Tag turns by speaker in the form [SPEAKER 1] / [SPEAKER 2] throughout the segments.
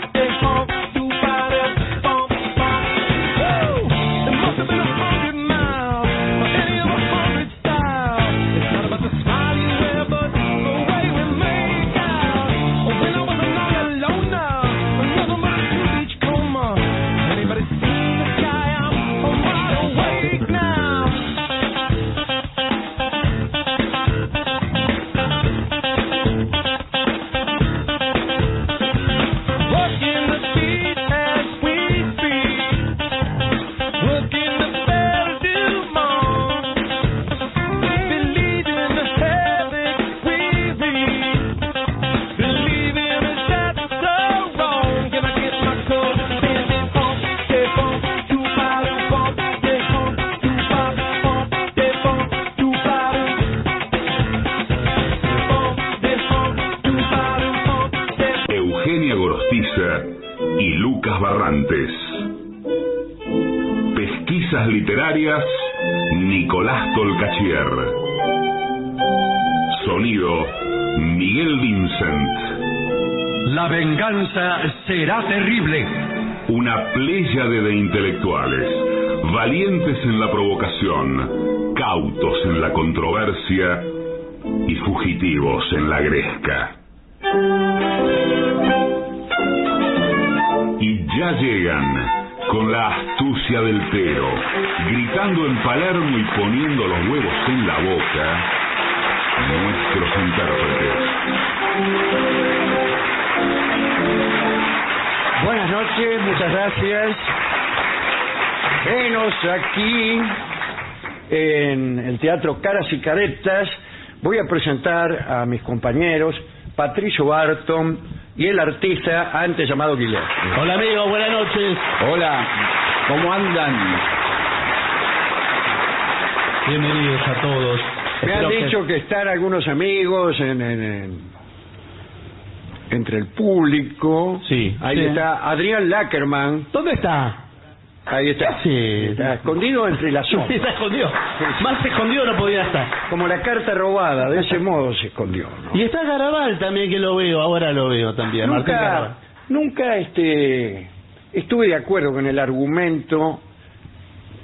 [SPEAKER 1] Oh,
[SPEAKER 2] y Lucas Barrantes. Pesquisas literarias, Nicolás Tolcachier. Sonido, Miguel Vincent.
[SPEAKER 3] La venganza será terrible.
[SPEAKER 2] Una pléyade de intelectuales, valientes en la provocación, cautos en la controversia y fugitivos en la gresca. Y ya llegan con la astucia del tero, gritando en Palermo y poniendo los huevos en la boca, nuestros intérpretes.
[SPEAKER 4] Buenas noches, muchas gracias. Venos aquí en el Teatro Caras y Caretas. Voy a presentar a mis compañeros Patricio Barton y el artista antes llamado Guillermo.
[SPEAKER 5] Hola amigos, buenas noches.
[SPEAKER 6] Hola, ¿cómo andan?
[SPEAKER 5] Bienvenidos a todos.
[SPEAKER 4] Me han
[SPEAKER 5] Espero que-
[SPEAKER 4] dicho que están algunos amigos en- en- en- entre el público.
[SPEAKER 5] Sí.
[SPEAKER 4] Ahí
[SPEAKER 5] Sí.
[SPEAKER 4] está Adrián Lackerman.
[SPEAKER 5] ¿Dónde está?
[SPEAKER 4] Ahí está.
[SPEAKER 5] Sí.
[SPEAKER 4] Está escondido entre las sombras.
[SPEAKER 5] Está escondido. Más escondido no podía estar.
[SPEAKER 4] Como la carta robada, de ese modo se escondió. ¿no?
[SPEAKER 5] Y está Garabal también que lo veo, ahora lo veo también. Martín Garabal.
[SPEAKER 4] Nunca, nunca este, estuve de acuerdo con el argumento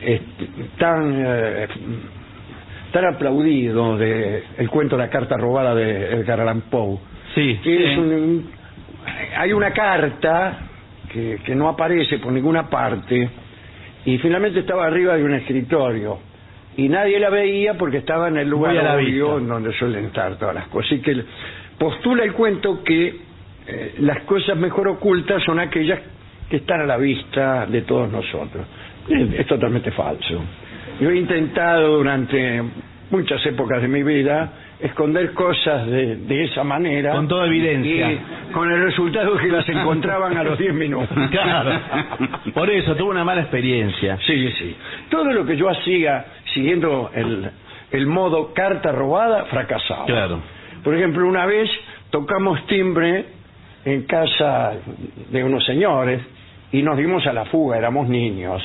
[SPEAKER 4] este, tan eh, tan aplaudido de el cuento La carta robada de Edgar Allan Poe.
[SPEAKER 5] Sí.
[SPEAKER 4] Que es
[SPEAKER 5] sí.
[SPEAKER 4] un- hay una carta que, que no aparece por ninguna parte y finalmente estaba arriba de un escritorio y nadie la veía porque estaba en el lugar
[SPEAKER 5] Muy a la
[SPEAKER 4] obvio
[SPEAKER 5] vista.
[SPEAKER 4] en donde suelen estar todas las cosas. Así que postula el cuento que eh, las cosas mejor ocultas son aquellas que están a la vista de todos nosotros. Eh, Es totalmente falso. Yo he intentado durante muchas épocas de mi vida esconder cosas de, de esa manera.
[SPEAKER 5] Con toda evidencia.
[SPEAKER 4] Y con el resultado que las encontraban a los 10 minutos.
[SPEAKER 5] Claro. Por eso, tuvo una mala experiencia.
[SPEAKER 4] Sí, sí. Todo lo que yo hacía siguiendo el, el modo carta robada fracasaba.
[SPEAKER 5] Claro.
[SPEAKER 4] Por ejemplo, una vez tocamos timbre en casa de unos señores y nos dimos a la fuga, éramos niños.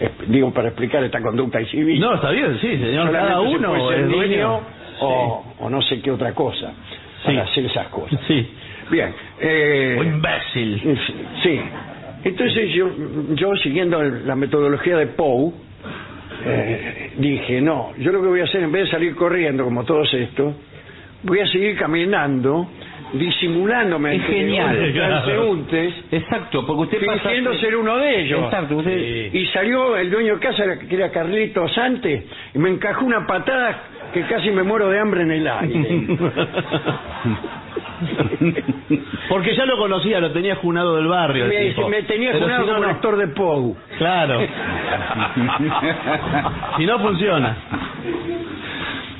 [SPEAKER 4] Es- Digo, para explicar esta conducta incivil.
[SPEAKER 5] No, está bien, sí, señor.
[SPEAKER 4] Solamente
[SPEAKER 5] Cada
[SPEAKER 4] se
[SPEAKER 5] uno
[SPEAKER 4] puede ser
[SPEAKER 5] es dueño.
[SPEAKER 4] niño o, o no sé qué otra cosa para
[SPEAKER 5] Sí.
[SPEAKER 4] hacer esas cosas.
[SPEAKER 5] Sí.
[SPEAKER 4] Bien. eh,
[SPEAKER 5] O imbécil.
[SPEAKER 4] Sí. Entonces yo, yo siguiendo el- la metodología de Poe, eh, dije, no, yo lo que voy a hacer, en vez de salir corriendo como todos estos, voy a seguir caminando, disimulándome
[SPEAKER 6] Es
[SPEAKER 4] entre
[SPEAKER 6] genial.
[SPEAKER 4] los transeúntes,
[SPEAKER 6] Exacto, porque usted pasa...
[SPEAKER 4] fingiendo ser uno de ellos.
[SPEAKER 6] Exacto, usted...
[SPEAKER 4] Y salió el dueño de casa, era- que era Carlito Sante, y me encajó una patada que casi me muero de hambre en el aire.
[SPEAKER 5] Porque ya lo conocía, lo tenía junado del barrio. el
[SPEAKER 4] me,
[SPEAKER 5] tipo.
[SPEAKER 4] me tenía
[SPEAKER 5] Pero
[SPEAKER 4] jurado
[SPEAKER 5] si no,
[SPEAKER 4] como
[SPEAKER 5] no.
[SPEAKER 4] actor de Poe.
[SPEAKER 5] Claro. si no funciona.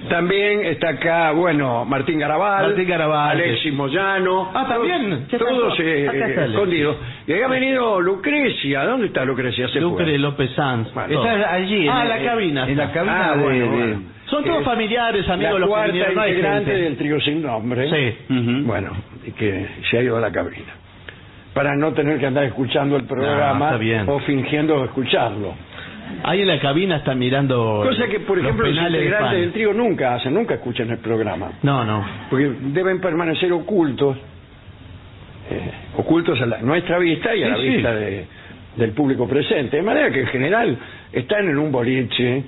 [SPEAKER 4] También está acá, bueno, Martín Garabal,
[SPEAKER 5] Martín Garabal,
[SPEAKER 4] Alexis Moyano.
[SPEAKER 5] Ah, también. Ya está
[SPEAKER 4] Todos
[SPEAKER 5] acá.
[SPEAKER 4] eh,
[SPEAKER 5] Acá está
[SPEAKER 4] eh,
[SPEAKER 5] Alexis.
[SPEAKER 4] escondidos. Y ahí ha venido Lucrecia. ¿Dónde está Lucrecia? Se
[SPEAKER 5] Lucre
[SPEAKER 4] fue.
[SPEAKER 5] López Sanz.
[SPEAKER 4] Bueno,
[SPEAKER 5] todo.
[SPEAKER 6] Está allí. en
[SPEAKER 5] Ah, la
[SPEAKER 6] en-
[SPEAKER 5] cabina.
[SPEAKER 6] En la cabina
[SPEAKER 4] Ah,
[SPEAKER 6] de...
[SPEAKER 4] bueno,
[SPEAKER 6] de-
[SPEAKER 4] bueno.
[SPEAKER 5] Son todos
[SPEAKER 4] Eh,
[SPEAKER 5] familiares, amigos
[SPEAKER 4] la
[SPEAKER 5] los que
[SPEAKER 4] cuarta
[SPEAKER 5] vinieron, no hay
[SPEAKER 4] integrante
[SPEAKER 5] gente.
[SPEAKER 4] del trío sin nombre.
[SPEAKER 5] Sí.
[SPEAKER 6] Ujú.
[SPEAKER 4] Bueno, y que se ha ido a la cabina. Para no tener que andar escuchando el programa
[SPEAKER 5] está bien.
[SPEAKER 4] o fingiendo escucharlo.
[SPEAKER 5] Ahí en la cabina están mirando.
[SPEAKER 4] Cosa que, por
[SPEAKER 5] los
[SPEAKER 4] ejemplo, los
[SPEAKER 5] penales de
[SPEAKER 4] integrantes
[SPEAKER 5] España.
[SPEAKER 4] del trío nunca hacen, nunca escuchan el programa.
[SPEAKER 5] No, no.
[SPEAKER 4] porque deben permanecer ocultos, eh, ocultos a la- nuestra vista y a la
[SPEAKER 5] Sí, sí.
[SPEAKER 4] vista de- del público presente. De manera que en general están en un boliche,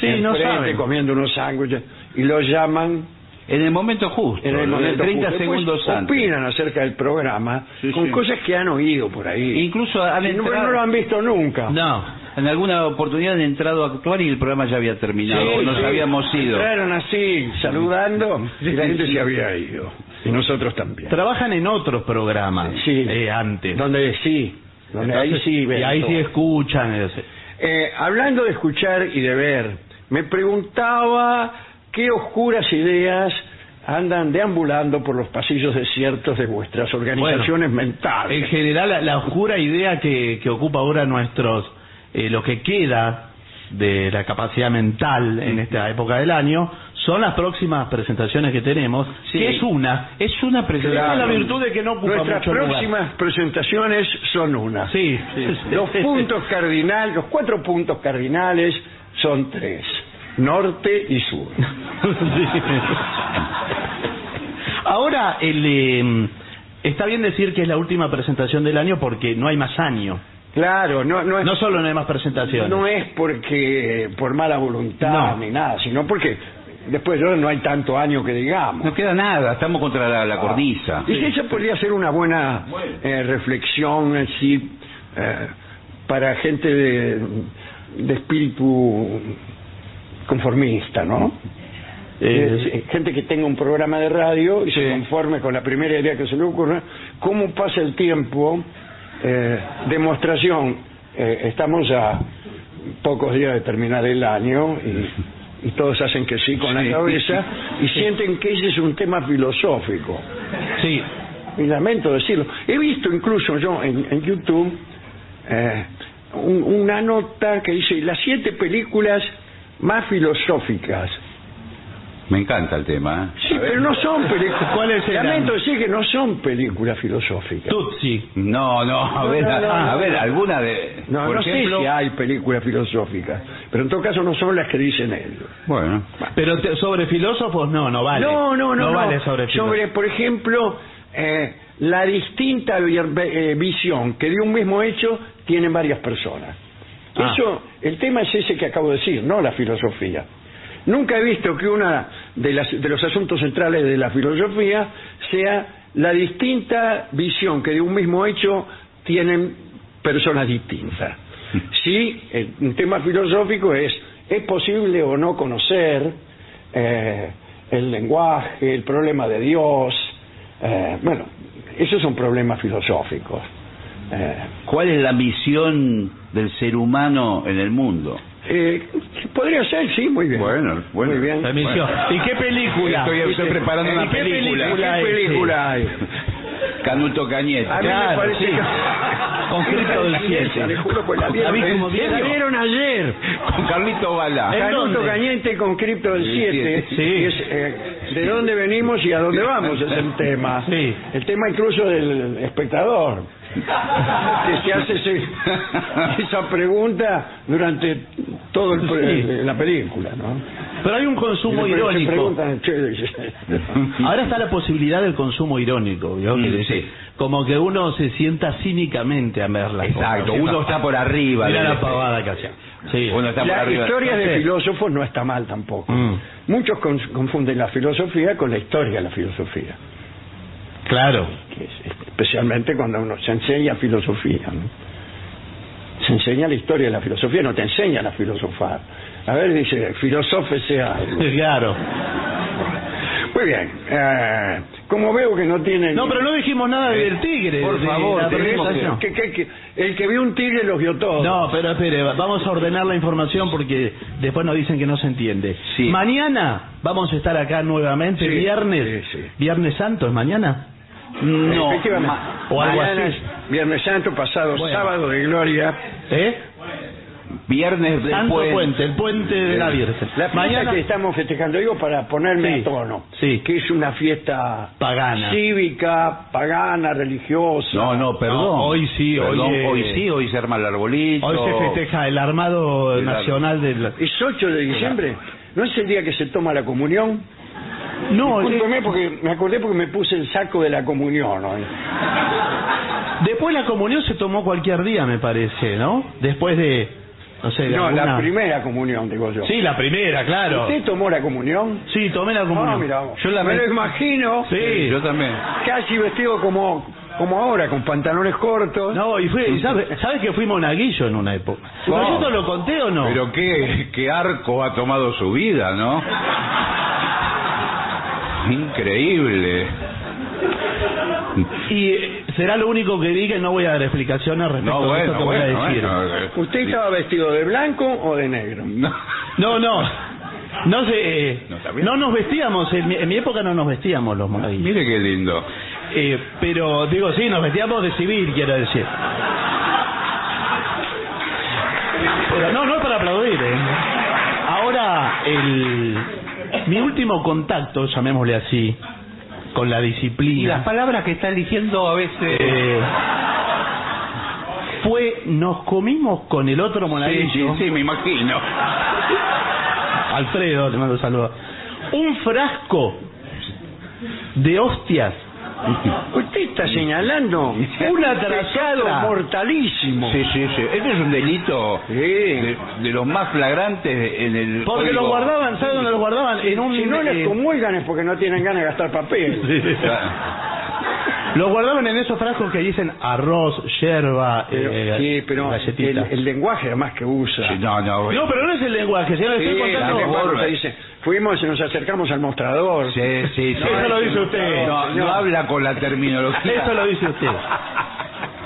[SPEAKER 5] Sí,
[SPEAKER 4] enfrente,
[SPEAKER 5] no saben.
[SPEAKER 4] comiendo unos sándwiches, y los llaman
[SPEAKER 6] En el momento justo.
[SPEAKER 4] en el momento
[SPEAKER 6] 30
[SPEAKER 4] justo. Después
[SPEAKER 6] segundos antes.
[SPEAKER 4] Opinan acerca del programa
[SPEAKER 6] Sí,
[SPEAKER 4] con
[SPEAKER 6] sí.
[SPEAKER 4] cosas que han oído por ahí.
[SPEAKER 6] Incluso han
[SPEAKER 4] Y no, no lo
[SPEAKER 6] entrado...
[SPEAKER 4] han visto nunca.
[SPEAKER 5] No.
[SPEAKER 6] En alguna oportunidad han entrado a actuar y el programa ya había
[SPEAKER 4] Sí,
[SPEAKER 6] terminado. o nos
[SPEAKER 4] sí.
[SPEAKER 6] habíamos ido.
[SPEAKER 4] Entraron así, saludando, y la gente se había ido. Y nosotros también.
[SPEAKER 5] Trabajan en otros programas.
[SPEAKER 4] Sí.
[SPEAKER 5] eh, antes.
[SPEAKER 4] Donde sí. Donde ahí
[SPEAKER 5] Entonces,
[SPEAKER 4] sí. ven
[SPEAKER 5] Y ahí
[SPEAKER 4] todo.
[SPEAKER 5] sí escuchan. es-
[SPEAKER 4] Eh, hablando de escuchar y de ver, me preguntaba qué oscuras ideas andan deambulando por los pasillos desiertos de vuestras organizaciones
[SPEAKER 5] En
[SPEAKER 4] mentales.
[SPEAKER 5] general, la, la oscura idea que, que ocupa ahora nuestros. eh, lo que queda de la capacidad mental en esta época del año son las próximas presentaciones que tenemos,
[SPEAKER 6] Sí.
[SPEAKER 5] que es una, es una presentación.
[SPEAKER 4] Claro.
[SPEAKER 5] Es la virtud de que no ocupa
[SPEAKER 4] Nuestras
[SPEAKER 5] mucho lugar.
[SPEAKER 4] próximas presentaciones son una.
[SPEAKER 5] Sí,
[SPEAKER 4] Los puntos cardinales, los cuatro puntos cardinales son tres, norte y sur.
[SPEAKER 5] Sí. Ahora, el, eh, está bien decir que es la última presentación del año porque no hay más año.
[SPEAKER 4] Claro, no, no es,
[SPEAKER 5] No solo no hay más presentaciones.
[SPEAKER 4] no es porque por mala voluntad
[SPEAKER 5] No.
[SPEAKER 4] ni nada, sino porque después de ahora no hay tanto año que digamos.
[SPEAKER 6] No queda nada, estamos contra la, la cornisa.
[SPEAKER 4] Y esa podría ser una buena eh, reflexión así eh, para gente de, de espíritu conformista, ¿no?
[SPEAKER 5] Eh,
[SPEAKER 4] Eh, gente que tenga un programa de radio y se conforme con la primera idea que se le ocurra. ¿Cómo pasa el tiempo? Eh, demostración, eh, estamos a pocos días de terminar el año y, y todos hacen que sí con la
[SPEAKER 6] Sí.
[SPEAKER 4] cabeza y sienten que ese es un tema filosófico.
[SPEAKER 5] sí.
[SPEAKER 4] Y lamento decirlo. He visto incluso yo en, en YouTube eh, un- una nota que dice las siete películas más filosóficas.
[SPEAKER 6] Me encanta el tema. ¿eh?
[SPEAKER 4] Sí, pero no son películas.
[SPEAKER 5] ¿Cuáles eran?
[SPEAKER 4] Lamento decir que no son películas filosóficas.
[SPEAKER 5] Tutsi.
[SPEAKER 6] No, no, a
[SPEAKER 4] No,
[SPEAKER 6] ver,
[SPEAKER 4] no,
[SPEAKER 6] a,
[SPEAKER 4] no,
[SPEAKER 6] a
[SPEAKER 4] no.
[SPEAKER 6] ver, alguna de.
[SPEAKER 4] No,
[SPEAKER 6] por
[SPEAKER 4] no
[SPEAKER 6] ejemplo,
[SPEAKER 4] sé si hay películas filosóficas, pero en todo caso no son las que dicen ellos.
[SPEAKER 6] Bueno,
[SPEAKER 5] Pero te- sobre filósofos no, no vale.
[SPEAKER 4] No, no, no.
[SPEAKER 5] No
[SPEAKER 4] no.
[SPEAKER 5] vale sobre filósofos.
[SPEAKER 4] por ejemplo, eh, la distinta vi- eh, visión que de un mismo hecho tienen varias personas.
[SPEAKER 5] Ah.
[SPEAKER 4] Eso, el tema es ese que acabo de decir, no la filosofía. Nunca he visto que uno de, las- de los asuntos centrales de la filosofía sea la distinta visión que de un mismo hecho tienen personas distintas. Sí, eh, un tema filosófico es, ¿es posible o no conocer? eh, el lenguaje, el problema de Dios. eh, bueno, esos son problemas filosóficos. Eh,
[SPEAKER 6] ¿cuál es la misión del ser humano en el mundo?
[SPEAKER 4] eh, podría ser, sí, muy bien.
[SPEAKER 6] Bueno, bueno.
[SPEAKER 4] Muy bien.
[SPEAKER 5] La misión.
[SPEAKER 6] Bueno.
[SPEAKER 5] ¿Y qué película?
[SPEAKER 6] Estoy- estoy preparando
[SPEAKER 5] ¿Y
[SPEAKER 6] una
[SPEAKER 5] qué
[SPEAKER 6] película.
[SPEAKER 5] película
[SPEAKER 4] ¿Qué
[SPEAKER 5] es?
[SPEAKER 4] película hay?
[SPEAKER 6] Canuto Cañete.
[SPEAKER 4] A mí me
[SPEAKER 5] Claro,
[SPEAKER 4] parece
[SPEAKER 5] sí.
[SPEAKER 4] que...
[SPEAKER 5] Conflicto del siete.
[SPEAKER 4] Le juro por la vida.
[SPEAKER 5] ¿La viste como
[SPEAKER 4] La
[SPEAKER 5] diario?
[SPEAKER 4] vieron ayer.
[SPEAKER 6] Con Carlito Balá.
[SPEAKER 5] ¿En
[SPEAKER 4] Canuto
[SPEAKER 5] dónde?
[SPEAKER 4] Cañete con Cripto del
[SPEAKER 6] Sí,
[SPEAKER 4] 7.
[SPEAKER 6] sí.
[SPEAKER 4] que es, eh, de dónde venimos y a dónde vamos es el tema.
[SPEAKER 5] Sí.
[SPEAKER 4] El tema incluso del espectador. Que se hace ese- esa pregunta durante todo el pre-
[SPEAKER 5] Sí.
[SPEAKER 4] la película, ¿no?
[SPEAKER 5] Pero hay un consumo
[SPEAKER 4] Y le- se
[SPEAKER 5] irónico.
[SPEAKER 4] preguntan, che, dice-
[SPEAKER 5] Ahora está la posibilidad del consumo irónico, ¿vio?
[SPEAKER 6] Mm,
[SPEAKER 5] Que dice,
[SPEAKER 6] sí.
[SPEAKER 5] Como que uno se sienta cínicamente a ver las
[SPEAKER 6] Exacto,
[SPEAKER 5] cosas.
[SPEAKER 6] uno está por arriba. este.
[SPEAKER 5] Mirá
[SPEAKER 6] del-
[SPEAKER 5] la pavada que hacía. Sí.
[SPEAKER 6] Uno está por
[SPEAKER 4] Las
[SPEAKER 6] arriba.
[SPEAKER 4] historias de
[SPEAKER 5] Sí.
[SPEAKER 4] filósofos no está mal tampoco.
[SPEAKER 5] Mm.
[SPEAKER 4] Muchos cons- confunden la filosofía con la historia de la filosofía.
[SPEAKER 5] Claro.
[SPEAKER 4] que es- especialmente cuando uno se enseña filosofía. ¿no? Se enseña la historia de la filosofía, no te enseñan a filosofar. A ver, dice, filosófese algo.
[SPEAKER 5] Claro.
[SPEAKER 4] Muy bien, eh, como veo que no tiene...
[SPEAKER 5] No,
[SPEAKER 4] ni-
[SPEAKER 5] pero no dijimos nada
[SPEAKER 4] Eh,
[SPEAKER 5] del tigre.
[SPEAKER 6] por
[SPEAKER 5] de
[SPEAKER 6] favor,
[SPEAKER 5] la
[SPEAKER 6] pero
[SPEAKER 4] Pero
[SPEAKER 6] tenemos
[SPEAKER 5] presentación.
[SPEAKER 4] eso, que- que- que- el que vio un tigre los vio todos.
[SPEAKER 5] No, pero espere, vamos a ordenar la información porque después nos dicen que no se entiende.
[SPEAKER 6] Sí.
[SPEAKER 5] Mañana vamos a estar acá nuevamente,
[SPEAKER 4] Sí,
[SPEAKER 5] viernes.
[SPEAKER 4] sí, sí.
[SPEAKER 5] Viernes Santo, ¿es mañana?
[SPEAKER 6] No,
[SPEAKER 4] Efectivamente.
[SPEAKER 6] ma-
[SPEAKER 5] o algo
[SPEAKER 4] Mañana
[SPEAKER 5] así.
[SPEAKER 4] es Viernes Santo, pasado
[SPEAKER 5] Bueno.
[SPEAKER 4] sábado de gloria.
[SPEAKER 5] ¿Eh?
[SPEAKER 6] viernes de
[SPEAKER 5] Santo Puente, el puente de la Virgen.
[SPEAKER 4] La fiesta que estamos festejando, digo, para ponerme
[SPEAKER 5] Sí,
[SPEAKER 4] a tono,
[SPEAKER 5] sí.
[SPEAKER 4] que es una fiesta
[SPEAKER 5] Pagana.
[SPEAKER 4] cívica, pagana, religiosa.
[SPEAKER 6] No, no, perdón.
[SPEAKER 5] No, hoy sí, hoy,
[SPEAKER 6] Perdón,
[SPEAKER 5] eh,
[SPEAKER 6] hoy sí, hoy se arma el arbolito.
[SPEAKER 5] Hoy se festeja el Armado
[SPEAKER 6] Claro.
[SPEAKER 5] Nacional del...
[SPEAKER 4] Es 8 de diciembre. ¿No es el día que se toma la comunión?
[SPEAKER 5] No,
[SPEAKER 4] Discúlpeme porque me acordé porque me puse el saco de la comunión hoy.
[SPEAKER 5] Después la comunión se tomó cualquier día, me parece, ¿no? Después de, no sé, de
[SPEAKER 4] No, la
[SPEAKER 5] alguna-
[SPEAKER 4] primera comunión, digo yo.
[SPEAKER 5] Sí, la primera, claro.
[SPEAKER 4] ¿Usted tomó la comunión?
[SPEAKER 5] Sí, tomé la comunión.
[SPEAKER 4] Ah, mira vos.
[SPEAKER 5] Yo la
[SPEAKER 4] Me lo imagino
[SPEAKER 5] Sí.
[SPEAKER 6] Yo también.
[SPEAKER 4] casi vestido como, como ahora, con pantalones cortos.
[SPEAKER 5] No, y fue, ¿sabes sabe que fui monaguillo en una época?
[SPEAKER 6] Wow.
[SPEAKER 5] ¿Pero yo te lo conté o no?
[SPEAKER 6] Pero qué, qué arco ha tomado su vida, ¿no? Increíble.
[SPEAKER 5] Y eh, será lo único que diga y no voy a dar explicaciones respecto
[SPEAKER 6] No,
[SPEAKER 5] a esto que
[SPEAKER 6] bueno, bueno,
[SPEAKER 5] voy a decir.
[SPEAKER 6] bueno, eh,
[SPEAKER 4] ¿Usted estaba vestido de blanco o de negro?
[SPEAKER 6] no.
[SPEAKER 5] No, no. No sé, eh,
[SPEAKER 6] No, está bien.
[SPEAKER 5] no nos vestíamos, en mi, en mi época no nos vestíamos los monaguillos.
[SPEAKER 6] Mire qué lindo.
[SPEAKER 5] Eh, pero digo, sí, nos vestíamos de civil, quiero decir. Pero no, no es para aplaudir. decir, ¿eh? Ahora, el, mi último contacto, llamémosle así, con
[SPEAKER 6] Y
[SPEAKER 5] la
[SPEAKER 6] las
[SPEAKER 5] disciplina,
[SPEAKER 6] palabras que está eligiendo a veces.
[SPEAKER 5] eh, fue nos comimos con el otro
[SPEAKER 6] sí,
[SPEAKER 5] monaguillo.
[SPEAKER 6] sí, sí, me imagino.
[SPEAKER 5] Alfredo, te mando saludos. Un frasco de hostias.
[SPEAKER 4] Usted está señalando un atrasado
[SPEAKER 6] otra.
[SPEAKER 4] mortalísimo.
[SPEAKER 6] Sí, sí, sí. Este es un delito
[SPEAKER 4] Sí.
[SPEAKER 6] de, de los más flagrantes en el.
[SPEAKER 5] Porque
[SPEAKER 6] código-
[SPEAKER 5] lo guardaban, ¿saben dónde lo guardaban? En un.
[SPEAKER 4] Si no les
[SPEAKER 5] eh,
[SPEAKER 4] comulgan es porque no tienen ganas de gastar papel.
[SPEAKER 6] Claro.
[SPEAKER 5] lo guardaban en esos frascos que dicen arroz, yerba,
[SPEAKER 4] Pero-
[SPEAKER 5] eh,
[SPEAKER 4] sí, pero el,
[SPEAKER 5] galletita.
[SPEAKER 4] el lenguaje además que usa.
[SPEAKER 6] Sí, no, no.
[SPEAKER 5] No, pero no es el lenguaje, señor,
[SPEAKER 4] Sí,
[SPEAKER 5] estoy
[SPEAKER 4] la
[SPEAKER 5] contando.
[SPEAKER 4] misma
[SPEAKER 6] vos,
[SPEAKER 4] cosa
[SPEAKER 6] eh.
[SPEAKER 4] dice, fuimos y nos acercamos al mostrador.
[SPEAKER 6] Sí, sí, sí.
[SPEAKER 5] Eso lo dice usted.
[SPEAKER 6] No, no habla con la terminología.
[SPEAKER 5] Eso lo dice usted.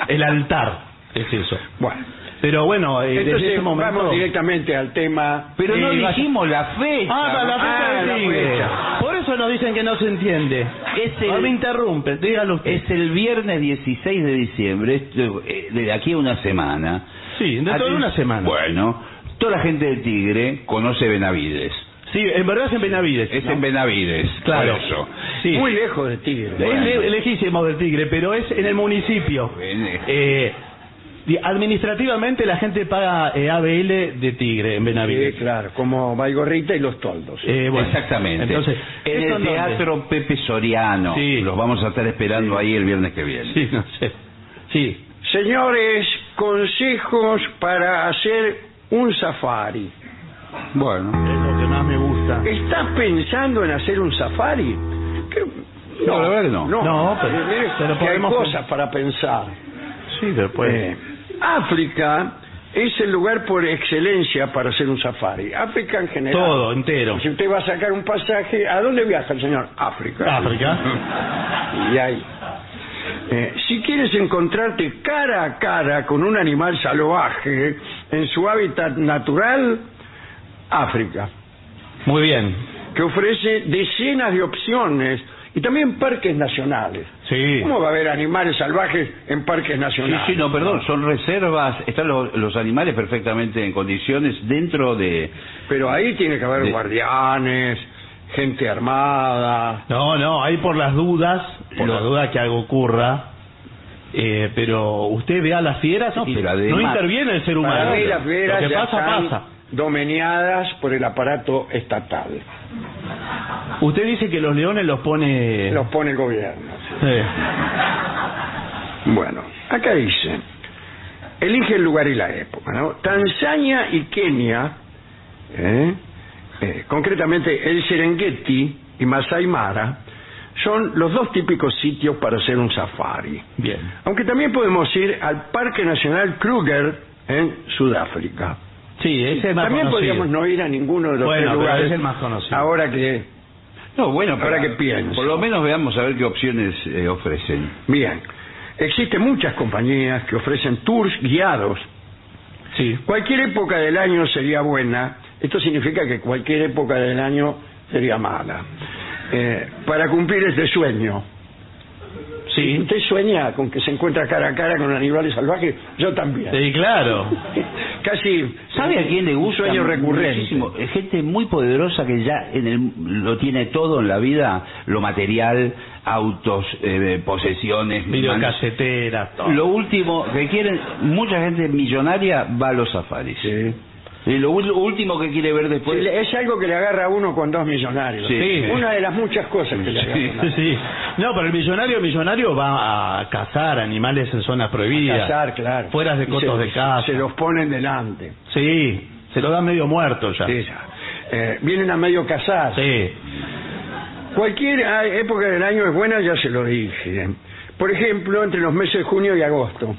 [SPEAKER 5] El altar es eso.
[SPEAKER 4] Bueno,
[SPEAKER 5] Pero bueno, eh, desde
[SPEAKER 4] entonces
[SPEAKER 5] ese momento.
[SPEAKER 4] vamos directamente al tema.
[SPEAKER 6] Pero no
[SPEAKER 5] Eh, vaya-
[SPEAKER 6] dijimos la fecha.
[SPEAKER 5] Ah, para la fecha
[SPEAKER 4] Ah,
[SPEAKER 5] del
[SPEAKER 4] la
[SPEAKER 5] tigre.
[SPEAKER 4] fecha.
[SPEAKER 5] Por eso nos dicen que no se entiende.
[SPEAKER 6] Es el-
[SPEAKER 5] No me interrumpe, dígalo usted.
[SPEAKER 6] Es el viernes 16 de diciembre, esto, eh, de aquí a una semana.
[SPEAKER 5] Sí, dentro de
[SPEAKER 6] Aten-
[SPEAKER 5] una semana.
[SPEAKER 6] Bueno, toda la gente del Tigre conoce Benavides.
[SPEAKER 5] Sí, en verdad es en Benavides.
[SPEAKER 6] Es
[SPEAKER 5] ¿no?
[SPEAKER 6] en Benavides,
[SPEAKER 5] Claro.
[SPEAKER 6] por eso.
[SPEAKER 5] Sí.
[SPEAKER 4] Muy lejos de Tigre.
[SPEAKER 5] Es le- lejísimos del Tigre, pero es en el municipio.
[SPEAKER 6] Bien.
[SPEAKER 5] Eh, di- administrativamente la gente paga eh, ABL de Tigre en Benavides.
[SPEAKER 4] Sí, claro, como Valgorrita y los toldos.
[SPEAKER 5] Eh, bueno,
[SPEAKER 6] Exactamente.
[SPEAKER 5] Entonces,
[SPEAKER 6] en
[SPEAKER 5] ¿eso
[SPEAKER 6] el
[SPEAKER 5] dónde?
[SPEAKER 6] Teatro Pepe Soriano.
[SPEAKER 5] Sí.
[SPEAKER 6] Los vamos a estar esperando ahí el viernes que viene.
[SPEAKER 5] Sí, no sé. Sí.
[SPEAKER 4] Señores, consejos para hacer un safari.
[SPEAKER 6] Bueno.
[SPEAKER 5] Es lo que más me gusta.
[SPEAKER 4] ¿Estás pensando en hacer un safari? Que-
[SPEAKER 6] No, la verdad que no.
[SPEAKER 4] No,
[SPEAKER 5] No, pero-
[SPEAKER 4] Mire,
[SPEAKER 5] pero
[SPEAKER 4] que hay
[SPEAKER 5] podemos- Pues.
[SPEAKER 4] cosas para pensar.
[SPEAKER 5] Sí, después.
[SPEAKER 4] Eh, África es el lugar por excelencia para hacer un safari. África en general.
[SPEAKER 5] Todo, entero.
[SPEAKER 4] Si usted va a sacar un pasaje, ¿a dónde viaja el señor? África.
[SPEAKER 5] África.
[SPEAKER 4] Y ahí. Eh, si quieres encontrarte cara a cara con un animal salvaje en su hábitat natural, África,
[SPEAKER 5] Muy bien.
[SPEAKER 4] que ofrece decenas de opciones y también parques nacionales.
[SPEAKER 5] Sí.
[SPEAKER 4] ¿Cómo va a haber animales salvajes en parques
[SPEAKER 6] Sí,
[SPEAKER 4] nacionales?
[SPEAKER 6] sí, no, perdón, son reservas, están los, los animales perfectamente en condiciones dentro de...
[SPEAKER 4] Pero ahí tiene que haber
[SPEAKER 6] De-
[SPEAKER 4] guardianes, gente armada.
[SPEAKER 5] No, no, hay por las dudas, por
[SPEAKER 6] Lo-
[SPEAKER 5] las dudas que algo ocurra. Eh, pero usted ve a las fieras
[SPEAKER 6] No,
[SPEAKER 5] y
[SPEAKER 6] pero además-
[SPEAKER 5] no interviene el ser humano.
[SPEAKER 4] Para mí las veras
[SPEAKER 5] Lo que
[SPEAKER 4] ya
[SPEAKER 5] pasa,
[SPEAKER 4] están
[SPEAKER 5] pasa.
[SPEAKER 4] domeneadas por el aparato estatal.
[SPEAKER 5] Usted dice que los leones los pone...
[SPEAKER 4] Los pone el gobierno.
[SPEAKER 5] Sí.
[SPEAKER 4] Bueno, acá dice, elige el lugar y la época, ¿no? Tanzania y Kenia, ¿eh? Eh, concretamente el Serengeti y Masai Mara, son los dos típicos sitios para hacer un safari.
[SPEAKER 5] Bien.
[SPEAKER 4] Aunque también podemos ir al Parque Nacional Kruger en Sudáfrica.
[SPEAKER 5] Sí, ese es el más
[SPEAKER 4] También
[SPEAKER 5] conocido.
[SPEAKER 4] podríamos no ir a ninguno de los
[SPEAKER 5] Bueno,
[SPEAKER 4] tres
[SPEAKER 5] pero
[SPEAKER 4] lugares.
[SPEAKER 5] es el más conocido.
[SPEAKER 4] Ahora que
[SPEAKER 6] No, bueno,
[SPEAKER 4] Ahora que pienso.
[SPEAKER 6] Por lo menos veamos a ver qué opciones eh, ofrecen.
[SPEAKER 4] Bien, existen muchas compañías que ofrecen tours guiados.
[SPEAKER 5] Sí.
[SPEAKER 4] Cualquier época del año sería buena. Esto significa que cualquier época del año sería mala. Eh, para cumplir este sueño.
[SPEAKER 5] Sí.
[SPEAKER 4] ¿Usted sueña con que se encuentra cara a cara con animales salvajes? Yo también.
[SPEAKER 5] Sí, claro.
[SPEAKER 4] Casi.
[SPEAKER 6] ¿Sabe a quién le gusta?
[SPEAKER 4] Un sueño recurrente.
[SPEAKER 6] Muchísimo. Eh, Gente muy poderosa que ya en el, lo tiene todo en la vida, lo material, autos, eh, posesiones, man-
[SPEAKER 5] Videocasetera, todo.
[SPEAKER 6] Lo último que quieren, mucha gente millonaria va a los safaris.
[SPEAKER 4] Sí.
[SPEAKER 6] Y lo ul- último que quiere ver
[SPEAKER 5] Pues-
[SPEAKER 6] después...
[SPEAKER 4] Sí, le- Es algo que le agarra a uno con dos millonarios.
[SPEAKER 6] Sí. Sí.
[SPEAKER 4] Una de las muchas cosas que le agarra. a uno.
[SPEAKER 5] Sí. No, pero el millonario millonario va a cazar animales en zonas prohibidas.
[SPEAKER 4] Cazar, claro.
[SPEAKER 5] Fueras de
[SPEAKER 4] Y
[SPEAKER 5] cotos
[SPEAKER 4] se-
[SPEAKER 5] de casa.
[SPEAKER 4] Se los ponen delante.
[SPEAKER 5] Sí, se lo dan medio muerto ya.
[SPEAKER 4] Sí, ya. Eh, vienen a medio casar.
[SPEAKER 5] Sí.
[SPEAKER 4] Cualquier ah, época del año es buena, ya se lo dije. Por ejemplo, entre los meses de junio y agosto.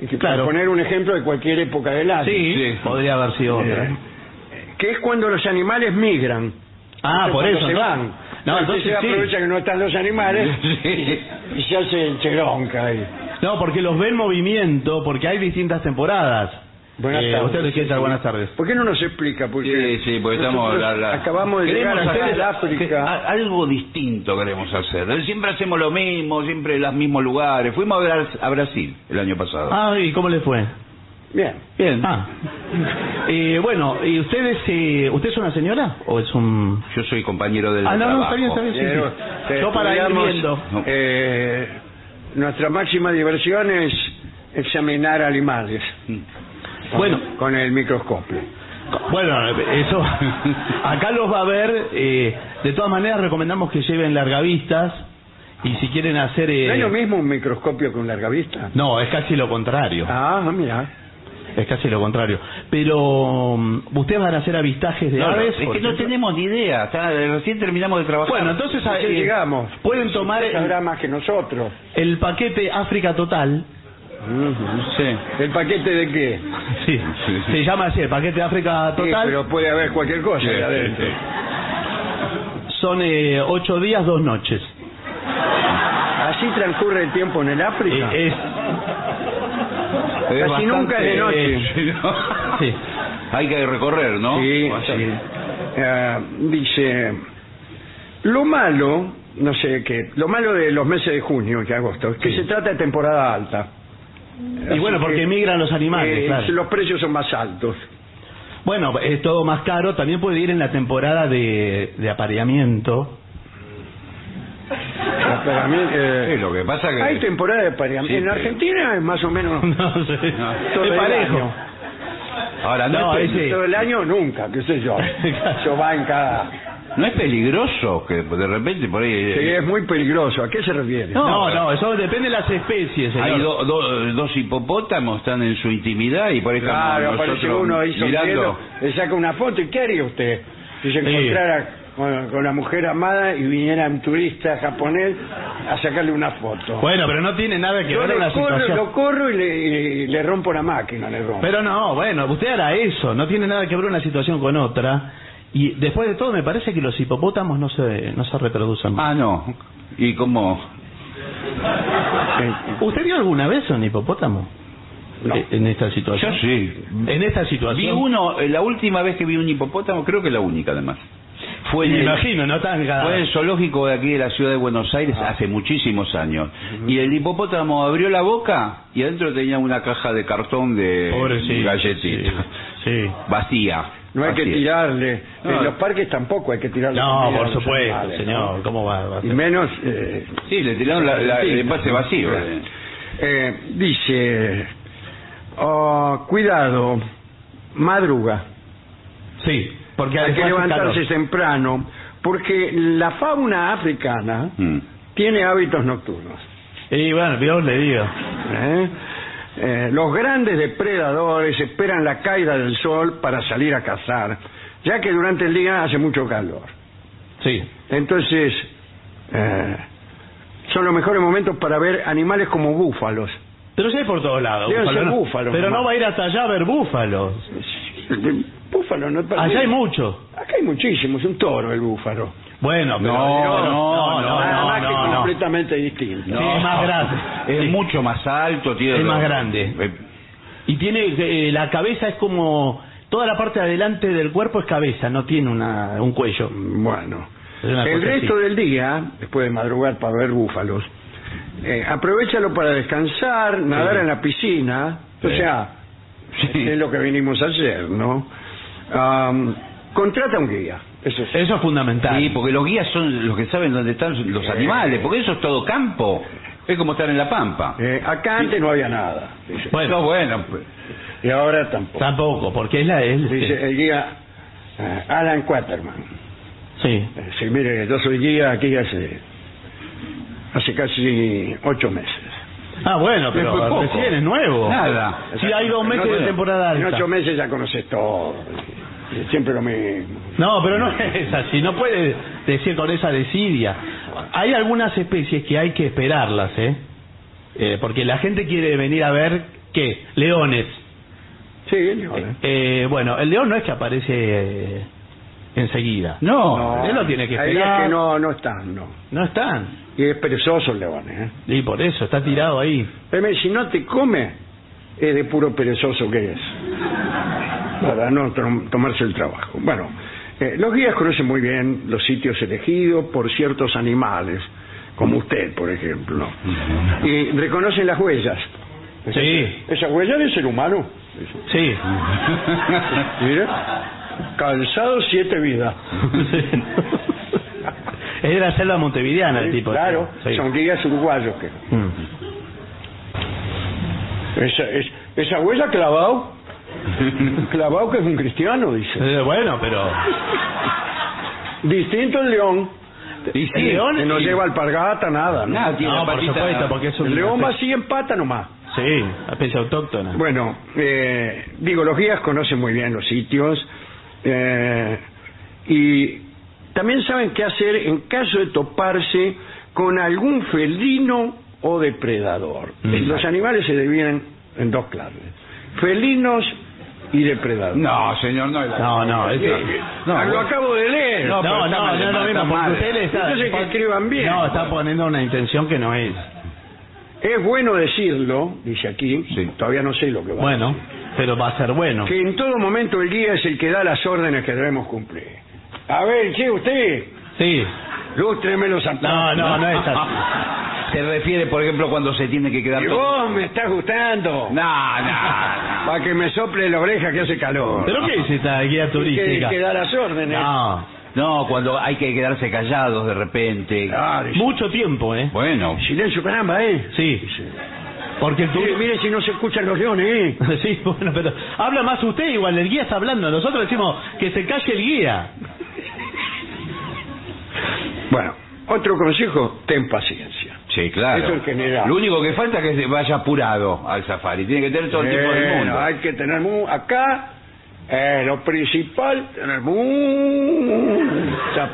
[SPEAKER 4] Y que
[SPEAKER 5] Claro.
[SPEAKER 4] Para poner un ejemplo de cualquier época del año.
[SPEAKER 5] Sí,
[SPEAKER 6] Sí.
[SPEAKER 5] podría haber sido otra.
[SPEAKER 4] Eh, que es cuando los animales migran.
[SPEAKER 5] Ah,
[SPEAKER 4] Entonces,
[SPEAKER 5] por
[SPEAKER 4] cuando
[SPEAKER 5] eso,
[SPEAKER 4] Se
[SPEAKER 5] ¿no?
[SPEAKER 4] van.
[SPEAKER 5] No,
[SPEAKER 4] Entonces
[SPEAKER 5] entonces sí.
[SPEAKER 4] aprovecha que no están los animales
[SPEAKER 6] Sí.
[SPEAKER 4] y se hace el cheronca ahí.
[SPEAKER 5] No, porque los ve en movimiento, porque hay distintas temporadas.
[SPEAKER 4] Buenas
[SPEAKER 5] Eh,
[SPEAKER 4] tardes.
[SPEAKER 5] usted le quiere dar buenas tardes.
[SPEAKER 4] ¿Por qué no nos explica? Porque
[SPEAKER 6] Sí, sí, porque estamos...
[SPEAKER 4] nosotros
[SPEAKER 6] la- la-
[SPEAKER 4] Acabamos de
[SPEAKER 6] queremos
[SPEAKER 4] llegar acá
[SPEAKER 6] hacer
[SPEAKER 4] de África.
[SPEAKER 6] a- algo distinto queremos hacer. Siempre hacemos lo mismo, siempre en los mismos lugares. Fuimos a, Bra- a Brasil el año pasado.
[SPEAKER 5] Ah, ¿y cómo le fue?
[SPEAKER 4] Bien.
[SPEAKER 5] Ah, Bien. Ah. Eh, bueno, ¿y usted es, eh, usted es una señora o es un...?
[SPEAKER 6] Yo soy compañero del
[SPEAKER 5] Ah, no, no,
[SPEAKER 6] trabajo.
[SPEAKER 5] está bien, está bien. sí, sí.
[SPEAKER 4] Pero, eh,
[SPEAKER 5] Yo para ir
[SPEAKER 4] estudiamos,
[SPEAKER 5] viendo.
[SPEAKER 4] eh, nuestra máxima diversión es examinar animales. Con-
[SPEAKER 5] Bueno.
[SPEAKER 4] Con el microscopio.
[SPEAKER 5] Bueno, eso... Acá los va a ver. eh, de todas maneras, recomendamos que lleven largavistas y si quieren hacer... eh,
[SPEAKER 4] ¿No es lo mismo un microscopio que un largavista?
[SPEAKER 5] no, es casi lo contrario.
[SPEAKER 4] Ah, mira.
[SPEAKER 5] Es casi lo contrario. Pero, mm, ¿ustedes van a hacer avistajes de
[SPEAKER 6] No, no,
[SPEAKER 5] aves?
[SPEAKER 6] es que
[SPEAKER 5] por
[SPEAKER 6] no
[SPEAKER 5] ejemplo?
[SPEAKER 6] tenemos ni idea. está- recién terminamos de trabajar.
[SPEAKER 5] Bueno, entonces
[SPEAKER 4] ¿A qué
[SPEAKER 5] eh,
[SPEAKER 4] llegamos?
[SPEAKER 5] pueden tomar
[SPEAKER 4] Usted sabrá
[SPEAKER 5] el,
[SPEAKER 4] más que nosotros.
[SPEAKER 5] el paquete África Total.
[SPEAKER 6] Sí.
[SPEAKER 4] ¿El paquete de qué?
[SPEAKER 5] Sí, se llama así, el paquete África
[SPEAKER 4] Sí,
[SPEAKER 5] Total.
[SPEAKER 4] pero puede haber cualquier cosa
[SPEAKER 6] Sí,
[SPEAKER 4] ahí
[SPEAKER 6] sí,
[SPEAKER 4] adentro.
[SPEAKER 6] sí.
[SPEAKER 5] Son eh, ocho días, dos noches.
[SPEAKER 4] Así transcurre el tiempo en el
[SPEAKER 5] Eh,
[SPEAKER 4] África.
[SPEAKER 5] es,
[SPEAKER 6] Es
[SPEAKER 4] Casi
[SPEAKER 6] bastante-
[SPEAKER 4] nunca es de noche.
[SPEAKER 6] Eh, ¿no?
[SPEAKER 5] Sí.
[SPEAKER 6] Hay que recorrer, ¿no?
[SPEAKER 4] Sí,
[SPEAKER 6] Bastante.
[SPEAKER 4] sí. Eh, dice, lo malo, no sé qué, lo malo de los meses de junio y agosto, es que se trata de temporada alta.
[SPEAKER 5] y bueno,
[SPEAKER 4] Así
[SPEAKER 5] porque
[SPEAKER 4] que,
[SPEAKER 5] emigran los animales,
[SPEAKER 4] eh,
[SPEAKER 5] claro.
[SPEAKER 4] Los precios son más altos.
[SPEAKER 5] Bueno, es todo más caro. También puede ir en la temporada de, de apareamiento.
[SPEAKER 4] Para mí, eh,
[SPEAKER 6] Sí, lo que pasa que...
[SPEAKER 4] hay temporada de apareamiento.
[SPEAKER 6] Sí,
[SPEAKER 4] en
[SPEAKER 6] pero-
[SPEAKER 4] Argentina es más o menos
[SPEAKER 5] No sé.
[SPEAKER 4] todo
[SPEAKER 5] es
[SPEAKER 4] el
[SPEAKER 5] parejo.
[SPEAKER 4] año. este,
[SPEAKER 6] Ahora, no,
[SPEAKER 5] No,
[SPEAKER 6] es,
[SPEAKER 5] Sí.
[SPEAKER 4] Todo el año nunca, qué sé yo. Yo va en cada...
[SPEAKER 6] no es peligroso que de repente por ahí... eh,
[SPEAKER 4] Sí, es muy peligroso. ¿A qué se refiere?
[SPEAKER 5] No, no, eso depende de las especies, señor.
[SPEAKER 6] Hay do- do- dos hipopótamos, están en su intimidad y por ahí estamos
[SPEAKER 4] Claro,
[SPEAKER 6] nosotros
[SPEAKER 4] aparece uno ahí sonriendo,
[SPEAKER 6] mirando.
[SPEAKER 4] le saca una foto y ¿qué haría usted? Si se
[SPEAKER 5] Sí.
[SPEAKER 4] encontrara con, con la mujer amada y viniera un turista japonés a sacarle una foto.
[SPEAKER 5] Bueno, pero no tiene nada que
[SPEAKER 4] Yo
[SPEAKER 5] ver
[SPEAKER 4] le
[SPEAKER 5] con la
[SPEAKER 4] corro,
[SPEAKER 5] situación.
[SPEAKER 4] lo corro y le, y le rompo la máquina, le rompo.
[SPEAKER 5] Pero no, bueno, usted hará eso, no tiene nada que ver una situación con otra. Y después de todo, me parece que los hipopótamos no se, no se reproducen.
[SPEAKER 6] Ah, no. ¿Y cómo?
[SPEAKER 4] Eh,
[SPEAKER 5] ¿Usted vio alguna vez un hipopótamo?
[SPEAKER 4] No.
[SPEAKER 5] Eh, En esta situación.
[SPEAKER 6] Yo sí.
[SPEAKER 5] En esta
[SPEAKER 6] Vi
[SPEAKER 5] situación.
[SPEAKER 6] uno, eh, la última vez que vi un hipopótamo, creo que la única además. Fue en
[SPEAKER 5] Me
[SPEAKER 6] el-
[SPEAKER 5] imagino, no tan cada-
[SPEAKER 6] Fue en el zoológico de aquí de la ciudad de Buenos Aires
[SPEAKER 4] Ah.
[SPEAKER 6] hace muchísimos años. Y el hipopótamo abrió la boca y adentro tenía una caja de cartón de
[SPEAKER 5] Pobrecito,
[SPEAKER 6] galletita.
[SPEAKER 5] sí, sí.
[SPEAKER 6] Vacía.
[SPEAKER 4] no hay que
[SPEAKER 6] Vacía.
[SPEAKER 4] tirarle.
[SPEAKER 6] No.
[SPEAKER 4] En los parques tampoco hay que tirarle.
[SPEAKER 5] No,
[SPEAKER 4] comida a
[SPEAKER 5] por
[SPEAKER 4] los
[SPEAKER 5] supuesto,
[SPEAKER 4] animales, ¿no?
[SPEAKER 5] señor. ¿Cómo va? va a
[SPEAKER 4] Y
[SPEAKER 5] ser?
[SPEAKER 4] menos... eh,
[SPEAKER 6] Sí, le tiraron la, la- el
[SPEAKER 4] Sí.
[SPEAKER 6] envase vacío.
[SPEAKER 4] Eh, dice... oh, cuidado, madruga.
[SPEAKER 5] Sí, porque
[SPEAKER 4] hay que
[SPEAKER 5] después hace
[SPEAKER 4] levantarse
[SPEAKER 5] calor.
[SPEAKER 4] temprano, porque la fauna africana
[SPEAKER 6] Mm.
[SPEAKER 4] tiene hábitos nocturnos.
[SPEAKER 5] Y bueno, Dios le digo.
[SPEAKER 4] ¿eh? Eh, los grandes depredadores esperan la caída del sol para salir a cazar, ya que durante el día hace mucho calor.
[SPEAKER 5] Sí.
[SPEAKER 4] Entonces, eh, son los mejores momentos para ver animales como búfalos.
[SPEAKER 5] Pero ya es por todos lados.
[SPEAKER 4] Deben
[SPEAKER 5] búfalo,
[SPEAKER 4] ser
[SPEAKER 5] ¿no?
[SPEAKER 4] búfalos,
[SPEAKER 5] Pero no
[SPEAKER 4] nomás.
[SPEAKER 5] va a ir hasta allá a ver búfalos.
[SPEAKER 4] Búfalos, no
[SPEAKER 5] Allá hay muchos.
[SPEAKER 4] Acá hay muchísimos, es un toro el búfalo.
[SPEAKER 5] Bueno, pero
[SPEAKER 6] No, no, no,
[SPEAKER 4] Nada más que
[SPEAKER 5] no, no.
[SPEAKER 4] completamente distinto.
[SPEAKER 5] Sí, es más grande.
[SPEAKER 6] Es
[SPEAKER 5] Sí.
[SPEAKER 6] mucho más alto, tiene
[SPEAKER 5] Es
[SPEAKER 6] los-
[SPEAKER 5] más grande.
[SPEAKER 6] Eh,
[SPEAKER 5] Y tiene eh, la cabeza es como toda la parte de adelante del cuerpo es cabeza, no tiene una un cuello.
[SPEAKER 4] Bueno,
[SPEAKER 5] Es una
[SPEAKER 4] el
[SPEAKER 5] cosa
[SPEAKER 4] resto
[SPEAKER 5] así.
[SPEAKER 4] del día, después de madrugar para ver búfalos, eh, aprovechalo para descansar, nadar en la piscina,
[SPEAKER 6] Sí.
[SPEAKER 4] o sea,
[SPEAKER 6] Sí.
[SPEAKER 4] es lo que vinimos a hacer, ¿no? Am, contrata un guía, eso sí.
[SPEAKER 5] Eso es fundamental.
[SPEAKER 6] Sí, porque los guías son los que saben dónde están los animales, porque eso es todo campo. Es como estar en la pampa.
[SPEAKER 4] Eh, acá antes no había nada, dice,
[SPEAKER 5] bueno,
[SPEAKER 6] No, bueno. pues.
[SPEAKER 4] y ahora tampoco.
[SPEAKER 5] tampoco, porque es la es-
[SPEAKER 4] Dice el guía eh, Alan Quaterman.
[SPEAKER 5] sí.
[SPEAKER 4] Eh, Sí, mire, yo soy guía aquí hace, hace casi ocho meses.
[SPEAKER 5] Ah, bueno,
[SPEAKER 6] Es muy
[SPEAKER 5] pero
[SPEAKER 6] poco.
[SPEAKER 5] recién es nuevo.
[SPEAKER 6] Nada.
[SPEAKER 5] Si hay dos meses
[SPEAKER 4] En ocho-
[SPEAKER 5] de temporada
[SPEAKER 4] En
[SPEAKER 5] alta.
[SPEAKER 4] ocho meses ya conoces todo. Siempre lo mismo.
[SPEAKER 5] No, pero no es así, no puede decir con esa desidia. Hay algunas especies que hay que esperarlas, ¿eh? Eh, porque la gente quiere venir a ver qué, leones.
[SPEAKER 4] Sí, León.
[SPEAKER 5] Eh, bueno, el león no es que aparece eh, enseguida.
[SPEAKER 6] No.
[SPEAKER 5] él lo tiene que
[SPEAKER 4] hay
[SPEAKER 5] esperar.
[SPEAKER 4] días que no, no están, no.
[SPEAKER 5] No están.
[SPEAKER 4] Y es perezoso el león, ¿eh?
[SPEAKER 5] Y por eso, está tirado ahí.
[SPEAKER 4] Pero si no te come, es de puro perezoso que es. Para no tom- tomarse el trabajo. Bueno, eh, los guías conocen muy bien los sitios elegidos por ciertos animales, como usted, por ejemplo. Y reconocen las huellas.
[SPEAKER 5] Sí.
[SPEAKER 4] Esas huellas del ser humano.
[SPEAKER 5] Sí.
[SPEAKER 4] Mira, cansado siete vidas.
[SPEAKER 5] es de la selva montevideana el tipo. este,
[SPEAKER 4] claro,
[SPEAKER 5] Sí.
[SPEAKER 4] son guías uruguayos que...
[SPEAKER 5] Mm.
[SPEAKER 4] Esa, es, esa huella clavado, clavado que es un cristiano, dice.
[SPEAKER 5] Eh, Bueno, pero...
[SPEAKER 4] Distinto el león,
[SPEAKER 6] Y sí,
[SPEAKER 5] El león
[SPEAKER 4] que no
[SPEAKER 5] y-
[SPEAKER 4] lleva alpargata, nada. ¿no?
[SPEAKER 6] Nada, tiene
[SPEAKER 5] No,
[SPEAKER 6] la
[SPEAKER 5] por
[SPEAKER 6] patita-
[SPEAKER 5] supuesto, porque es un...
[SPEAKER 4] El león va así en pata nomás.
[SPEAKER 5] Sí, especie autóctona.
[SPEAKER 4] Bueno, eh, digo, los guías conocen muy bien los sitios eh, y también saben qué hacer en caso de toparse con algún felino o depredador.
[SPEAKER 6] Mm.
[SPEAKER 4] Los animales se dividen en dos clases, felinos y depredadores.
[SPEAKER 6] No, señor, no. es la-
[SPEAKER 5] No, no, es-
[SPEAKER 6] Sí. No,
[SPEAKER 4] Ah, lo
[SPEAKER 6] bueno.
[SPEAKER 4] acabo de leer.
[SPEAKER 5] No,
[SPEAKER 6] pero
[SPEAKER 5] no,
[SPEAKER 6] está
[SPEAKER 5] no,
[SPEAKER 6] mal,
[SPEAKER 5] no es lo
[SPEAKER 6] está
[SPEAKER 5] mismo, porque
[SPEAKER 6] mal.
[SPEAKER 5] usted le está...
[SPEAKER 4] Entonces que escriban bien.
[SPEAKER 5] No, está poniendo una intención que no es.
[SPEAKER 4] Es bueno decirlo, dice aquí,
[SPEAKER 6] Sí.
[SPEAKER 4] todavía no sé lo que va a
[SPEAKER 5] Bueno, pero va a ser bueno.
[SPEAKER 4] que en todo momento el guía es el que da las órdenes que debemos cumplir. A ver, che, usted,
[SPEAKER 5] Sí.
[SPEAKER 4] lústreme los
[SPEAKER 5] No,
[SPEAKER 4] zapatos.
[SPEAKER 5] no, no es así.
[SPEAKER 6] Se refiere, por ejemplo, cuando se tiene que quedar
[SPEAKER 4] Y
[SPEAKER 6] todo.
[SPEAKER 4] vos me estás gustando.
[SPEAKER 6] No, no, no.
[SPEAKER 4] Para que me sople la oreja que hace calor.
[SPEAKER 5] ¿Pero qué dice esta guía
[SPEAKER 4] que,
[SPEAKER 5] turística?
[SPEAKER 4] que da las órdenes.
[SPEAKER 5] No,
[SPEAKER 6] No, cuando hay que quedarse callados de repente.
[SPEAKER 5] Ah.
[SPEAKER 4] Claro, y-
[SPEAKER 5] mucho tiempo, ¿eh?
[SPEAKER 6] Bueno.
[SPEAKER 4] Silencio, caramba, ¿eh?
[SPEAKER 5] Sí. Porque el
[SPEAKER 4] Mire,
[SPEAKER 5] turismo...
[SPEAKER 4] mire si no se escuchan los leones, ¿eh?
[SPEAKER 5] Sí, bueno, pero habla más usted igual, el guía está hablando. Nosotros decimos que se calle el guía.
[SPEAKER 4] Bueno, otro consejo, ten paciencia.
[SPEAKER 6] Sí, claro.
[SPEAKER 4] Eso en general.
[SPEAKER 6] Lo único que falta es que se vaya apurado al safari. Tiene que tener todo el tiempo del
[SPEAKER 4] Bueno,
[SPEAKER 6] mundo.
[SPEAKER 4] hay que tener... mu- Acá, eh, lo principal, tener mucha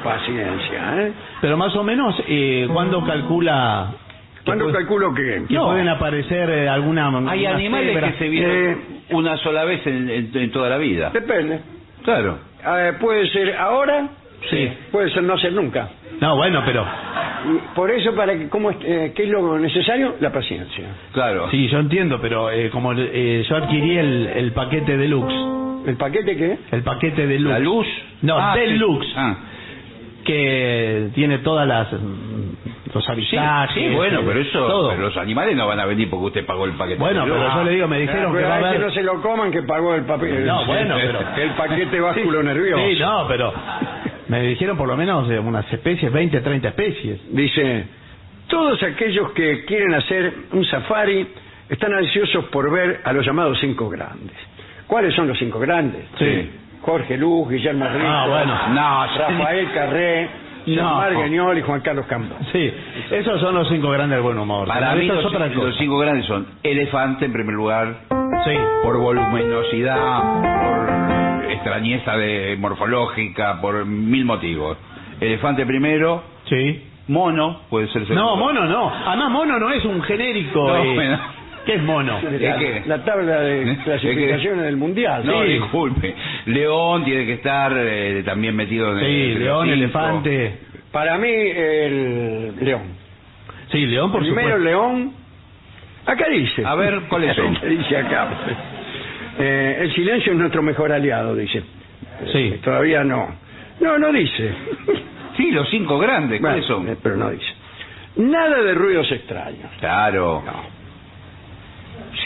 [SPEAKER 4] paciencia, ¿eh?
[SPEAKER 5] Pero más o menos, eh, ¿cuándo calcula que
[SPEAKER 4] ¿Cuándo
[SPEAKER 5] puede-
[SPEAKER 4] calculo que...?
[SPEAKER 5] que
[SPEAKER 6] No.
[SPEAKER 5] pueden aparecer eh, alguna
[SPEAKER 6] Hay
[SPEAKER 5] algunas
[SPEAKER 6] animales
[SPEAKER 5] febras?
[SPEAKER 6] que se vieron
[SPEAKER 4] Eh,
[SPEAKER 6] una sola vez en, en- en toda la vida.
[SPEAKER 4] Depende.
[SPEAKER 6] Claro.
[SPEAKER 4] Eh, puede ser ahora,
[SPEAKER 5] Sí.
[SPEAKER 4] puede ser no ser nunca.
[SPEAKER 5] No, bueno, pero...
[SPEAKER 4] Y Por eso, para que, ¿cómo, es- eh, ¿qué es lo necesario? La paciencia.
[SPEAKER 6] Claro.
[SPEAKER 5] Sí, yo entiendo, pero eh, como eh, yo adquirí el, el paquete deluxe,
[SPEAKER 4] ¿El paquete qué?
[SPEAKER 5] el paquete deluxe,
[SPEAKER 6] La luz.
[SPEAKER 5] No,
[SPEAKER 6] Ah,
[SPEAKER 5] deluxe.
[SPEAKER 6] sí. Ah.
[SPEAKER 5] que tiene todas las mm, los
[SPEAKER 6] Sí,
[SPEAKER 5] habitajes,
[SPEAKER 6] Ah, sí, bueno, pero eso.
[SPEAKER 5] todo.
[SPEAKER 6] pero los animales no van a venir porque usted pagó el paquete.
[SPEAKER 5] bueno,
[SPEAKER 6] de luz.
[SPEAKER 5] pero yo le digo, me
[SPEAKER 4] Ah,
[SPEAKER 5] dijeron que
[SPEAKER 4] pero
[SPEAKER 5] va
[SPEAKER 4] hay
[SPEAKER 5] a
[SPEAKER 4] que no
[SPEAKER 5] haber...
[SPEAKER 4] se lo coman que pagó el papel.
[SPEAKER 5] No, bueno, pero...
[SPEAKER 4] El paquete básculo nervioso.
[SPEAKER 5] Sí, no, pero me dijeron por lo menos eh, unas especies, 20, 30 especies.
[SPEAKER 4] Dice, todos aquellos que quieren hacer un safari están ansiosos por ver a los llamados cinco grandes. ¿Cuáles son los cinco grandes?
[SPEAKER 5] Sí.
[SPEAKER 4] Jorge Luz, Guillermo Rico,
[SPEAKER 5] Ah, bueno.
[SPEAKER 6] No,
[SPEAKER 4] Rafael Carré, Omar
[SPEAKER 5] No.
[SPEAKER 4] Guiñol y Juan Carlos Campos.
[SPEAKER 5] Sí, esos son los cinco grandes del buen humor.
[SPEAKER 6] Para
[SPEAKER 5] Pero
[SPEAKER 6] mí
[SPEAKER 5] eso
[SPEAKER 6] los,
[SPEAKER 5] es otra cosa.
[SPEAKER 6] los cinco grandes son elefante en primer lugar,
[SPEAKER 5] Sí,
[SPEAKER 6] por voluminosidad, por extrañeza de morfológica, por mil motivos. Elefante primero,
[SPEAKER 5] sí.
[SPEAKER 6] mono puede ser segundo.
[SPEAKER 5] No, mono no. Además, mono no es un genérico.
[SPEAKER 6] No,
[SPEAKER 5] eh.
[SPEAKER 6] bueno.
[SPEAKER 5] ¿Qué es mono?
[SPEAKER 6] Es
[SPEAKER 4] La,
[SPEAKER 6] que-
[SPEAKER 4] la tabla de
[SPEAKER 6] es
[SPEAKER 5] ¿Eh?
[SPEAKER 6] que-
[SPEAKER 4] clasificaciones del mundial.
[SPEAKER 6] No,
[SPEAKER 5] Sí.
[SPEAKER 6] disculpe. León tiene que estar eh, también metido en
[SPEAKER 5] Sí,
[SPEAKER 6] el. entre los
[SPEAKER 5] león,
[SPEAKER 6] cinco.
[SPEAKER 5] elefante.
[SPEAKER 4] Para mí, el león.
[SPEAKER 5] Sí, león, por
[SPEAKER 4] Primero
[SPEAKER 5] supuesto.
[SPEAKER 4] león. Acá dice.
[SPEAKER 6] A ver, ¿cuáles son?
[SPEAKER 4] dice acá. Eh, el silencio es nuestro mejor aliado, dice. Eh,
[SPEAKER 5] Sí.
[SPEAKER 4] Todavía no. No, no dice.
[SPEAKER 6] Sí, los cinco grandes, ¿cuáles
[SPEAKER 4] Bueno, eh,
[SPEAKER 6] son?
[SPEAKER 4] pero no dice. Nada de ruidos extraños.
[SPEAKER 6] Claro.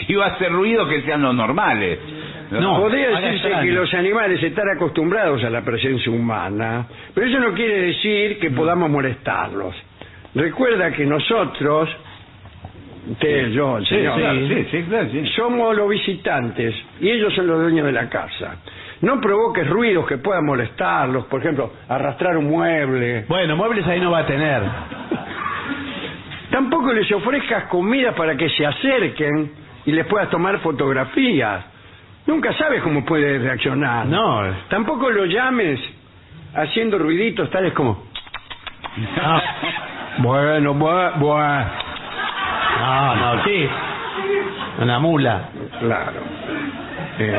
[SPEAKER 6] Si va a hacer ruido, que sean los normales.
[SPEAKER 5] No,
[SPEAKER 4] Podría
[SPEAKER 5] haga
[SPEAKER 4] decirse
[SPEAKER 5] extraño.
[SPEAKER 4] que los animales están acostumbrados a la presencia humana, pero eso no quiere decir
[SPEAKER 6] Mm.
[SPEAKER 4] que podamos molestarlos. Recuerda que nosotros, usted, yo, el
[SPEAKER 6] Sí,
[SPEAKER 4] señor,
[SPEAKER 6] claro, sí, sí, claro, sí.
[SPEAKER 4] somos los visitantes y ellos son los dueños de la casa. No provoques ruidos que puedan molestarlos, por ejemplo, arrastrar un mueble.
[SPEAKER 5] Bueno, muebles ahí no va a tener.
[SPEAKER 4] Tampoco les ofrezcas comida para que se acerquen y les puedas tomar fotografías. Nunca sabes cómo puede reaccionar.
[SPEAKER 5] No.
[SPEAKER 4] Tampoco lo llames haciendo ruiditos tales como...
[SPEAKER 5] No,
[SPEAKER 4] Bueno, bueno, bueno.
[SPEAKER 5] Ah, no, no, sí. Una mula.
[SPEAKER 4] Claro. Eh,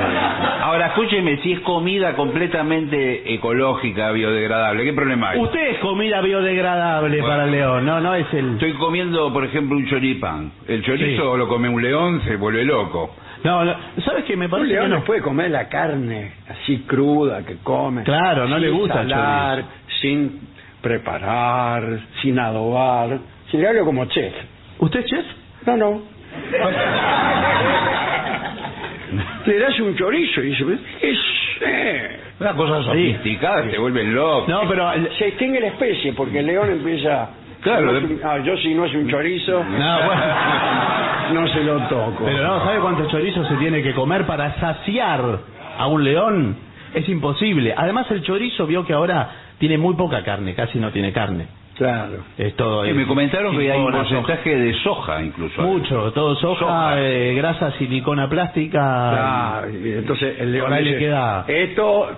[SPEAKER 6] Ahora, escúcheme, si es comida completamente ecológica, biodegradable, ¿qué problema hay?
[SPEAKER 5] Usted es comida biodegradable
[SPEAKER 6] Bueno.
[SPEAKER 5] para el león, no, no es el...
[SPEAKER 6] Estoy comiendo, por ejemplo, un choripán. El chorizo lo come un león, se vuelve loco.
[SPEAKER 5] No, no, ¿sabes qué? Me
[SPEAKER 4] un
[SPEAKER 5] parece que
[SPEAKER 4] león
[SPEAKER 5] no.
[SPEAKER 4] no puede comer la carne así cruda que come.
[SPEAKER 5] Claro, no
[SPEAKER 4] sin
[SPEAKER 5] le gusta el
[SPEAKER 4] salar, sin preparar, sin adobar. Si le hablo como chef.
[SPEAKER 5] ¿Usted es chef?
[SPEAKER 4] No, no. le das un chorizo y dice, eh". "¿Qué sé?".
[SPEAKER 6] Una cosa sofisticada, te vuelves loco.
[SPEAKER 5] No, pero el-
[SPEAKER 4] se extingue la especie porque el león empieza...
[SPEAKER 6] Claro,
[SPEAKER 4] "No es un- ah, yo si no es un chorizo,
[SPEAKER 5] No, bueno.
[SPEAKER 4] no se lo toco.
[SPEAKER 5] Pero no, ¿sabe cuánto chorizo se tiene que comer para saciar a un león? Es imposible. Además, el chorizo vio que ahora tiene muy poca carne, casi no tiene carne.
[SPEAKER 4] Claro.
[SPEAKER 5] Es todo.
[SPEAKER 6] Y Eh, me comentaron que hay un
[SPEAKER 5] silicona, soja.
[SPEAKER 6] porcentaje de soja incluso.
[SPEAKER 5] Mucho, todo soja,
[SPEAKER 6] Soja.
[SPEAKER 5] eh, grasa silicona plástica.
[SPEAKER 4] Ah, y entonces el león
[SPEAKER 5] Por ahí le
[SPEAKER 4] dice,
[SPEAKER 5] queda-
[SPEAKER 6] "Eh,
[SPEAKER 4] esto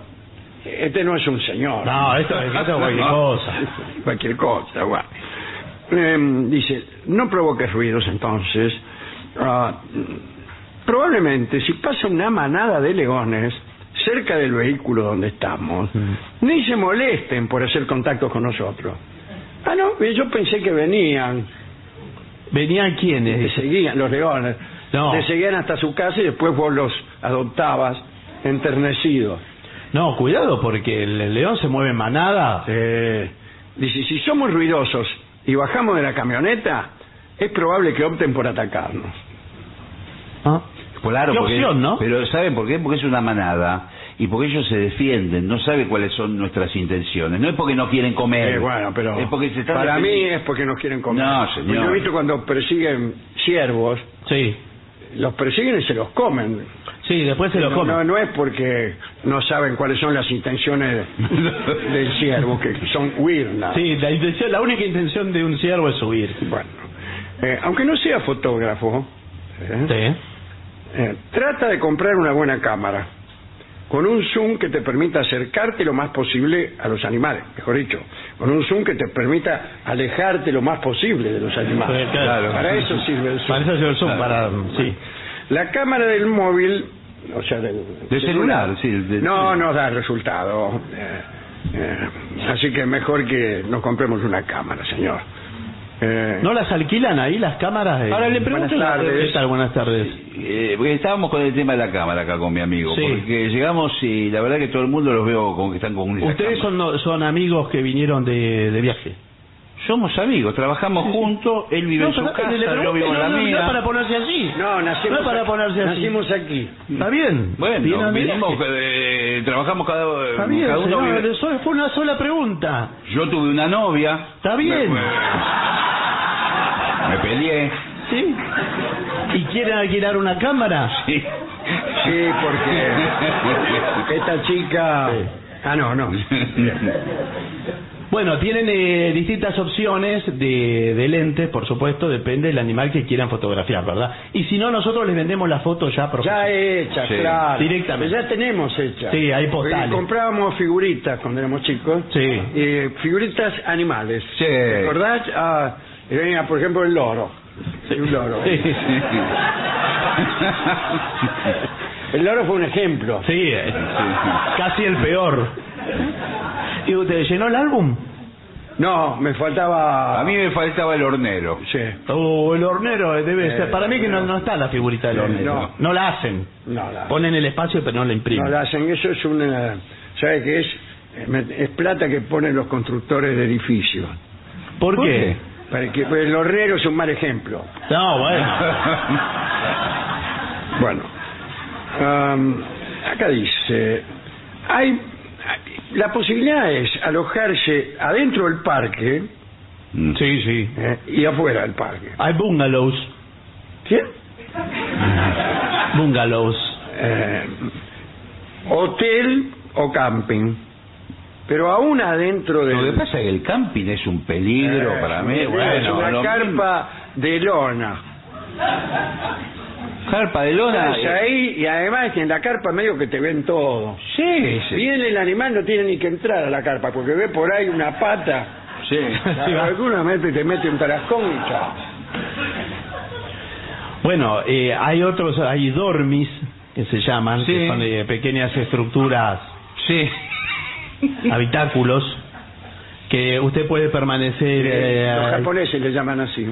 [SPEAKER 4] este no es un señor
[SPEAKER 5] No, esto esto es cualquier cosa.
[SPEAKER 4] cualquier cosa bueno. Em, dice no provoques ruidos entonces Ah, probablemente si pasa una manada de leones cerca del vehículo donde estamos
[SPEAKER 5] Mm.
[SPEAKER 4] ni se molesten por hacer contacto con nosotros ah no yo pensé que venían
[SPEAKER 5] ¿Venían quiénes?
[SPEAKER 4] te
[SPEAKER 5] Dice.
[SPEAKER 4] seguían los leones.
[SPEAKER 5] No.
[SPEAKER 4] Te seguían hasta su casa y después vos los adoptabas enternecidos.
[SPEAKER 5] No, cuidado, porque el león se mueve en manada.
[SPEAKER 4] Eh, dice, si somos ruidosos y bajamos de la camioneta, es probable que opten por atacarnos.
[SPEAKER 5] Ah.
[SPEAKER 6] Pues Claro,
[SPEAKER 5] Qué
[SPEAKER 6] porque-
[SPEAKER 5] opción, ¿no?
[SPEAKER 6] Pero ¿saben por qué? Porque es una manada y porque ellos se defienden, no saben cuáles son nuestras intenciones. No es porque no quieren comer.
[SPEAKER 4] Eh, bueno, pero
[SPEAKER 6] es porque se están
[SPEAKER 4] para mí
[SPEAKER 6] defendiendo.
[SPEAKER 4] es porque nos quieren comer.
[SPEAKER 6] No, señor.
[SPEAKER 4] Porque Yo he visto cuando persiguen ciervos,
[SPEAKER 5] Sí,
[SPEAKER 4] los persiguen y se los comen.
[SPEAKER 5] sí, después se lo
[SPEAKER 4] no, no,
[SPEAKER 5] comen.
[SPEAKER 4] no es porque no saben cuáles son las intenciones del ciervo, que son huir. nada
[SPEAKER 5] Sí, la, intención, la única intención de un ciervo es subir.
[SPEAKER 4] Bueno, eh, aunque no sea fotógrafo, ¿eh?
[SPEAKER 5] Sí.
[SPEAKER 4] Eh, trata de comprar una buena cámara con un zoom que te permita acercarte lo más posible a los animales, mejor dicho, con un zoom que te permita alejarte lo más posible de los animales.
[SPEAKER 5] Sí, claro.
[SPEAKER 4] Para eso sirve el zoom.
[SPEAKER 5] Para eso sirve el zoom, para- sí.
[SPEAKER 4] La cámara del móvil, o sea, del,
[SPEAKER 6] Del celular, sí, del-
[SPEAKER 4] no nos da resultado. Eh, eh, así que mejor que nos compremos una cámara, señor. Eh,
[SPEAKER 5] ¿No las alquilan ahí las cámaras? eh?
[SPEAKER 6] Ahora le
[SPEAKER 4] pregunto Buenas una- tardes.
[SPEAKER 5] ¿Qué tal? Buenas tardes.
[SPEAKER 6] Eh, porque estábamos con el tema de la cámara acá con mi amigo,
[SPEAKER 5] Sí.
[SPEAKER 6] porque llegamos y la verdad que todo el mundo los veo como que están con esa
[SPEAKER 5] Ustedes
[SPEAKER 6] cámara.
[SPEAKER 5] son, no- son amigos que vinieron de, de viaje.
[SPEAKER 6] somos amigos, trabajamos juntos, él vive en su casa, yo vivo en la mía.
[SPEAKER 5] para ponerse así.
[SPEAKER 4] no, nacimos,
[SPEAKER 5] es para ponerse así.
[SPEAKER 4] nacimos aquí.
[SPEAKER 5] Está bien.
[SPEAKER 6] Bueno,
[SPEAKER 5] Vinieron de
[SPEAKER 6] venimos,
[SPEAKER 5] viaje.
[SPEAKER 6] eh, trabajamos cada,
[SPEAKER 5] Está bien,
[SPEAKER 6] cada uno
[SPEAKER 5] señor,
[SPEAKER 6] vive-
[SPEAKER 5] eso fue una sola pregunta.
[SPEAKER 6] Yo tuve una novia.
[SPEAKER 5] Está bien.
[SPEAKER 6] Me, me peleé.
[SPEAKER 5] ¿Sí? ¿Y quieren alquilar una cámara?
[SPEAKER 6] Sí.
[SPEAKER 4] Sí, porque esta chica... Ah, no, no.
[SPEAKER 5] Bueno, tienen eh, distintas opciones de, de lentes, por supuesto, depende del animal que quieran fotografiar, ¿verdad? Y si no, nosotros les vendemos la foto ya
[SPEAKER 4] Ya
[SPEAKER 5] profesional.
[SPEAKER 4] hecha,
[SPEAKER 6] Sí.
[SPEAKER 4] claro.
[SPEAKER 5] Directamente.
[SPEAKER 4] Ya tenemos hecha.
[SPEAKER 5] Sí, hay
[SPEAKER 4] Porque
[SPEAKER 5] postales.
[SPEAKER 4] Comprábamos figuritas cuando éramos chicos.
[SPEAKER 5] Sí.
[SPEAKER 4] Eh, figuritas animales.
[SPEAKER 6] Sí.
[SPEAKER 4] ¿Recordás? Ah, y venía, por ejemplo, el loro. Un loro.
[SPEAKER 5] Sí, sí.
[SPEAKER 4] El loro fue un ejemplo.
[SPEAKER 5] Sí, eh, casi el peor. ¿Y usted llenó el álbum?
[SPEAKER 4] No, me faltaba...
[SPEAKER 6] A mí me faltaba el hornero.
[SPEAKER 4] Sí.
[SPEAKER 5] Oh, el hornero eh, debe
[SPEAKER 4] Eh,
[SPEAKER 5] ser. Para mí que no, no está la figurita del
[SPEAKER 4] no.
[SPEAKER 5] hornero. No, la hacen.
[SPEAKER 4] No, la-
[SPEAKER 5] Ponen el espacio pero no la
[SPEAKER 4] No
[SPEAKER 5] imprimen.
[SPEAKER 4] la hacen, eso es una... ¿Sabes qué es? Es plata que ponen los constructores de edificios.
[SPEAKER 5] ¿Por, qué?
[SPEAKER 4] Para que, pues, el horrero es un mal ejemplo.
[SPEAKER 5] No, bueno.
[SPEAKER 4] Bueno, am, acá dice, hay la posibilidad es alojarse adentro del parque
[SPEAKER 5] Sí, sí.
[SPEAKER 4] eh, y afuera del parque.
[SPEAKER 5] Hay bungalows.
[SPEAKER 4] ¿Sí?
[SPEAKER 5] Bungalows.
[SPEAKER 4] Eh, hotel o camping, pero aún adentro
[SPEAKER 6] Lo que
[SPEAKER 4] del
[SPEAKER 6] pasa es que el camping es un peligro
[SPEAKER 4] eh,
[SPEAKER 6] para mí.
[SPEAKER 4] es
[SPEAKER 6] Bueno,
[SPEAKER 4] una
[SPEAKER 6] lo
[SPEAKER 4] carpa de lona.
[SPEAKER 6] mismo. Carpa de lona. eh,
[SPEAKER 4] Estás ahí y además que en la carpa medio que te ven todo.
[SPEAKER 6] Sí, sí.
[SPEAKER 4] Viene el animal, no tiene ni que entrar a la carpa porque ve por ahí una pata.
[SPEAKER 6] sí.
[SPEAKER 5] Sí, va.
[SPEAKER 4] Alguna mete, te mete un tarascón y chao.
[SPEAKER 5] Bueno, eh, hay otros, hay dormis que se llaman,
[SPEAKER 6] Sí.
[SPEAKER 5] que son eh, pequeñas estructuras, habitáculos, que usted puede permanecer. eh,
[SPEAKER 4] Los japoneses le llaman así.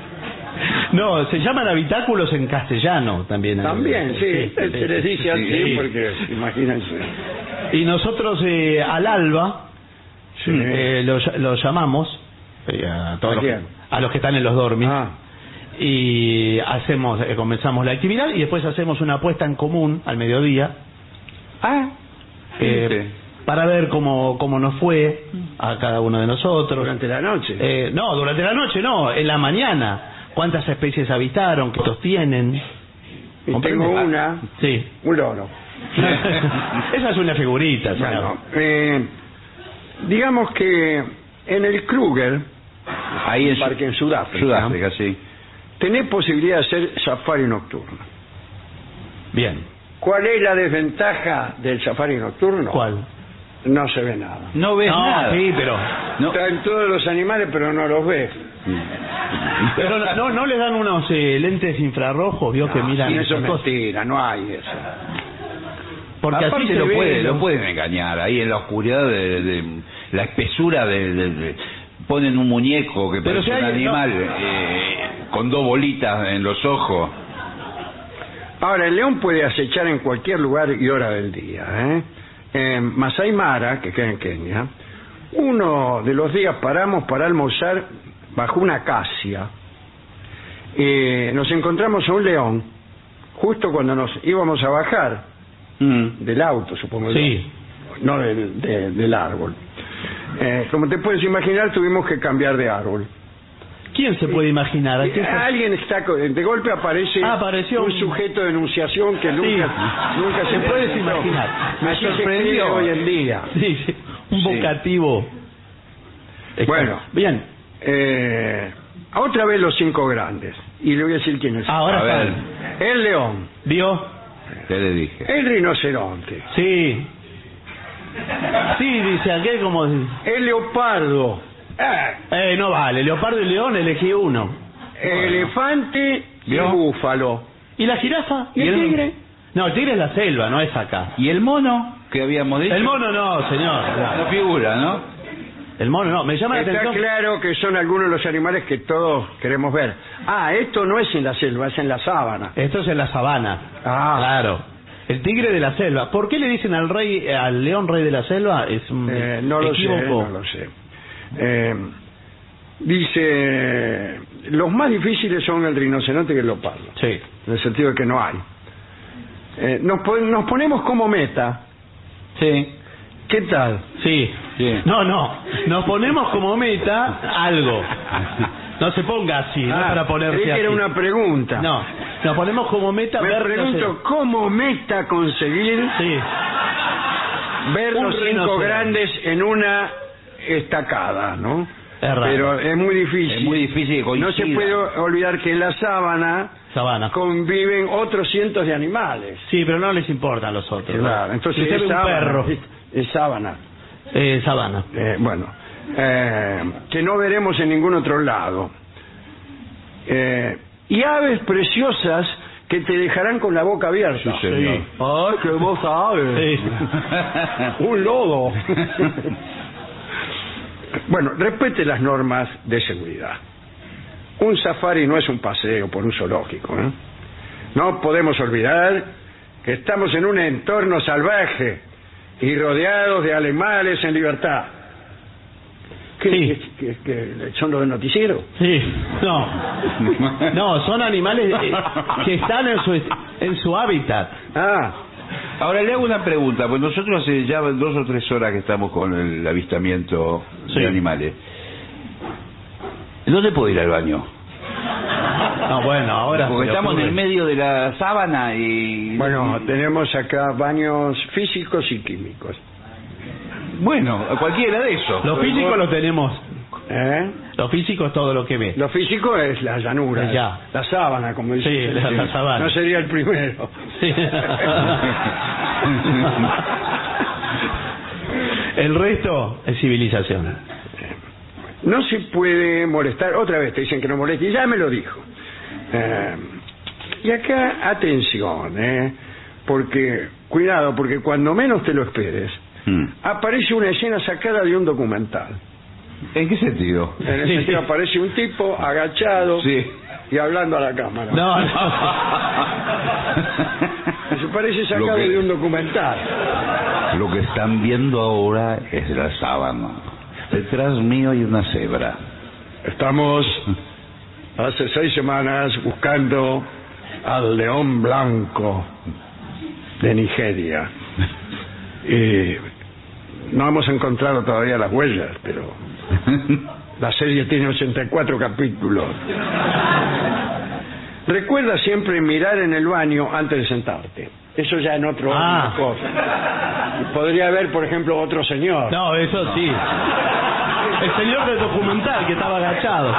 [SPEAKER 5] no, se llaman habitáculos en castellano también.
[SPEAKER 4] También, sí, se les dice así
[SPEAKER 5] Sí.
[SPEAKER 4] porque, imagínense.
[SPEAKER 5] Y nosotros eh, al alba
[SPEAKER 4] Sí.
[SPEAKER 5] eh, lo, ll- lo llamamos eh, a, todos
[SPEAKER 4] ¿A
[SPEAKER 5] los, que-
[SPEAKER 4] quién?
[SPEAKER 5] a los que están en los dormis.
[SPEAKER 4] Ah,
[SPEAKER 5] Eh, y hacemos, eh, comenzamos la actividad y después hacemos una apuesta en común al mediodía
[SPEAKER 4] Ah,
[SPEAKER 5] eh, para ver cómo, cómo nos fue a cada uno de nosotros.
[SPEAKER 4] durante la noche.
[SPEAKER 5] Eh, no, durante la noche no, en la mañana. ¿Cuántas especies habitaron? ¿Cuántos tienen?
[SPEAKER 4] y tengo
[SPEAKER 5] ¿Comprende?
[SPEAKER 4] una,
[SPEAKER 5] Sí.
[SPEAKER 4] un loro.
[SPEAKER 5] Esa es una figurita, señor.
[SPEAKER 4] Bueno, eh, digamos que en el Kruger
[SPEAKER 6] Ahí en
[SPEAKER 4] Un parque en Sudáfrica.
[SPEAKER 6] Sudáfrica, sí.
[SPEAKER 4] tenés posibilidad de hacer safari nocturno.
[SPEAKER 5] Bien.
[SPEAKER 4] ¿Cuál es la desventaja del safari nocturno?
[SPEAKER 5] ¿Cuál?
[SPEAKER 4] No se ve nada.
[SPEAKER 6] No ves
[SPEAKER 5] no,
[SPEAKER 6] nada.
[SPEAKER 5] sí, pero...
[SPEAKER 6] No.
[SPEAKER 4] Están todos los animales, pero no los ves.
[SPEAKER 5] pero no, no, no les dan unos eh, lentes infrarrojos, vio, que
[SPEAKER 4] No,
[SPEAKER 5] miran
[SPEAKER 4] y eso
[SPEAKER 5] esas
[SPEAKER 4] es
[SPEAKER 5] cosas.
[SPEAKER 4] mentira, no hay eso.
[SPEAKER 5] Porque así
[SPEAKER 6] Aparte
[SPEAKER 5] se
[SPEAKER 6] lo,
[SPEAKER 5] ve,
[SPEAKER 6] pueden,
[SPEAKER 5] ¿no?
[SPEAKER 6] lo pueden engañar, ahí en la oscuridad de, de- la espesura de, de- de- ponen un muñeco que
[SPEAKER 5] Pero
[SPEAKER 6] parece
[SPEAKER 5] si
[SPEAKER 6] un
[SPEAKER 5] hay- no.
[SPEAKER 6] animal eh, con dos bolitas en los ojos.
[SPEAKER 4] Ahora, el león puede acechar en cualquier lugar y hora del día. ¿eh? En Masai Mara, que queda en Kenia, uno de los días paramos para almorzar bajo una acacia. Eh, nos encontramos a un león, justo cuando nos íbamos a bajar
[SPEAKER 5] Mm.
[SPEAKER 4] del auto, supongo yo.
[SPEAKER 5] Sí.
[SPEAKER 4] No del, de- del árbol. Eh, como te puedes imaginar, tuvimos que cambiar de árbol.
[SPEAKER 5] ¿Quién se puede imaginar? ¿A qué se-
[SPEAKER 4] Eh, Alguien está co- de golpe aparece
[SPEAKER 5] Ah, apareció
[SPEAKER 4] un
[SPEAKER 5] un-
[SPEAKER 4] sujeto de enunciación que nunca nunca
[SPEAKER 5] Te
[SPEAKER 4] se
[SPEAKER 5] puedes
[SPEAKER 4] presentó.
[SPEAKER 5] imaginar. Me
[SPEAKER 4] Así se
[SPEAKER 5] sorprendió.
[SPEAKER 4] escribe hoy en día.
[SPEAKER 5] Sí, sí, un
[SPEAKER 6] Sí.
[SPEAKER 5] vocativo.
[SPEAKER 4] Bueno.
[SPEAKER 5] Bien.
[SPEAKER 4] Eh, otra vez los cinco grandes y le voy a decir quién es.
[SPEAKER 5] Ahora
[SPEAKER 6] A ver.
[SPEAKER 5] saben.
[SPEAKER 4] El león,
[SPEAKER 5] ¿Vio?
[SPEAKER 6] ¿Qué le dije?
[SPEAKER 4] el rinoceronte,
[SPEAKER 5] Sí. Sí, dice aquel como...
[SPEAKER 4] el leopardo, ah,
[SPEAKER 5] Eh, no vale, leopardo y león elegí uno.
[SPEAKER 4] el elefante y el
[SPEAKER 6] ¿Vio?
[SPEAKER 4] búfalo.
[SPEAKER 5] ¿Y la jirafa?
[SPEAKER 4] ¿Y el tigre?
[SPEAKER 5] No, el tigre es la selva, no es acá.
[SPEAKER 6] ¿Y el mono que habíamos dicho?
[SPEAKER 5] El mono no, señor.
[SPEAKER 6] No figura, ¿no?
[SPEAKER 5] El mono no. Me llama la
[SPEAKER 4] Está
[SPEAKER 5] atención...
[SPEAKER 4] claro que son algunos de los animales que todos queremos ver. Ah, esto no es en la selva, es en la sábana.
[SPEAKER 5] Esto es en la sabana.
[SPEAKER 4] Ah.
[SPEAKER 5] Claro. El tigre de la selva. ¿Por qué le dicen al rey, eh, al león rey de la selva? Es un
[SPEAKER 4] Eh, no lo sé,
[SPEAKER 5] equívoco.
[SPEAKER 4] no lo sé. Eh, dice, los más difíciles son el rinoceronte y el leopardo,
[SPEAKER 5] Sí.
[SPEAKER 4] en el sentido de que no hay. Eh, nos, pon- nos ponemos como meta,
[SPEAKER 5] Sí.
[SPEAKER 4] ¿qué tal?
[SPEAKER 5] Sí.
[SPEAKER 6] Sí.
[SPEAKER 5] No, no. Nos ponemos como meta algo. No se ponga así, no
[SPEAKER 4] Ah,
[SPEAKER 5] es para
[SPEAKER 4] creí
[SPEAKER 5] ponerse
[SPEAKER 4] que
[SPEAKER 5] así.
[SPEAKER 4] era una pregunta.
[SPEAKER 5] No. Nos ponemos como meta
[SPEAKER 4] Me
[SPEAKER 5] ver
[SPEAKER 4] pregunto, ¿cómo meta conseguir
[SPEAKER 5] rinoceronte. Sí.
[SPEAKER 4] ver
[SPEAKER 5] Un
[SPEAKER 4] los cinco
[SPEAKER 5] rinoceronte.
[SPEAKER 4] grandes en una estacada, no?
[SPEAKER 5] Es raro.
[SPEAKER 4] Pero es muy difícil.
[SPEAKER 6] Es muy difícil que
[SPEAKER 4] No se
[SPEAKER 6] coincida.
[SPEAKER 4] puede olvidar que en la sábana
[SPEAKER 5] Sabana.
[SPEAKER 4] conviven otros cientos de animales.
[SPEAKER 5] Sí, pero no les importan los otros. ¿no?
[SPEAKER 4] Claro, entonces
[SPEAKER 5] Si usted
[SPEAKER 4] es
[SPEAKER 5] ve un
[SPEAKER 4] sábana,
[SPEAKER 5] perro.
[SPEAKER 4] Es, es sábana.
[SPEAKER 5] Eh, sabana.
[SPEAKER 4] Eh, bueno, eh, que no veremos en ningún otro lado. Eh, y aves preciosas que te dejarán con la boca abierta.
[SPEAKER 6] Sí, señor.
[SPEAKER 4] Ay, qué boca
[SPEAKER 5] Sí.
[SPEAKER 4] ave. Un lodo. bueno, respete las normas de seguridad. Un safari no es un paseo por un zoológico. ¿eh? No podemos olvidar que estamos en un entorno salvaje y rodeados de animales en libertad. ¿Qué,
[SPEAKER 5] Sí.
[SPEAKER 4] qué- qué- qué- son los del noticiero?
[SPEAKER 5] Sí, no. No, son animales eh, que están en su, en su hábitat.
[SPEAKER 4] Ah,
[SPEAKER 6] Ahora le hago una pregunta, pues nosotros hace ya dos o tres horas que estamos con el avistamiento
[SPEAKER 5] Sí.
[SPEAKER 6] de animales. ¿Dónde puedo ir al baño?
[SPEAKER 5] No, bueno, ahora.
[SPEAKER 6] Porque
[SPEAKER 5] se le
[SPEAKER 6] estamos en
[SPEAKER 5] ocurre.
[SPEAKER 6] el medio de la sábana y...
[SPEAKER 4] bueno, tenemos acá baños físicos y químicos.
[SPEAKER 6] Bueno, cualquiera de esos.
[SPEAKER 5] Los físicos los tenemos.
[SPEAKER 4] ¿eh?
[SPEAKER 5] Los físicos es todo lo que ve.
[SPEAKER 4] Lo físico es la llanura,
[SPEAKER 5] Ya.
[SPEAKER 4] la sábana, como dice.
[SPEAKER 5] Sí, la- la sábana.
[SPEAKER 4] No sería el primero.
[SPEAKER 5] Sí. El resto es civilización.
[SPEAKER 4] No se puede molestar. Otra vez te dicen que no moleste. Ya me lo dijo. Eh, y acá, atención, ¿eh? Porque, cuidado, porque cuando menos te lo esperes,
[SPEAKER 6] Hmm.
[SPEAKER 4] aparece una escena sacada de un documental.
[SPEAKER 6] ¿En qué sentido?
[SPEAKER 4] En el
[SPEAKER 5] Sí.
[SPEAKER 4] sentido, aparece un tipo agachado
[SPEAKER 6] Sí.
[SPEAKER 4] y hablando a la cámara.
[SPEAKER 5] No, no.
[SPEAKER 4] Se parece
[SPEAKER 6] Lo
[SPEAKER 4] sacado
[SPEAKER 6] que-
[SPEAKER 4] de un documental.
[SPEAKER 6] Lo que están viendo ahora es la sábana. Detrás mío hay una cebra.
[SPEAKER 4] Estamos hace seis semanas buscando al león blanco de Nigeria. Y no hemos encontrado todavía las huellas, pero la serie tiene 84 capítulos. Recuerda siempre mirar en el baño antes de sentarte. Eso ya en otro
[SPEAKER 5] Ah.
[SPEAKER 4] otra cosa. Podría haber, por ejemplo, otro señor.
[SPEAKER 5] No, eso sí. El señor del documental que estaba agachado.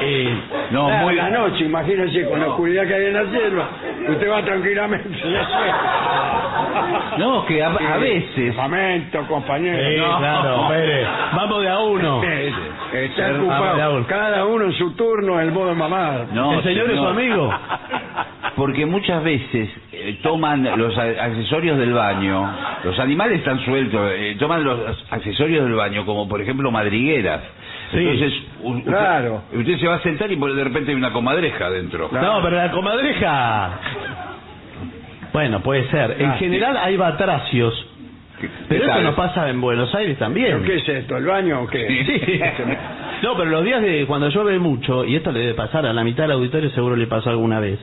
[SPEAKER 5] Eh,
[SPEAKER 6] No,
[SPEAKER 4] Claro,
[SPEAKER 6] muy
[SPEAKER 4] la noche, imagínense, con la oscuridad que hay en la selva, usted va tranquilamente. ya sé.
[SPEAKER 6] No, que a,
[SPEAKER 4] Eh,
[SPEAKER 6] a veces.
[SPEAKER 4] Lamento, compañero.
[SPEAKER 5] sí,
[SPEAKER 4] eh, No.
[SPEAKER 5] eh, claro, hombre. Vamos de a uno.
[SPEAKER 4] Eh, Está
[SPEAKER 6] Ser-
[SPEAKER 4] ocupado.
[SPEAKER 5] Raúl.
[SPEAKER 4] Cada uno en su turno, el modo mamado.
[SPEAKER 6] No,
[SPEAKER 5] el señor es su amigo.
[SPEAKER 6] Porque muchas veces eh, toman los a- accesorios del baño, los animales están sueltos, eh, toman los accesorios del baño, como por ejemplo madrigueras.
[SPEAKER 5] Sí.
[SPEAKER 6] Entonces, u- usted,
[SPEAKER 4] Claro.
[SPEAKER 6] usted se va a sentar y por- de repente hay una comadreja dentro.
[SPEAKER 5] No, pero la comadreja. Bueno, puede ser. En
[SPEAKER 4] Ah,
[SPEAKER 5] general hay batracios. Pero eso
[SPEAKER 6] tal?
[SPEAKER 5] no pasa en Buenos Aires también.
[SPEAKER 4] ¿Pero ¿Qué es esto? ¿El baño o qué?
[SPEAKER 5] Sí. No, pero los días de cuando llueve mucho, y esto le debe pasar a la mitad del auditorio, seguro le pasó alguna vez.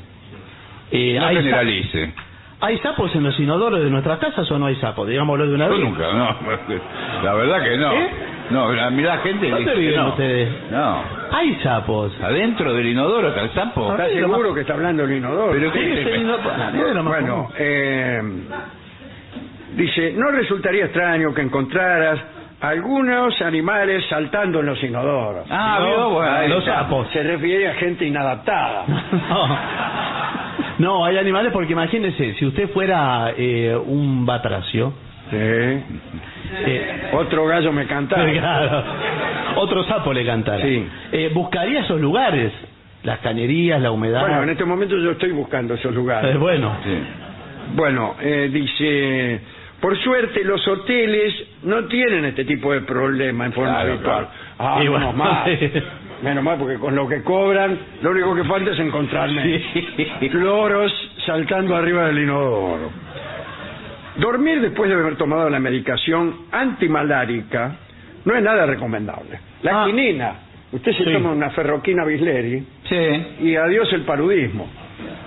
[SPEAKER 5] Eh,
[SPEAKER 6] No
[SPEAKER 5] hay, sa-
[SPEAKER 6] generalice.
[SPEAKER 5] ¿Hay sapos en los inodoros de nuestras casas o no hay sapos? Digámoslo de una
[SPEAKER 6] Yo
[SPEAKER 5] vez.
[SPEAKER 6] nunca, no. La verdad que no.
[SPEAKER 5] ¿Eh?
[SPEAKER 6] No, la, mirá, gente
[SPEAKER 5] No
[SPEAKER 6] dice
[SPEAKER 5] se
[SPEAKER 6] que
[SPEAKER 5] ríen
[SPEAKER 6] no.
[SPEAKER 5] ustedes.
[SPEAKER 6] No.
[SPEAKER 5] Hay sapos.
[SPEAKER 6] Ah, Adentro del inodoro está el sapo.
[SPEAKER 4] ¿Está seguro que está hablando el inodoro?
[SPEAKER 6] Pero qué
[SPEAKER 5] Sí, sí, no, no es lo más
[SPEAKER 4] Bueno,
[SPEAKER 5] común.
[SPEAKER 4] eh, dice, no resultaría extraño que encontraras algunos animales saltando en los inodoros.
[SPEAKER 6] Ah,
[SPEAKER 5] No,
[SPEAKER 6] vio, bueno, ahí
[SPEAKER 5] los
[SPEAKER 6] está.
[SPEAKER 5] sapos.
[SPEAKER 4] Se refiere a gente inadaptada.
[SPEAKER 5] No. No, hay animales porque imagínese, si usted fuera eh, un batracio,
[SPEAKER 4] Sí.
[SPEAKER 5] eh,
[SPEAKER 4] Otro gallo me cantaba.
[SPEAKER 5] claro, otro sapo le cantara,
[SPEAKER 4] Sí.
[SPEAKER 5] eh, buscaría esos lugares, las cañerías, la humedad.
[SPEAKER 4] Bueno, en este momento yo estoy buscando esos
[SPEAKER 5] Eh,
[SPEAKER 4] lugares.
[SPEAKER 5] bueno.
[SPEAKER 6] Sí.
[SPEAKER 4] Bueno, eh, dice, por suerte los hoteles no tienen este tipo de problema en forma
[SPEAKER 6] Claro, claro.
[SPEAKER 4] habitual. Ah,
[SPEAKER 5] Y
[SPEAKER 4] menos
[SPEAKER 5] bueno,
[SPEAKER 4] mal. Menos mal, porque con lo que cobran, lo único que falta es encontrarme loros saltando arriba del inodoro. Dormir después de haber tomado la medicación antimalárica no es nada recomendable. La
[SPEAKER 5] Ah.
[SPEAKER 4] quinina. Usted se
[SPEAKER 5] Sí.
[SPEAKER 4] toma una ferroquina bisleri
[SPEAKER 6] Sí.
[SPEAKER 4] y adiós el paludismo.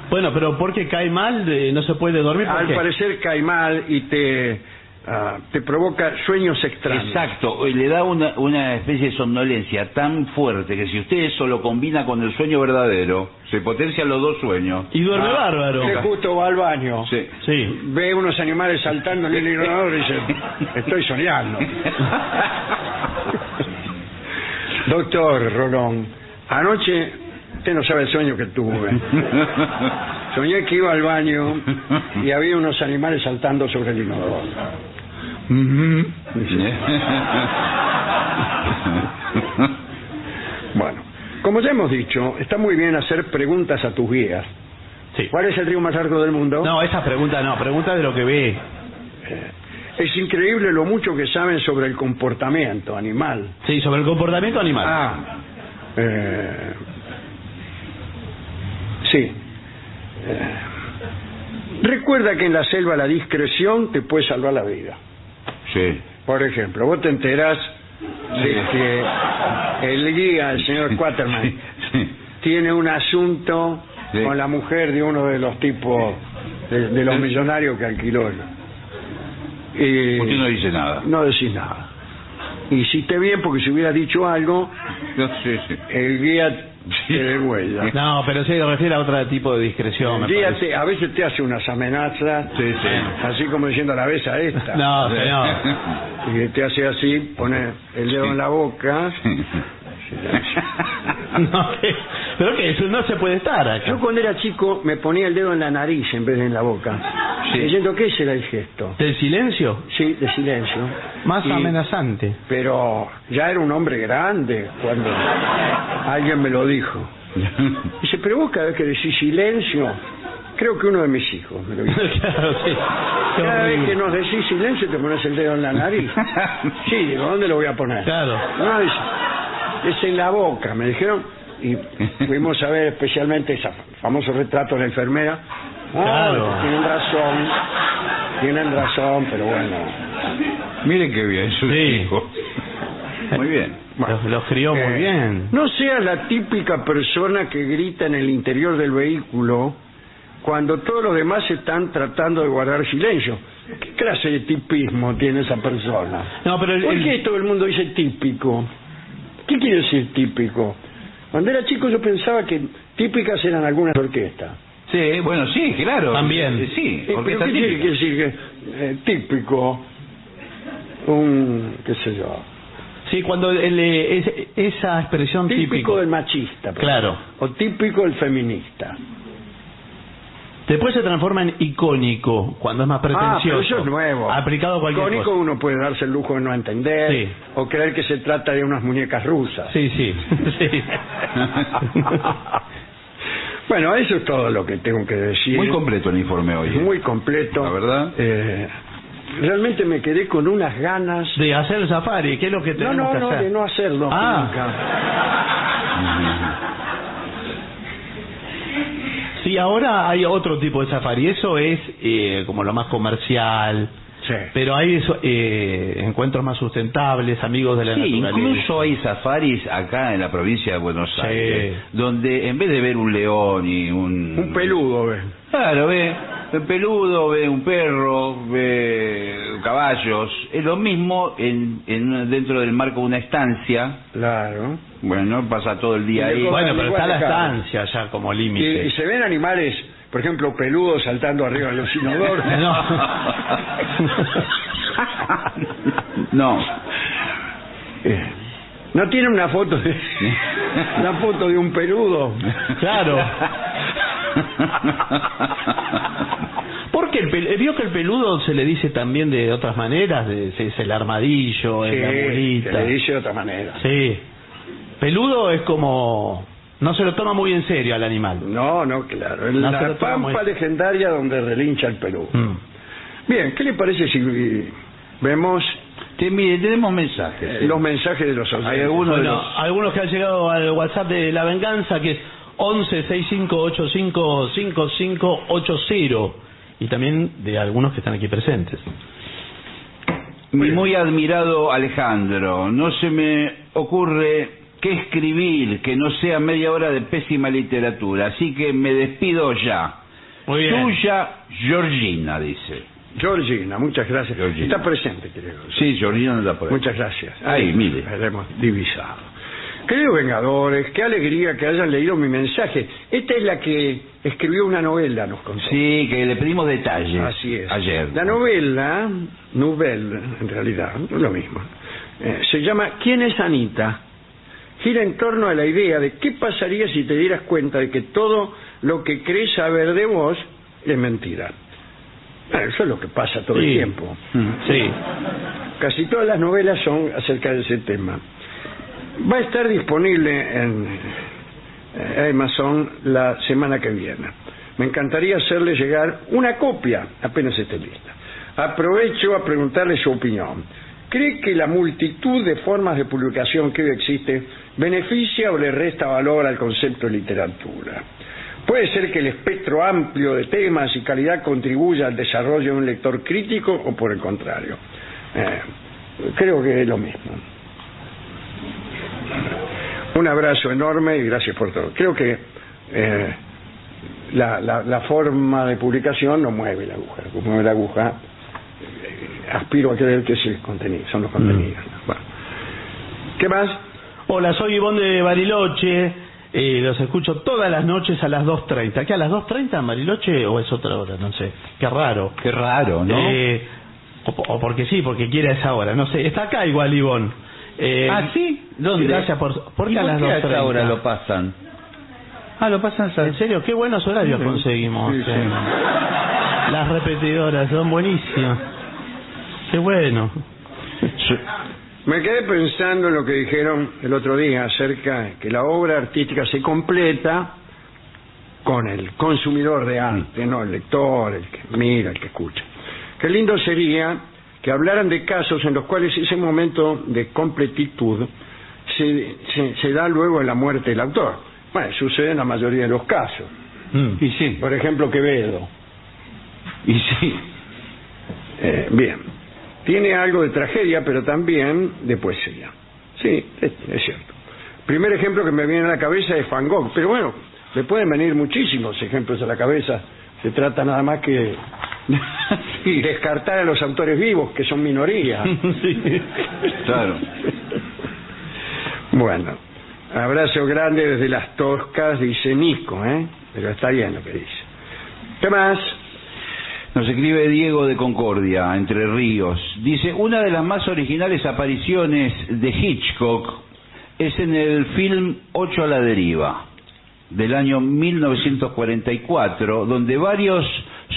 [SPEAKER 5] Bueno, pero porque cae mal, eh, no se puede dormir. ¿por
[SPEAKER 4] Al
[SPEAKER 5] qué?
[SPEAKER 4] parecer cae mal y te, ah, te provoca sueños extraños.
[SPEAKER 5] Ah,
[SPEAKER 6] Exacto, y le da una, una especie de somnolencia tan fuerte que si usted eso lo combina con el sueño verdadero, se potencian los dos sueños.
[SPEAKER 5] Y
[SPEAKER 4] Ah,
[SPEAKER 5] duerme bárbaro.
[SPEAKER 4] Usted justo va al baño,
[SPEAKER 6] Sí.
[SPEAKER 5] Sí.
[SPEAKER 4] ve unos animales saltando en el inodoro y dice, estoy soñando. Doctor Rolón, anoche usted no sabe el sueño que tuve. Soñé que iba al baño y había unos animales saltando sobre el inodoro. Bueno, como ya hemos dicho, está muy bien hacer preguntas a tus guías.
[SPEAKER 5] Sí.
[SPEAKER 4] ¿Cuál es el río más largo del mundo? Eh,
[SPEAKER 5] No, esa pregunta no, pregunta de lo que ve.
[SPEAKER 4] Es increíble lo mucho que saben sobre el comportamiento animal.
[SPEAKER 5] Sí, sobre el comportamiento animal.
[SPEAKER 4] Ah. eh, sí. Eh, recuerda que en la selva la discreción te puede salvar la vida.
[SPEAKER 6] sí.
[SPEAKER 4] Por ejemplo, vos te enterás de que el guía, el señor Quaterman,
[SPEAKER 6] Sí.
[SPEAKER 4] tiene un asunto
[SPEAKER 6] Sí.
[SPEAKER 4] con la mujer de uno de los tipos, de, de los
[SPEAKER 6] Sí.
[SPEAKER 4] millonarios que alquiló. Y
[SPEAKER 6] Usted no dice nada.
[SPEAKER 4] no decís nada. Hiciste bien porque si hubiera dicho algo,
[SPEAKER 6] No, sí, sí.
[SPEAKER 4] el guía te devuelve.
[SPEAKER 5] No, pero se refiere a otro tipo de discreción. me
[SPEAKER 4] El guía
[SPEAKER 5] parece.
[SPEAKER 4] te- a veces te hace unas amenazas,
[SPEAKER 6] Sí, sí.
[SPEAKER 4] así como diciendo la vez a esta.
[SPEAKER 5] No, señor.
[SPEAKER 4] Y te hace así, pone el dedo
[SPEAKER 6] Sí.
[SPEAKER 4] en la boca.
[SPEAKER 5] No, que- pero que eso no se puede estar acá.
[SPEAKER 4] Yo cuando era chico me ponía el dedo en la nariz en vez de en la boca,
[SPEAKER 6] Sí.
[SPEAKER 4] diciendo que ese era el gesto.
[SPEAKER 5] ¿Del silencio?
[SPEAKER 4] Sí, de silencio.
[SPEAKER 5] Más
[SPEAKER 4] Y-
[SPEAKER 5] amenazante.
[SPEAKER 4] Pero ya era un hombre grande cuando alguien me lo dijo. Dice, pero vos cada vez que decís silencio, creo que uno de mis hijos me lo dijo.
[SPEAKER 5] claro, sí. Qué
[SPEAKER 4] Cada vez
[SPEAKER 5] horrible.
[SPEAKER 4] que nos decís silencio te pones el dedo en la nariz. Sí, digo, ¿dónde lo voy a poner?
[SPEAKER 5] Claro.
[SPEAKER 4] No, dice, es en la boca, me dijeron. Y fuimos a ver especialmente ese famoso retrato de la enfermera. Ah,
[SPEAKER 5] Claro.
[SPEAKER 4] Tienen razón, tienen razón, pero bueno.
[SPEAKER 6] Miren qué bien, sus
[SPEAKER 5] Sí.
[SPEAKER 6] hijos. Muy bien.
[SPEAKER 4] Bueno.
[SPEAKER 5] Los, los crió muy
[SPEAKER 4] Eh,
[SPEAKER 5] bien.
[SPEAKER 4] No seas la típica persona que grita en el interior del vehículo cuando todos los demás están tratando de guardar silencio. ¿Qué clase de tipismo tiene esa persona?
[SPEAKER 5] No, pero el-
[SPEAKER 4] ¿Por
[SPEAKER 5] el-
[SPEAKER 4] qué todo el mundo dice típico? ¿Qué quiere decir típico? Cuando era chico yo pensaba que típicas eran algunas orquestas.
[SPEAKER 6] Sí, bueno, sí, claro.
[SPEAKER 5] También.
[SPEAKER 6] Eh, Sí,
[SPEAKER 4] Eh,
[SPEAKER 6] porque
[SPEAKER 4] ¿Pero
[SPEAKER 6] está
[SPEAKER 4] qué quiere
[SPEAKER 6] típico.
[SPEAKER 4] decir que eh, típico? Un, qué sé yo,
[SPEAKER 5] Sí, cuando el, eh, es- esa expresión
[SPEAKER 4] típico,
[SPEAKER 5] típico.
[SPEAKER 4] del machista. por
[SPEAKER 5] Claro.
[SPEAKER 4] ejemplo, O típico del feminista.
[SPEAKER 5] Después se transforma en icónico, cuando es más pretencioso.
[SPEAKER 4] Ah, pero eso es nuevo.
[SPEAKER 5] Aplicado a cualquier
[SPEAKER 4] Icónico
[SPEAKER 5] cosa.
[SPEAKER 4] uno puede darse el lujo de no entender
[SPEAKER 5] Sí.
[SPEAKER 4] o creer que se trata de unas muñecas rusas.
[SPEAKER 5] Sí, sí. sí.
[SPEAKER 4] bueno, eso es todo lo que tengo que decir.
[SPEAKER 6] Muy completo el informe hoy. eh.
[SPEAKER 4] Muy completo.
[SPEAKER 6] La verdad.
[SPEAKER 4] Eh, realmente me quedé con unas ganas.
[SPEAKER 5] De hacer el safari, ¿qué es lo que
[SPEAKER 4] No,
[SPEAKER 5] tenemos
[SPEAKER 4] no,
[SPEAKER 5] que
[SPEAKER 4] no,
[SPEAKER 5] hacer?
[SPEAKER 4] de no hacerlo
[SPEAKER 5] Ah.
[SPEAKER 4] nunca.
[SPEAKER 5] Sí, ahora hay otro tipo de safari. Eso es eh, como lo más comercial.
[SPEAKER 4] Sí.
[SPEAKER 5] Pero hay eso- eh, encuentros más sustentables, amigos de la
[SPEAKER 6] Sí,
[SPEAKER 5] naturaleza.
[SPEAKER 6] incluso hay safaris acá en la provincia de Buenos
[SPEAKER 5] Sí.
[SPEAKER 6] Aires, donde en vez de ver un león y un...
[SPEAKER 4] Un peludo, eh, ve.
[SPEAKER 6] Claro, ve un peludo, ve un perro, ve caballos. Es lo mismo en, en- dentro del marco de una estancia.
[SPEAKER 4] Claro.
[SPEAKER 6] Bueno, pasa todo el día
[SPEAKER 4] Y le
[SPEAKER 6] ahí.
[SPEAKER 4] cobran
[SPEAKER 5] Bueno, pero
[SPEAKER 4] igual
[SPEAKER 5] está la
[SPEAKER 4] de caro.
[SPEAKER 5] estancia ya como
[SPEAKER 4] Y,
[SPEAKER 5] límite.
[SPEAKER 4] y se ven animales, por ejemplo, peludos saltando arriba de los inodoros.
[SPEAKER 6] No.
[SPEAKER 4] Eh, ¿No tiene una foto de una foto de un peludo?
[SPEAKER 5] Claro. Porque el pel- eh, vio que el peludo se le dice también de otras maneras, de- se- es el armadillo, es la
[SPEAKER 4] Sí, se
[SPEAKER 5] mulita.
[SPEAKER 4] le dice de otra manera.
[SPEAKER 5] Sí. Peludo es como no se lo toma muy en serio al animal.
[SPEAKER 4] No, no, claro. En
[SPEAKER 5] No se
[SPEAKER 4] la
[SPEAKER 5] lo toma muy-
[SPEAKER 4] pampa legendaria donde relincha el peludo.
[SPEAKER 5] Mm.
[SPEAKER 4] Bien, ¿qué le parece si eh, vemos
[SPEAKER 6] Te- mire, tenemos mensajes.
[SPEAKER 4] eh, los mensajes de los
[SPEAKER 6] Hay
[SPEAKER 4] oyentes?
[SPEAKER 6] algunos de
[SPEAKER 5] Bueno,
[SPEAKER 6] los-
[SPEAKER 5] algunos que han llegado al WhatsApp de La Venganza, que es 1165855580, y también de algunos que están aquí presentes.
[SPEAKER 6] Mi muy admirado Alejandro, no se me ocurre qué escribir que no sea media hora de pésima literatura, así que me despido ya.
[SPEAKER 5] Muy bien.
[SPEAKER 6] Tuya, Georgina, dice.
[SPEAKER 4] Georgina, muchas gracias.
[SPEAKER 6] Georgina.
[SPEAKER 4] Está presente, creo.
[SPEAKER 6] Sí, Georgina no está por ahí.
[SPEAKER 4] Muchas gracias.
[SPEAKER 6] Ahí, mire.
[SPEAKER 4] La hemos divisado. Queridos Vengadores, qué alegría que hayan leído mi mensaje. Esta es la que escribió una novela, nos contó.
[SPEAKER 6] Sí, que le pedimos detalles.
[SPEAKER 4] Así es.
[SPEAKER 6] Ayer.
[SPEAKER 4] La novela, novela en realidad, no es lo mismo, eh, se llama ¿Quién es Anita? Gira en torno a la idea de qué pasaría si te dieras cuenta de que todo lo que crees saber de vos es mentira. Ah, Eso es lo que pasa todo el
[SPEAKER 5] Sí.
[SPEAKER 4] tiempo.
[SPEAKER 5] Mm, Sí.
[SPEAKER 4] Casi todas las novelas son acerca de ese tema. Va a estar disponible en eh, Amazon la semana que viene. Me encantaría hacerle llegar una copia apenas esté lista. Aprovecho a preguntarle su opinión. ¿Cree que la multitud de formas de publicación que hoy existe beneficia o le resta valor al concepto de literatura? Puede ser que el espectro amplio de temas y calidad contribuya al desarrollo de un lector crítico o por el contrario. Eh, creo que es lo mismo. Un abrazo enorme y gracias por todo. Creo que eh, la, la- la forma de publicación no mueve la aguja. Lo que mueve la aguja, eh, aspiro a creer que es el contenido, son los contenidos. Bueno. ¿Qué más?
[SPEAKER 5] Hola, soy Ivonne de Bariloche. eh, los escucho todas las noches a las 2.30. ¿Qué, a las 2.30 en Bariloche o es otra hora? No sé. Qué raro.
[SPEAKER 6] Qué raro, ¿no?
[SPEAKER 5] Eh, o, po- o porque sí, porque quiere a esa hora. No sé. Está acá igual Ivonne. Eh,
[SPEAKER 6] ah, sí. ¿Dónde?
[SPEAKER 5] Gracias por... ¿Por
[SPEAKER 6] ¿Y
[SPEAKER 5] qué a las 2.30?
[SPEAKER 6] esta hora lo pasan?
[SPEAKER 5] Ah, lo pasan... En serio, qué buenos horarios conseguimos.
[SPEAKER 4] Sí, sí.
[SPEAKER 5] eh. Las repetidoras son buenísimas. Qué bueno.
[SPEAKER 4] Me quedé pensando en lo que dijeron el otro día acerca de que la obra artística se completa con el consumidor de arte, no el lector, el que mira, el que escucha. Qué lindo sería que hablaran de casos en los cuales ese momento de completitud se, se- se da luego en la muerte del autor. Bueno, sucede en la mayoría de los casos.
[SPEAKER 5] Mm.
[SPEAKER 6] Y sí.
[SPEAKER 4] Por ejemplo, Quevedo.
[SPEAKER 6] Y sí.
[SPEAKER 4] Eh, bien, tiene algo de tragedia, pero también de poesía. Sí, es, es cierto. Primer ejemplo que me viene a la cabeza es Van Gogh, pero bueno, le pueden venir muchísimos ejemplos a la cabeza. Se trata nada más que
[SPEAKER 6] Sí,
[SPEAKER 4] descartar a los autores vivos, que son minoría.
[SPEAKER 5] Sí.
[SPEAKER 6] claro.
[SPEAKER 4] Bueno, abrazo grande desde las toscas, dice Nico, ¿eh? Pero está bien lo que dice. ¿Qué más?
[SPEAKER 6] Nos escribe Diego de Concordia, Entre Ríos. Dice, una de las más originales apariciones de Hitchcock es en el film 8 a la deriva, del año 1944, donde varios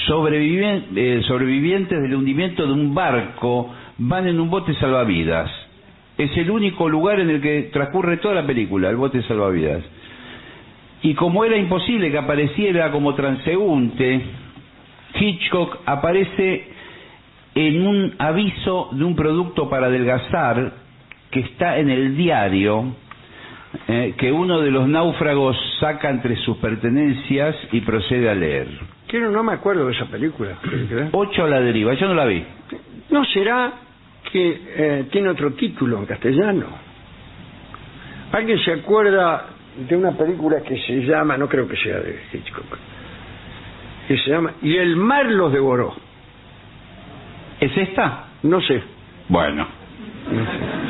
[SPEAKER 6] sobreviven- eh, sobrevivientes del hundimiento de un barco van en un bote salvavidas. Es el único lugar en el que transcurre toda la película, el bote salvavidas. Y como era imposible que apareciera como transeúnte, Hitchcock aparece en un aviso de un producto para adelgazar que está en el diario eh, que uno de los náufragos saca entre sus pertenencias y procede a leer.
[SPEAKER 4] Quiero, no me acuerdo de esa película.
[SPEAKER 6] Ocho a la deriva, yo no la vi.
[SPEAKER 4] ¿No será que eh, tiene otro título en castellano? ¿Alguien se acuerda de una película que se llama, no creo que sea de Hitchcock, que se llama Y el mar los devoró?
[SPEAKER 6] ¿Es esta?
[SPEAKER 4] No sé,
[SPEAKER 6] Bueno,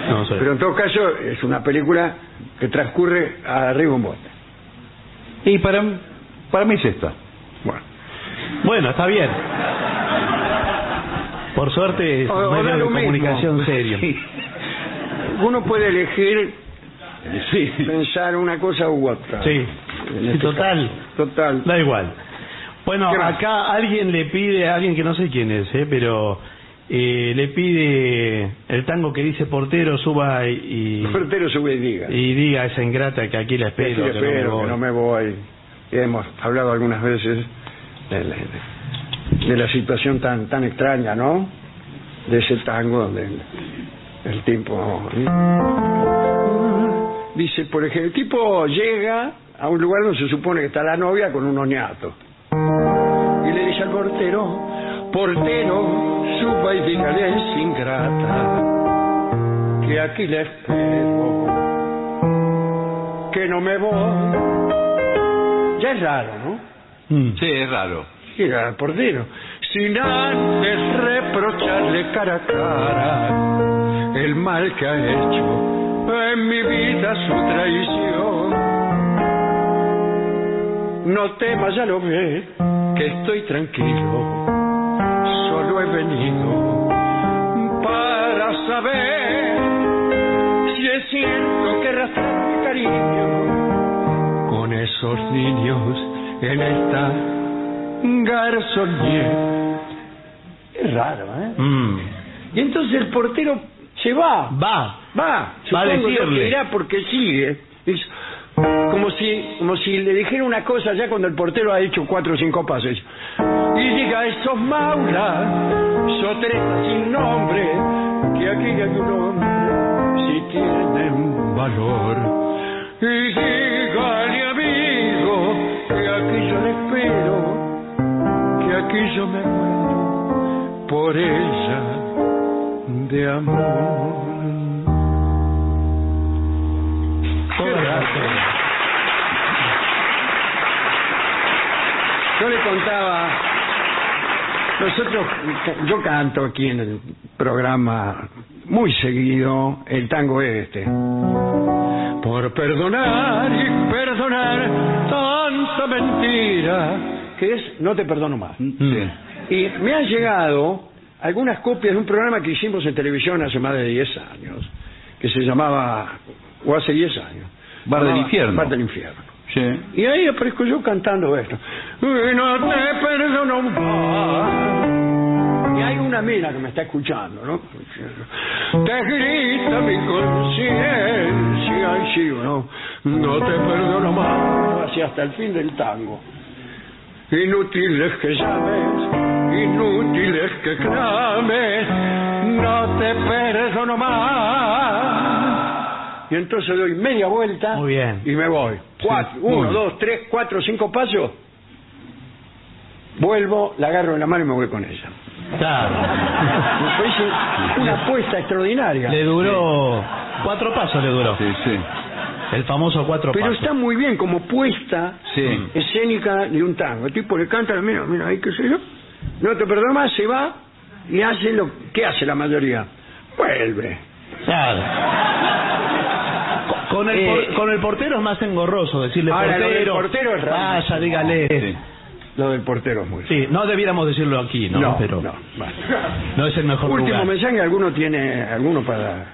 [SPEAKER 5] No sé.
[SPEAKER 4] pero en todo caso es una película que transcurre arriba un bote.
[SPEAKER 6] y para, para mí es esta.
[SPEAKER 4] Bueno.
[SPEAKER 5] Bueno, está bien. Por suerte es
[SPEAKER 4] O-
[SPEAKER 5] un
[SPEAKER 4] o da
[SPEAKER 5] medio de
[SPEAKER 4] lo mismo.
[SPEAKER 5] comunicación serio.
[SPEAKER 6] Sí.
[SPEAKER 4] Uno puede elegir pensar una cosa u otra.
[SPEAKER 5] Sí.
[SPEAKER 4] En este
[SPEAKER 5] Total.
[SPEAKER 4] caso. Total.
[SPEAKER 5] Da igual. Bueno,
[SPEAKER 4] ¿Qué más?
[SPEAKER 5] acá alguien le pide, a alguien que no sé quién es, eh, pero eh, le pide el tango que dice portero suba y,
[SPEAKER 4] El portero sube y diga.
[SPEAKER 5] y diga a esa ingrata que aquí la
[SPEAKER 4] Pero,
[SPEAKER 5] espero, que no me
[SPEAKER 4] espero,
[SPEAKER 5] voy.
[SPEAKER 4] que no me voy. Y hemos hablado algunas veces de la, de la situación tan tan extraña, ¿no? De ese tango donde el, el tipo ¿eh? dice, por ejemplo, el tipo llega a un lugar donde se supone que está la novia con un oñato y le dice al portero, portero, suba y dígale es ingrata que aquí la espero que no me voy. Ya es raro, ¿no?
[SPEAKER 5] Mm.
[SPEAKER 6] Sí, es raro.
[SPEAKER 4] Llega al portero. Sin antes reprocharle cara a cara el mal que ha hecho en mi vida su traición. No temas, ya lo ve, que estoy tranquilo. Solo he venido para saber si es cierto que arrastrar mi cariño con esos niños en esta garzonier. Es raro, ¿eh?
[SPEAKER 5] Mm.
[SPEAKER 4] Y entonces el portero se va,
[SPEAKER 5] Va.
[SPEAKER 4] va,
[SPEAKER 5] Va a
[SPEAKER 4] supongo yo
[SPEAKER 5] decirle.
[SPEAKER 4] que irá porque sigue. Es como si, como si le dijera una cosa ya cuando el portero ha hecho cuatro o cinco pases. Y diga, esos maulas, sotretas sin nombre, que aquí hay un hombre, si tienen valor. Y dígale, amigo, que aquí yo le espero, que aquí yo me muero por ella de amor.
[SPEAKER 5] Todo raro.
[SPEAKER 4] Yo le contaba, nosotros, yo canto aquí en el programa muy seguido el tango este. Por perdonar y perdonar tanta mentira, que es No te perdono más.
[SPEAKER 6] Sí.
[SPEAKER 4] Y me han llegado algunas copias de un programa que hicimos en televisión hace más de 10 años, que se llamaba, o hace 10 años.
[SPEAKER 6] Bar del
[SPEAKER 4] Llamaba
[SPEAKER 6] Infierno.
[SPEAKER 4] Bar del infierno.
[SPEAKER 6] Sí.
[SPEAKER 4] Y ahí aparezco yo cantando esto. Y no te perdono más. Y hay una mina que me está escuchando, ¿no? Te grita mi conciencia. Ay, sí, ¿no? No te perdono más. Así hasta el fin del tango. Inútil es que llames, inútil es que clames, no te perdono más. Y entonces doy media vuelta
[SPEAKER 5] Muy bien.
[SPEAKER 4] y me voy. Cuatro,
[SPEAKER 6] muy
[SPEAKER 4] uno,
[SPEAKER 6] bien.
[SPEAKER 4] dos, tres, cuatro, cinco pasos. Vuelvo, la agarro en la mano y me voy con ella.
[SPEAKER 5] Claro.
[SPEAKER 4] Me parece una apuesta extraordinaria.
[SPEAKER 5] Le duró Cuatro pasos le duró.
[SPEAKER 6] Sí, sí.
[SPEAKER 5] El famoso cuatro
[SPEAKER 4] Pero
[SPEAKER 5] pasos.
[SPEAKER 4] está muy bien como puesta
[SPEAKER 6] Sí.
[SPEAKER 4] escénica de un tango. El tipo le canta, mira, mira, ahí qué sé yo. No te perdono más, se va y hace lo que hace la mayoría. Vuelve.
[SPEAKER 5] Claro. Con- Con el,
[SPEAKER 6] Eh,
[SPEAKER 5] por- con el portero es más engorroso decirle
[SPEAKER 4] Ahora, lo del
[SPEAKER 5] portero.
[SPEAKER 4] portero es raro.
[SPEAKER 5] Vaya, dígale.
[SPEAKER 6] Sí.
[SPEAKER 5] Sí.
[SPEAKER 4] Lo del portero es muy
[SPEAKER 5] no debiéramos decirlo aquí, ¿no?
[SPEAKER 4] No,
[SPEAKER 5] Pero
[SPEAKER 4] no, bueno.
[SPEAKER 5] no es el mejor
[SPEAKER 4] Último
[SPEAKER 5] lugar.
[SPEAKER 4] mensaje, ¿alguno tiene alguno para...?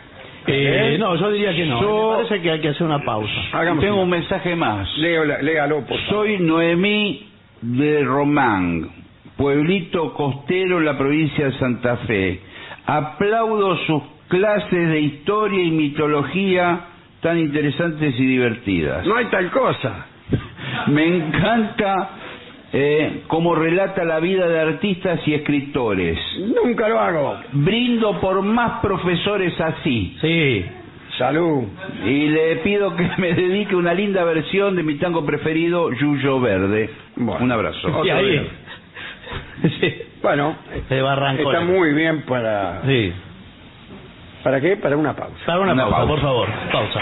[SPEAKER 5] Eh, no, yo diría que no.
[SPEAKER 6] Yo-
[SPEAKER 5] Me parece que hay que hacer una pausa.
[SPEAKER 4] Hagamos
[SPEAKER 6] Tengo
[SPEAKER 4] una.
[SPEAKER 6] un mensaje más.
[SPEAKER 4] Leo la- léalo, por favor.
[SPEAKER 6] Soy Noemí de Román, pueblito costero en la provincia de Santa Fe. Aplaudo sus clases de historia y mitología tan interesantes y divertidas.
[SPEAKER 4] No hay tal cosa.
[SPEAKER 6] Me encanta eh, cómo relata la vida de artistas y escritores.
[SPEAKER 4] Nunca lo hago.
[SPEAKER 6] Brindo por más profesores así.
[SPEAKER 5] Sí.
[SPEAKER 4] Salud.
[SPEAKER 6] Y le pido que me dedique una linda versión de mi tango preferido, Yuyo Verde.
[SPEAKER 4] Bueno.
[SPEAKER 6] Un abrazo.
[SPEAKER 4] Otro
[SPEAKER 5] y ahí.
[SPEAKER 4] día.
[SPEAKER 5] Sí.
[SPEAKER 4] Bueno,
[SPEAKER 5] De Barrancones.
[SPEAKER 4] está muy bien para...
[SPEAKER 5] Sí.
[SPEAKER 4] ¿Para qué? Para una pausa.
[SPEAKER 5] Para una,
[SPEAKER 6] Una
[SPEAKER 5] pausa,
[SPEAKER 6] pausa.
[SPEAKER 5] por favor. Pausa.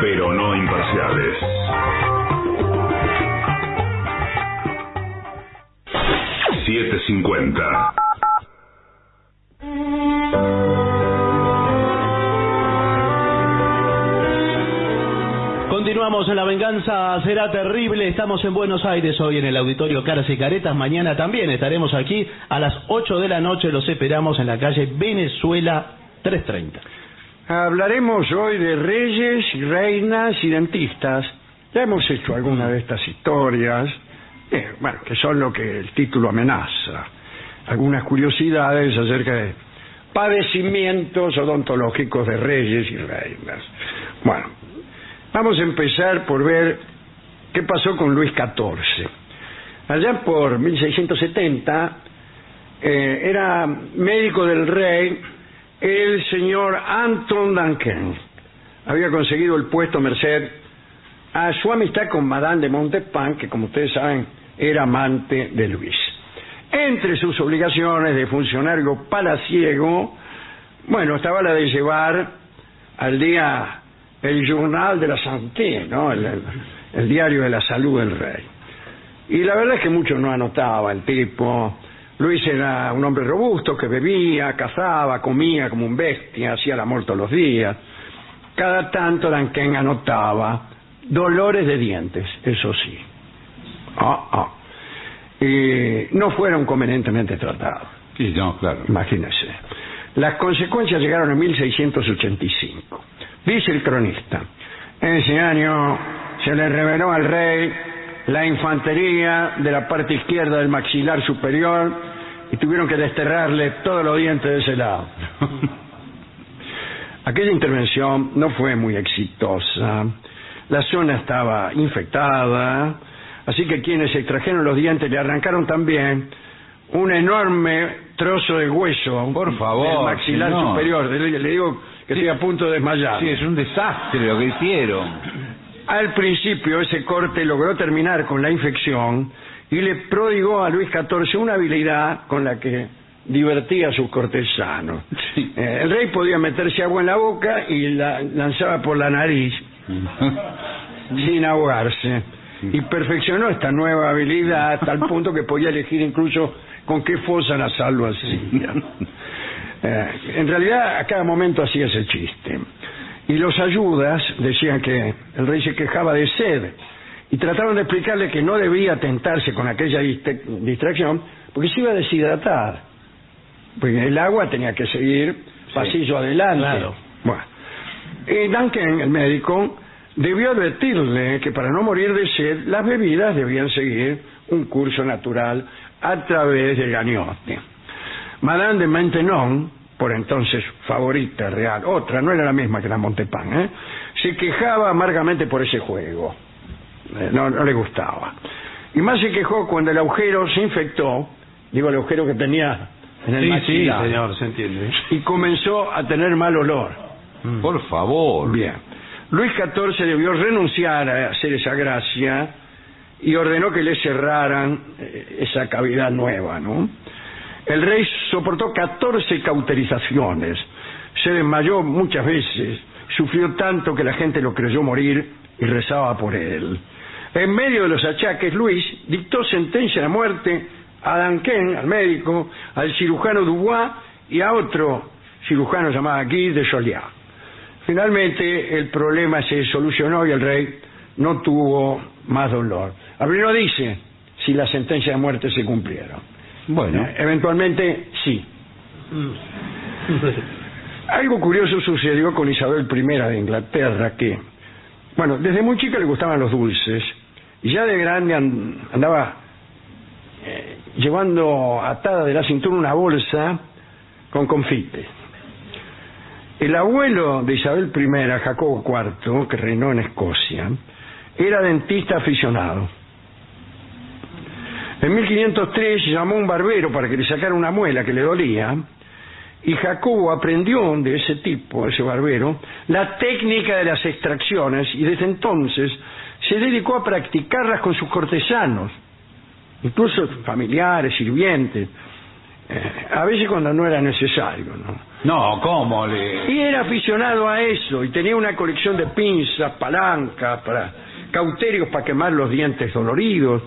[SPEAKER 2] pero no imparciales. Siete cincuenta.
[SPEAKER 5] Continuamos en La Venganza Será Terrible. Estamos en Buenos Aires hoy en el Auditorio Caras y Caretas. Mañana también estaremos aquí a las 8 de la noche. Los esperamos en la calle Venezuela 330.
[SPEAKER 4] Hablaremos hoy de reyes, reinas y dentistas. Ya hemos hecho alguna de estas historias, eh, bueno, que son lo que el título amenaza. Algunas curiosidades acerca de padecimientos odontológicos de reyes y reinas. Bueno, vamos a empezar por ver qué pasó con Luis XIV. Allá por 1670 eh, era médico del rey el señor Anton Duncan. Había conseguido el puesto merced a su amistad con Madame de Montespan, que como ustedes saben era amante de Luis. Entre sus obligaciones de funcionario palaciego, bueno, estaba la de llevar al día el Journal de la Santé, ¿no? El- el- el diario de la salud del rey. Y la verdad es que mucho no anotaba el tipo. Luis era un hombre robusto que bebía, cazaba, comía como un bestia, hacía la amor todos los días. Cada tanto Duncan anotaba dolores de dientes, eso sí. Ah, ah. Y no fueron convenientemente tratados.
[SPEAKER 6] Sí, no, claro.
[SPEAKER 4] Imagínense. Las consecuencias llegaron en 1685. Dice el cronista, en ese año se le reveló al rey la infantería de la parte izquierda del maxilar superior y tuvieron que desterrarle todos los dientes de ese lado. Aquella intervención no fue muy exitosa. La zona estaba infectada, así que quienes extrajeron los dientes le arrancaron también un enorme trozo de hueso
[SPEAKER 6] Por favor,
[SPEAKER 4] del maxilar
[SPEAKER 6] señor.
[SPEAKER 4] superior. Le, le digo que
[SPEAKER 6] Sí.
[SPEAKER 4] estoy a punto de desmayar.
[SPEAKER 6] Sí, es un desastre lo que hicieron.
[SPEAKER 4] Al principio ese corte logró terminar con la infección y le prodigó a Luis XIV una habilidad con la que divertía a sus cortesanos.
[SPEAKER 6] Sí.
[SPEAKER 4] Eh, el rey podía meterse agua en la boca y la lanzaba por la nariz sin ahogarse. Y perfeccionó esta nueva habilidad hasta el punto que podía elegir incluso con qué fosa nasal lo hacía. Eh, en realidad, a cada momento hacía ese chiste. Y los ayudas decían que el rey se quejaba de sed y trataron de explicarle que no debía tentarse con aquella diste- distracción porque se iba a deshidratar. Porque el agua tenía que seguir pasillo adelante.
[SPEAKER 5] Claro.
[SPEAKER 4] Bueno. Y Duncan, el médico, debió advertirle que para no morir de sed, las bebidas debían seguir un curso natural a través del gañote. Madame de Maintenon, por entonces favorita real, otra, no era la misma que la Montepán, ¿eh? se quejaba amargamente por ese juego. Eh, No, no le gustaba. Y más se quejó cuando el agujero se infectó, digo el agujero que tenía en el
[SPEAKER 5] Sí, sí,
[SPEAKER 4] maxilar,
[SPEAKER 5] señor, se entiende.
[SPEAKER 4] y comenzó a tener mal olor.
[SPEAKER 6] Por favor.
[SPEAKER 4] Bien. Luis XIV debió renunciar a hacer esa gracia y ordenó que le cerraran eh, esa cavidad nueva, ¿no? El rey soportó 14 cauterizaciones, se desmayó muchas veces, sufrió tanto que la gente lo creyó morir y rezaba por él. En medio de los achaques, Luis dictó sentencia de muerte a Danquén, al médico, al cirujano Dubois y a otro cirujano llamado aquí de Joliat. Finalmente el problema se solucionó y el rey no tuvo más dolor. Abril no dice si la sentencia de muerte se cumplieron.
[SPEAKER 6] Bueno.
[SPEAKER 4] Eh, eventualmente sí. Algo curioso sucedió con Isabel I de Inglaterra que, bueno, desde muy chica le gustaban los dulces y ya de grande an- andaba eh, llevando atada de la cintura una bolsa con confites. El abuelo de Isabel I, Jacobo IV, que reinó en Escocia, era dentista aficionado. En 1503 llamó a un barbero para que le sacara una muela que le dolía y Jacobo aprendió de ese tipo, ese barbero, la técnica de las extracciones y desde entonces se dedicó a practicarlas con sus cortesanos, incluso familiares, sirvientes, eh, a veces cuando no era necesario. ¿no?
[SPEAKER 6] No, ¿cómo le.?
[SPEAKER 4] Y era aficionado a eso y tenía una colección de pinzas, palancas, para cauterios para quemar los dientes doloridos.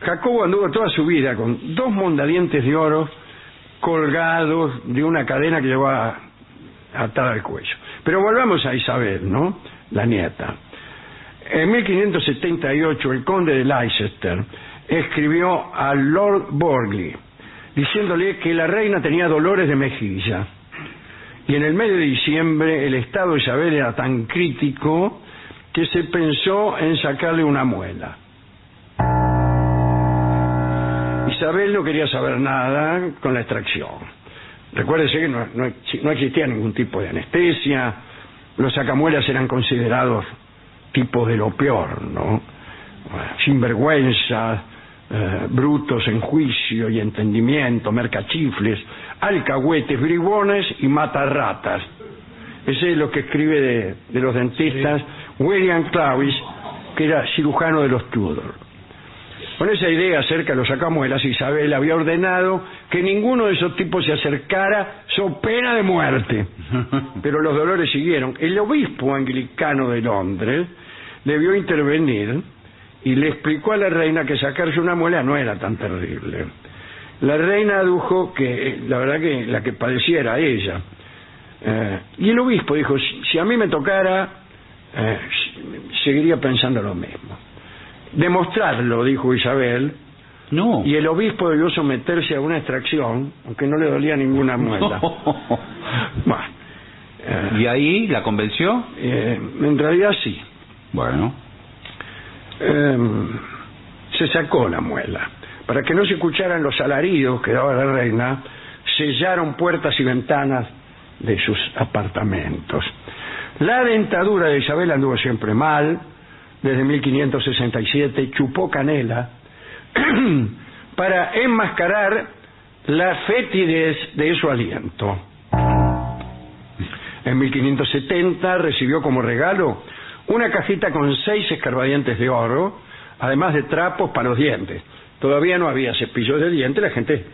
[SPEAKER 4] Jacobo anduvo toda su vida con dos mondadientes de oro colgados de una cadena que llevaba atada al cuello. Pero volvamos a Isabel, ¿no? La nieta. En 1578 el conde de Leicester escribió a Lord Borgley diciéndole que la reina tenía dolores de mejilla y en el mes de diciembre el estado de Isabel era tan crítico que se pensó en sacarle una muela. Isabel no quería saber nada con la extracción. Recuérdese que no, no ex- no existía ningún tipo de anestesia, los sacamuelas eran considerados tipos de lo peor, ¿no? Sinvergüenza, eh, brutos en juicio y entendimiento, mercachifles, alcahuetes, bribones y matarratas. Ese es lo que escribe de, de los dentistas William Clavis, que era cirujano de los Tudor. Con esa idea acerca de los sacamuelas, Isabel había ordenado que ninguno de esos tipos se acercara, so pena de muerte. Pero los dolores siguieron. El obispo anglicano de Londres debió intervenir y le explicó a la reina que sacarse una muela no era tan terrible. La reina adujo que eh, la verdad que la que padecía era ella. Eh, y el obispo dijo, si, si a mí me tocara, eh, seguiría pensando lo mismo. Demostrarlo, dijo Isabel,
[SPEAKER 6] No.
[SPEAKER 4] y el obispo debió someterse a una extracción, aunque no le dolía ninguna muela. Bueno, eh,
[SPEAKER 6] ¿Y ahí la convenció?
[SPEAKER 4] eh, en realidad sí.
[SPEAKER 6] Bueno.
[SPEAKER 4] Eh, se sacó la muela. Para que no se escucharan los alaridos que daba la reina, sellaron puertas y ventanas de sus apartamentos. La dentadura de Isabel anduvo siempre mal, desde 1567 chupó canela para enmascarar la fetidez de su aliento. En 1570 recibió como regalo una cajita con seis escarbadientes de oro, además de trapos para los dientes. Todavía no había cepillos de dientes, la gente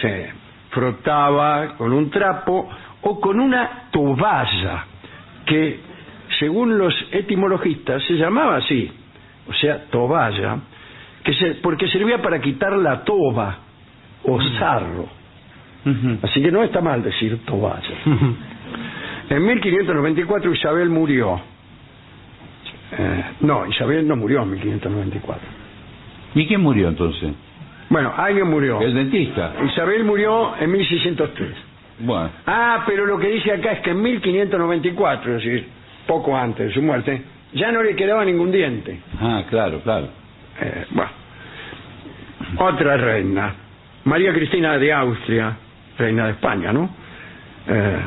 [SPEAKER 4] se frotaba con un trapo o con una toalla, que según los etimologistas se llamaba así, o sea, toalla, que se- porque servía para quitar la toba o sarro. Así que no está mal decir toalla. En 1594 Isabel murió. Eh, no, Isabel no murió en 1594.
[SPEAKER 6] ¿Y quién murió entonces?
[SPEAKER 4] Bueno, alguien murió.
[SPEAKER 6] El dentista.
[SPEAKER 4] Isabel murió en 1603.
[SPEAKER 6] Bueno.
[SPEAKER 4] Ah, pero lo que dice acá es que en 1594, es decir, poco antes de su muerte, ya no le quedaba ningún diente.
[SPEAKER 6] Ah, claro, claro.
[SPEAKER 4] Eh, bueno. Otra reina, María Cristina de Austria, reina de España, ¿no? Eh,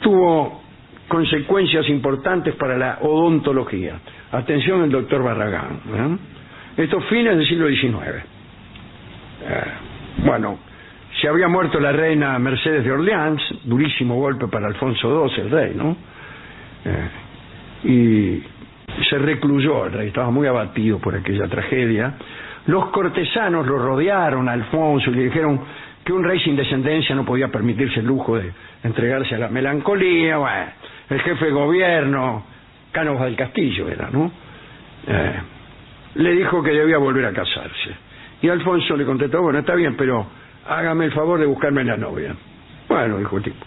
[SPEAKER 4] tuvo consecuencias importantes para la odontología. Atención el doctor Barragán. ¿eh? Estos fines del siglo XIX. Eh, bueno, se había muerto la reina Mercedes de Orleans, durísimo golpe para Alfonso XII, el rey, ¿no? Eh, y se recluyó el rey, estaba muy abatido por aquella tragedia. Los cortesanos lo rodearon a Alfonso y le dijeron que un rey sin descendencia no podía permitirse el lujo de entregarse a la melancolía. Bueno, el jefe de gobierno, Cánovas del Castillo era, ¿no? Eh, le dijo que debía volver a casarse. Y Alfonso le contestó, bueno, está bien, pero hágame el favor de buscarme la novia. Bueno, dijo el tipo.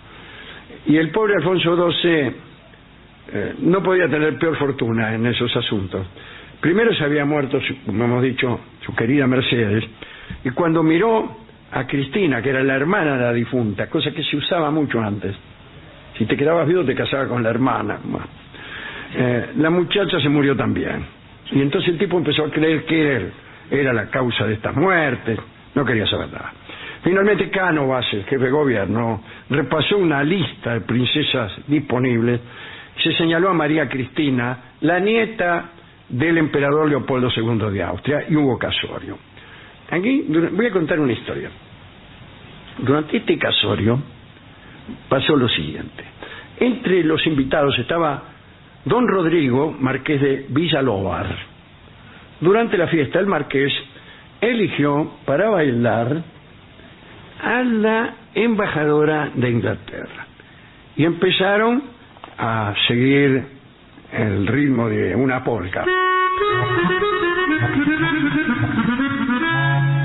[SPEAKER 4] Y el pobre Alfonso XII eh, no podía tener peor fortuna en esos asuntos. Primero se había muerto, su- como hemos dicho, su querida Mercedes, y cuando miró a Cristina, que era la hermana de la difunta, cosa que se usaba mucho antes, si te quedabas viudo te casabas con la hermana. Bueno. Eh, la muchacha se murió también. Y entonces el tipo empezó a creer que él era la causa de estas muertes. No quería saber nada. Finalmente Cánovas, el jefe de gobierno, repasó una lista de princesas disponibles. Se señaló a María Cristina, la nieta del emperador Leopoldo II de Austria, y Hugo Casorio. Aquí dura- voy a contar una historia. Durante este casorio pasó lo siguiente. Entre los invitados estaba don Rodrigo, marqués de Villalobar. Durante la fiesta, el marqués eligió para bailar a la embajadora de Inglaterra. Y empezaron a seguir el ritmo de una polca.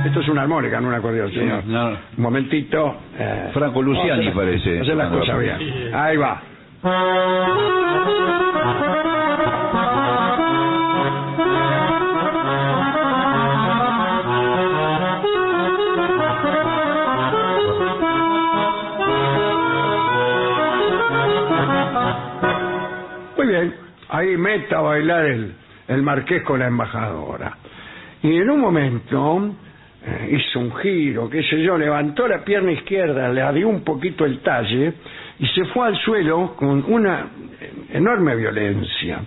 [SPEAKER 4] Esto es una armónica, no un acordeón, señor.
[SPEAKER 6] no.
[SPEAKER 4] Un momentito. eh,
[SPEAKER 6] Franco Luciani
[SPEAKER 4] hacer la-
[SPEAKER 6] parece.
[SPEAKER 4] hacer las
[SPEAKER 6] Franco
[SPEAKER 4] cosas
[SPEAKER 6] Luciani.
[SPEAKER 4] bien. Ahí va. Muy bien, ahí meta a bailar el, el marqués con la embajadora. Y en un momento eh, hizo un giro, qué sé yo, levantó la pierna izquierda, le dio un poquito el talle y se fue al suelo con una eh, enorme violencia.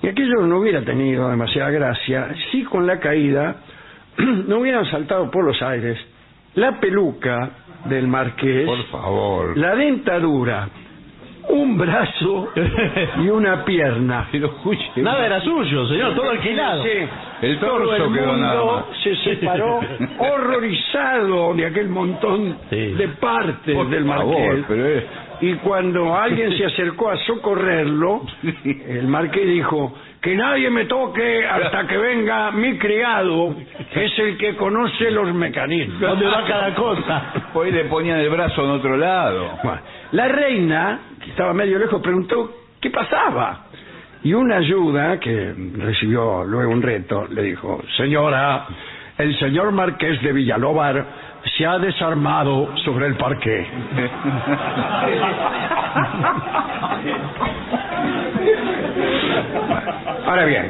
[SPEAKER 4] Y aquello no hubiera tenido demasiada gracia si con la caída no hubieran saltado por los aires la peluca del marqués
[SPEAKER 6] Por favor.
[SPEAKER 4] la dentadura, un brazo y una pierna.
[SPEAKER 6] Pero escuche.
[SPEAKER 5] Nada era suyo, señor, todo alquilado.
[SPEAKER 4] Sí.
[SPEAKER 6] El
[SPEAKER 4] Todo el
[SPEAKER 6] torso quedó nada
[SPEAKER 4] mundo
[SPEAKER 6] más.
[SPEAKER 4] se separó horrorizado de aquel montón
[SPEAKER 5] Sí.
[SPEAKER 4] de partes
[SPEAKER 6] Por
[SPEAKER 4] del
[SPEAKER 6] favor,
[SPEAKER 4] marqués.
[SPEAKER 6] pero es-
[SPEAKER 4] Y cuando alguien se acercó a socorrerlo,
[SPEAKER 6] Sí.
[SPEAKER 4] el marqués dijo, que nadie me toque hasta que venga mi criado, que es el que conoce los mecanismos.
[SPEAKER 5] ¿Dónde va cada cosa?
[SPEAKER 6] Hoy ah, le ponían el brazo en otro lado.
[SPEAKER 4] Bueno, La reina, que estaba medio lejos, preguntó qué pasaba. Y una ayuda, que recibió luego un reto, le dijo, señora, el señor marqués de Villalobar se ha desarmado sobre el parque. Ahora bien,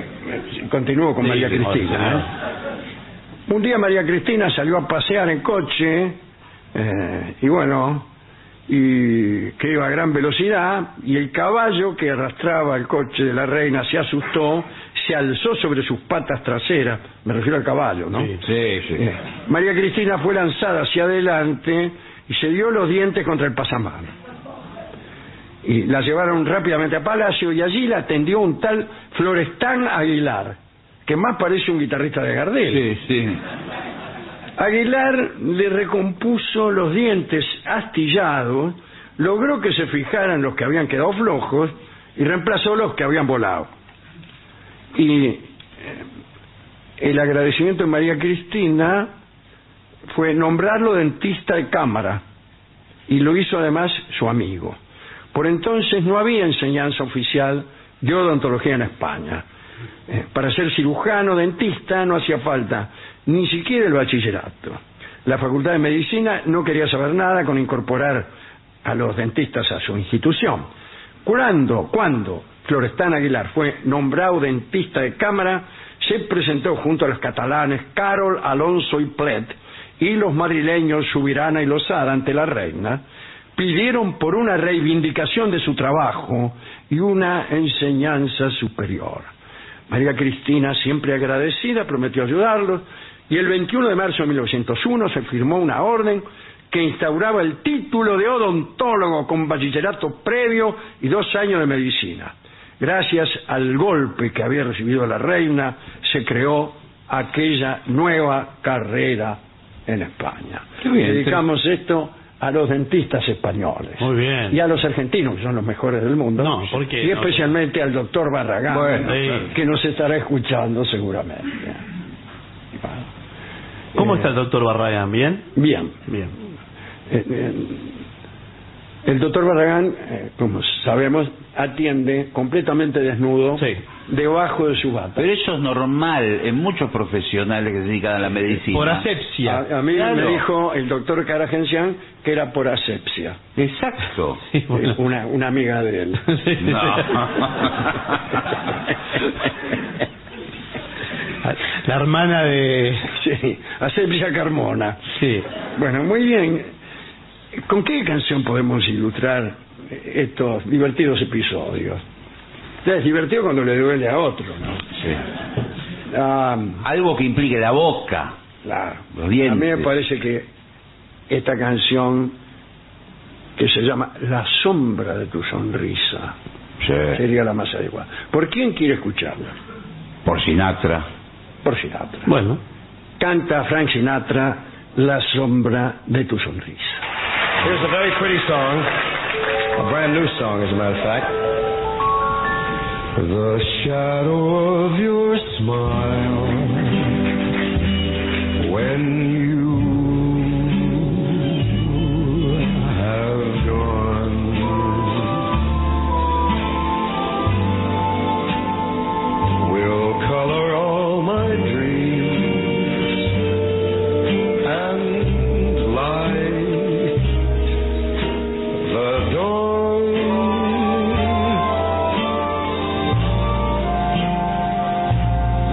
[SPEAKER 4] continúo con
[SPEAKER 6] Sí,
[SPEAKER 4] María
[SPEAKER 6] sí,
[SPEAKER 4] Cristina.
[SPEAKER 6] señor.
[SPEAKER 4] ¿eh? Un día María Cristina salió a pasear en coche eh, y bueno, y que iba a gran velocidad y el caballo que arrastraba el coche de la reina se asustó, se alzó sobre sus patas traseras, me refiero al caballo, ¿no?
[SPEAKER 6] Sí, sí.
[SPEAKER 4] Eh, María Cristina fue lanzada hacia adelante y se dio los dientes contra el pasamano. Y la llevaron rápidamente a Palacio y allí la atendió un tal Florestán Aguilar, que más parece un guitarrista de Gardel.
[SPEAKER 6] Sí, sí.
[SPEAKER 4] Aguilar le recompuso los dientes astillados, logró que se fijaran los que habían quedado flojos y reemplazó los que habían volado. Y eh, el agradecimiento de María Cristina fue nombrarlo dentista de cámara y lo hizo además su amigo. Por entonces no había enseñanza oficial de odontología en España. Eh, para ser cirujano, dentista, no hacía falta ni siquiera el bachillerato. La Facultad de Medicina no quería saber nada con incorporar a los dentistas a su institución. Cuando, cuando Florestán Aguilar fue nombrado dentista de cámara, se presentó junto a los catalanes Carol, Alonso y Plet y los madrileños Subirana y Lozada ante la reina pidieron por una reivindicación de su trabajo y una enseñanza superior. María Cristina, siempre agradecida, prometió ayudarlos y el 21 de marzo de 1901 se firmó una orden que instauraba el título de odontólogo con bachillerato previo y dos años de medicina. Gracias al golpe que había recibido la reina, se creó aquella nueva carrera en España. Dedicamos esto a los dentistas españoles.
[SPEAKER 7] Muy bien.
[SPEAKER 4] Y a los argentinos, que son los mejores del mundo.
[SPEAKER 7] No, ¿por qué?
[SPEAKER 4] Y
[SPEAKER 7] No,
[SPEAKER 4] especialmente al doctor Barragán,
[SPEAKER 7] Bueno, sí.
[SPEAKER 4] que nos estará escuchando seguramente. Bueno.
[SPEAKER 7] ¿Cómo
[SPEAKER 4] Eh,
[SPEAKER 7] está el doctor Barragán? ¿Bien?
[SPEAKER 4] Bien.
[SPEAKER 7] Bien.
[SPEAKER 4] Eh, eh, el doctor Barragán, eh, como sabemos, atiende completamente desnudo
[SPEAKER 7] Sí.
[SPEAKER 4] debajo de su bata.
[SPEAKER 6] Pero eso es normal en muchos profesionales que se dedican a la medicina.
[SPEAKER 7] Por asepsia.
[SPEAKER 4] A, a mí me
[SPEAKER 6] Claro.
[SPEAKER 4] dijo el doctor Caragencián que era por asepsia,
[SPEAKER 6] Exacto.
[SPEAKER 7] Sí, bueno.
[SPEAKER 4] Eh, una, una amiga de él.
[SPEAKER 7] Sí, sí.
[SPEAKER 6] No.
[SPEAKER 7] La hermana de...
[SPEAKER 4] sí, asepsia Carmona.
[SPEAKER 7] Sí.
[SPEAKER 4] Bueno, muy bien. ¿Con qué canción podemos ilustrar estos divertidos episodios? Es divertido cuando le duele a otro, ¿no?
[SPEAKER 6] Sí.
[SPEAKER 4] Ah,
[SPEAKER 6] Algo que implique la boca.
[SPEAKER 4] claro.
[SPEAKER 6] Los dientes.
[SPEAKER 4] A mí me parece que esta canción que se llama La sombra de tu sonrisa
[SPEAKER 6] Sí.
[SPEAKER 4] sería la más adecuada. ¿Por quién quiere escucharla?
[SPEAKER 6] Por Sinatra.
[SPEAKER 4] Por Sinatra.
[SPEAKER 7] Bueno.
[SPEAKER 4] Canta Frank Sinatra La sombra de tu sonrisa.
[SPEAKER 5] Here's a very pretty song, a brand new song, as a matter of fact. The shadow of your smile when you have gone. Will color all my dreams and light the dawn.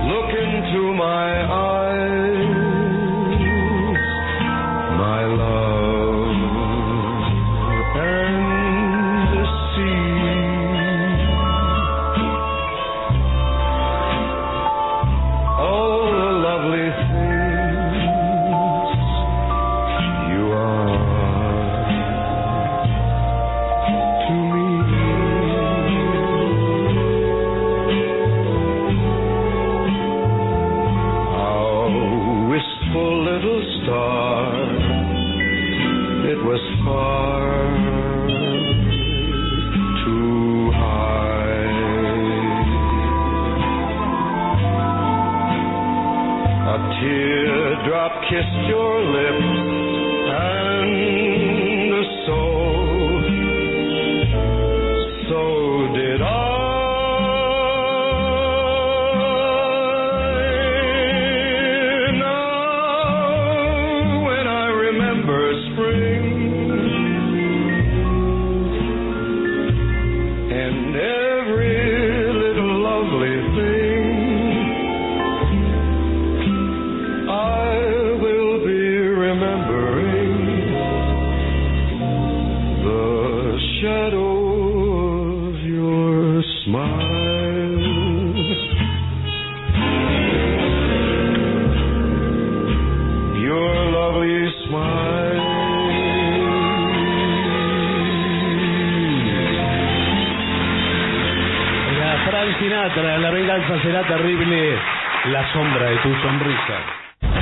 [SPEAKER 5] Look into my eyes, my love, and Oh, see all the lovely things you are to me. Our wistful little star, it was far too high. A teardrop kissed your lips, and so so did I. Now, when I remember spring and every little lovely thing, I will be remembering the shadow of your smile. Your lovely smile.
[SPEAKER 7] La Frank Sinatra, la venganza será terrible. La sombra de tu sonrisa.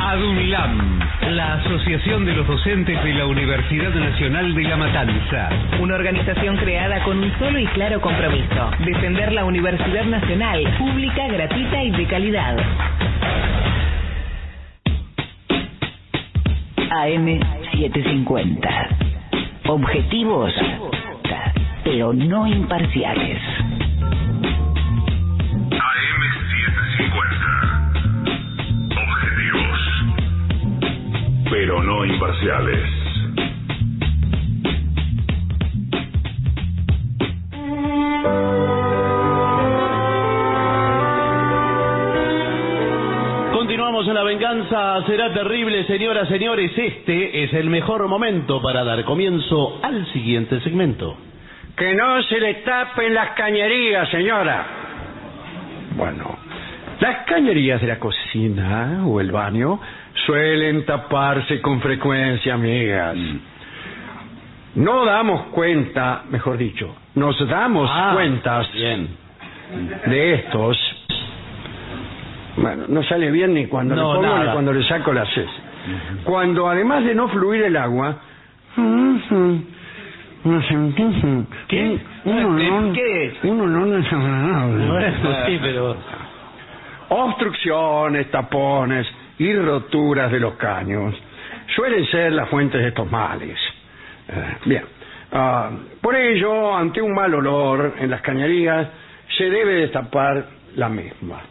[SPEAKER 8] ADUNLAM, la Asociación de los Docentes de la Universidad Nacional de La Matanza.
[SPEAKER 9] Una organización creada con un solo y claro compromiso, defender la Universidad Nacional, pública, gratuita y de calidad.
[SPEAKER 10] AM750. Objetivos, pero no imparciales.
[SPEAKER 11] AM750. Objetivos, pero no imparciales.
[SPEAKER 5] Continuamos en la venganza, será terrible, señoras, señores. Este es el mejor momento para dar comienzo al siguiente segmento.
[SPEAKER 4] Que no se le tapen las cañerías, señora. Bueno, las cañerías de la cocina o el baño suelen taparse con frecuencia, amigas.
[SPEAKER 5] Mm.
[SPEAKER 4] No damos cuenta, mejor dicho, nos damos
[SPEAKER 5] Ah,
[SPEAKER 4] cuentas
[SPEAKER 5] Bien.
[SPEAKER 4] de estos. Bueno, no sale bien ni cuando
[SPEAKER 5] No,
[SPEAKER 4] le pongo ni
[SPEAKER 5] nada.
[SPEAKER 4] cuando le saco las heces. Cuando además de no fluir el agua, nos sentimos
[SPEAKER 5] ¿Qué?
[SPEAKER 4] un olor-
[SPEAKER 5] ¿Qué?
[SPEAKER 4] un olor desagradable.
[SPEAKER 5] Bueno, sí, pero...
[SPEAKER 4] Obstrucciones, tapones y roturas de los caños suelen ser las fuentes de estos males. Eh, bien, Ah, por ello, ante un mal olor en las cañerías, se debe destapar la misma.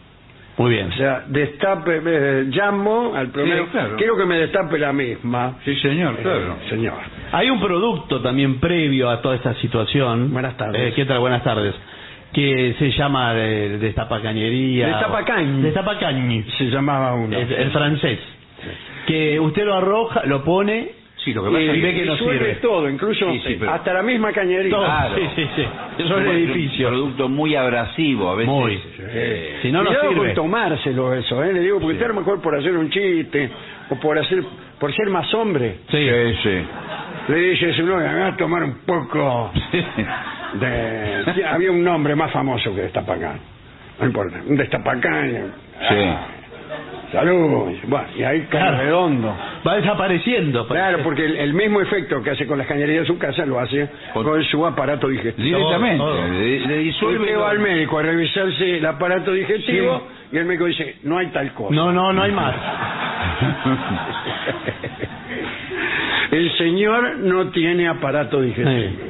[SPEAKER 5] Muy bien.
[SPEAKER 4] O sea, destape, eh, llamo al primero,
[SPEAKER 6] claro.
[SPEAKER 4] quiero que me destape la misma.
[SPEAKER 6] Sí, señor,
[SPEAKER 4] Eh,
[SPEAKER 6] claro.
[SPEAKER 4] señor.
[SPEAKER 5] Hay un producto también previo a toda esta situación.
[SPEAKER 4] Buenas tardes.
[SPEAKER 5] Eh, ¿Qué tal? Buenas tardes. Que se llama eh, destapacañería.
[SPEAKER 4] Destapacañ.
[SPEAKER 5] Destapacañ.
[SPEAKER 4] Se llamaba uno.
[SPEAKER 5] Es el francés. Que usted lo arroja, lo pone
[SPEAKER 6] Sí, lo que pasa
[SPEAKER 5] y
[SPEAKER 6] es que
[SPEAKER 5] ve que no
[SPEAKER 4] Disuelve
[SPEAKER 5] sirve.
[SPEAKER 4] todo, incluso
[SPEAKER 6] Sí, sí, pero-
[SPEAKER 4] hasta la misma cañería.
[SPEAKER 5] Todo. Ah,
[SPEAKER 6] Claro.
[SPEAKER 5] Sí, sí, sí. Eso es el edificio.
[SPEAKER 6] Un producto muy abrasivo a veces.
[SPEAKER 5] Muy.
[SPEAKER 6] Eh,
[SPEAKER 5] Si no, no
[SPEAKER 4] Cuidado
[SPEAKER 5] sirve.
[SPEAKER 4] con tomárselo eso, ¿eh? Le digo, porque usted a lo mejor por hacer un chiste o por hacer por ser más hombre,
[SPEAKER 5] Sí.
[SPEAKER 6] sí,
[SPEAKER 4] le dice a su novia, "Me vas a tomar un poco
[SPEAKER 6] sí.
[SPEAKER 4] de... Sí, Había un nombre más famoso que Destapacán. No importa, un Destapacán.
[SPEAKER 6] Sí.
[SPEAKER 4] Salud. Bueno, y ahí cae
[SPEAKER 5] Claro. Pues
[SPEAKER 4] redondo.
[SPEAKER 5] Va desapareciendo.
[SPEAKER 4] Claro, porque el, el mismo efecto que hace con las cañerías de su casa lo hace con su aparato digestivo.
[SPEAKER 6] Directamente.
[SPEAKER 5] todo.
[SPEAKER 6] Le, le disuelve.
[SPEAKER 4] Usted va
[SPEAKER 6] todo.
[SPEAKER 4] al médico a revisarse el aparato digestivo y el médico dice, no hay tal cosa.
[SPEAKER 5] No, no, no hay más.
[SPEAKER 4] El señor no tiene aparato digestivo.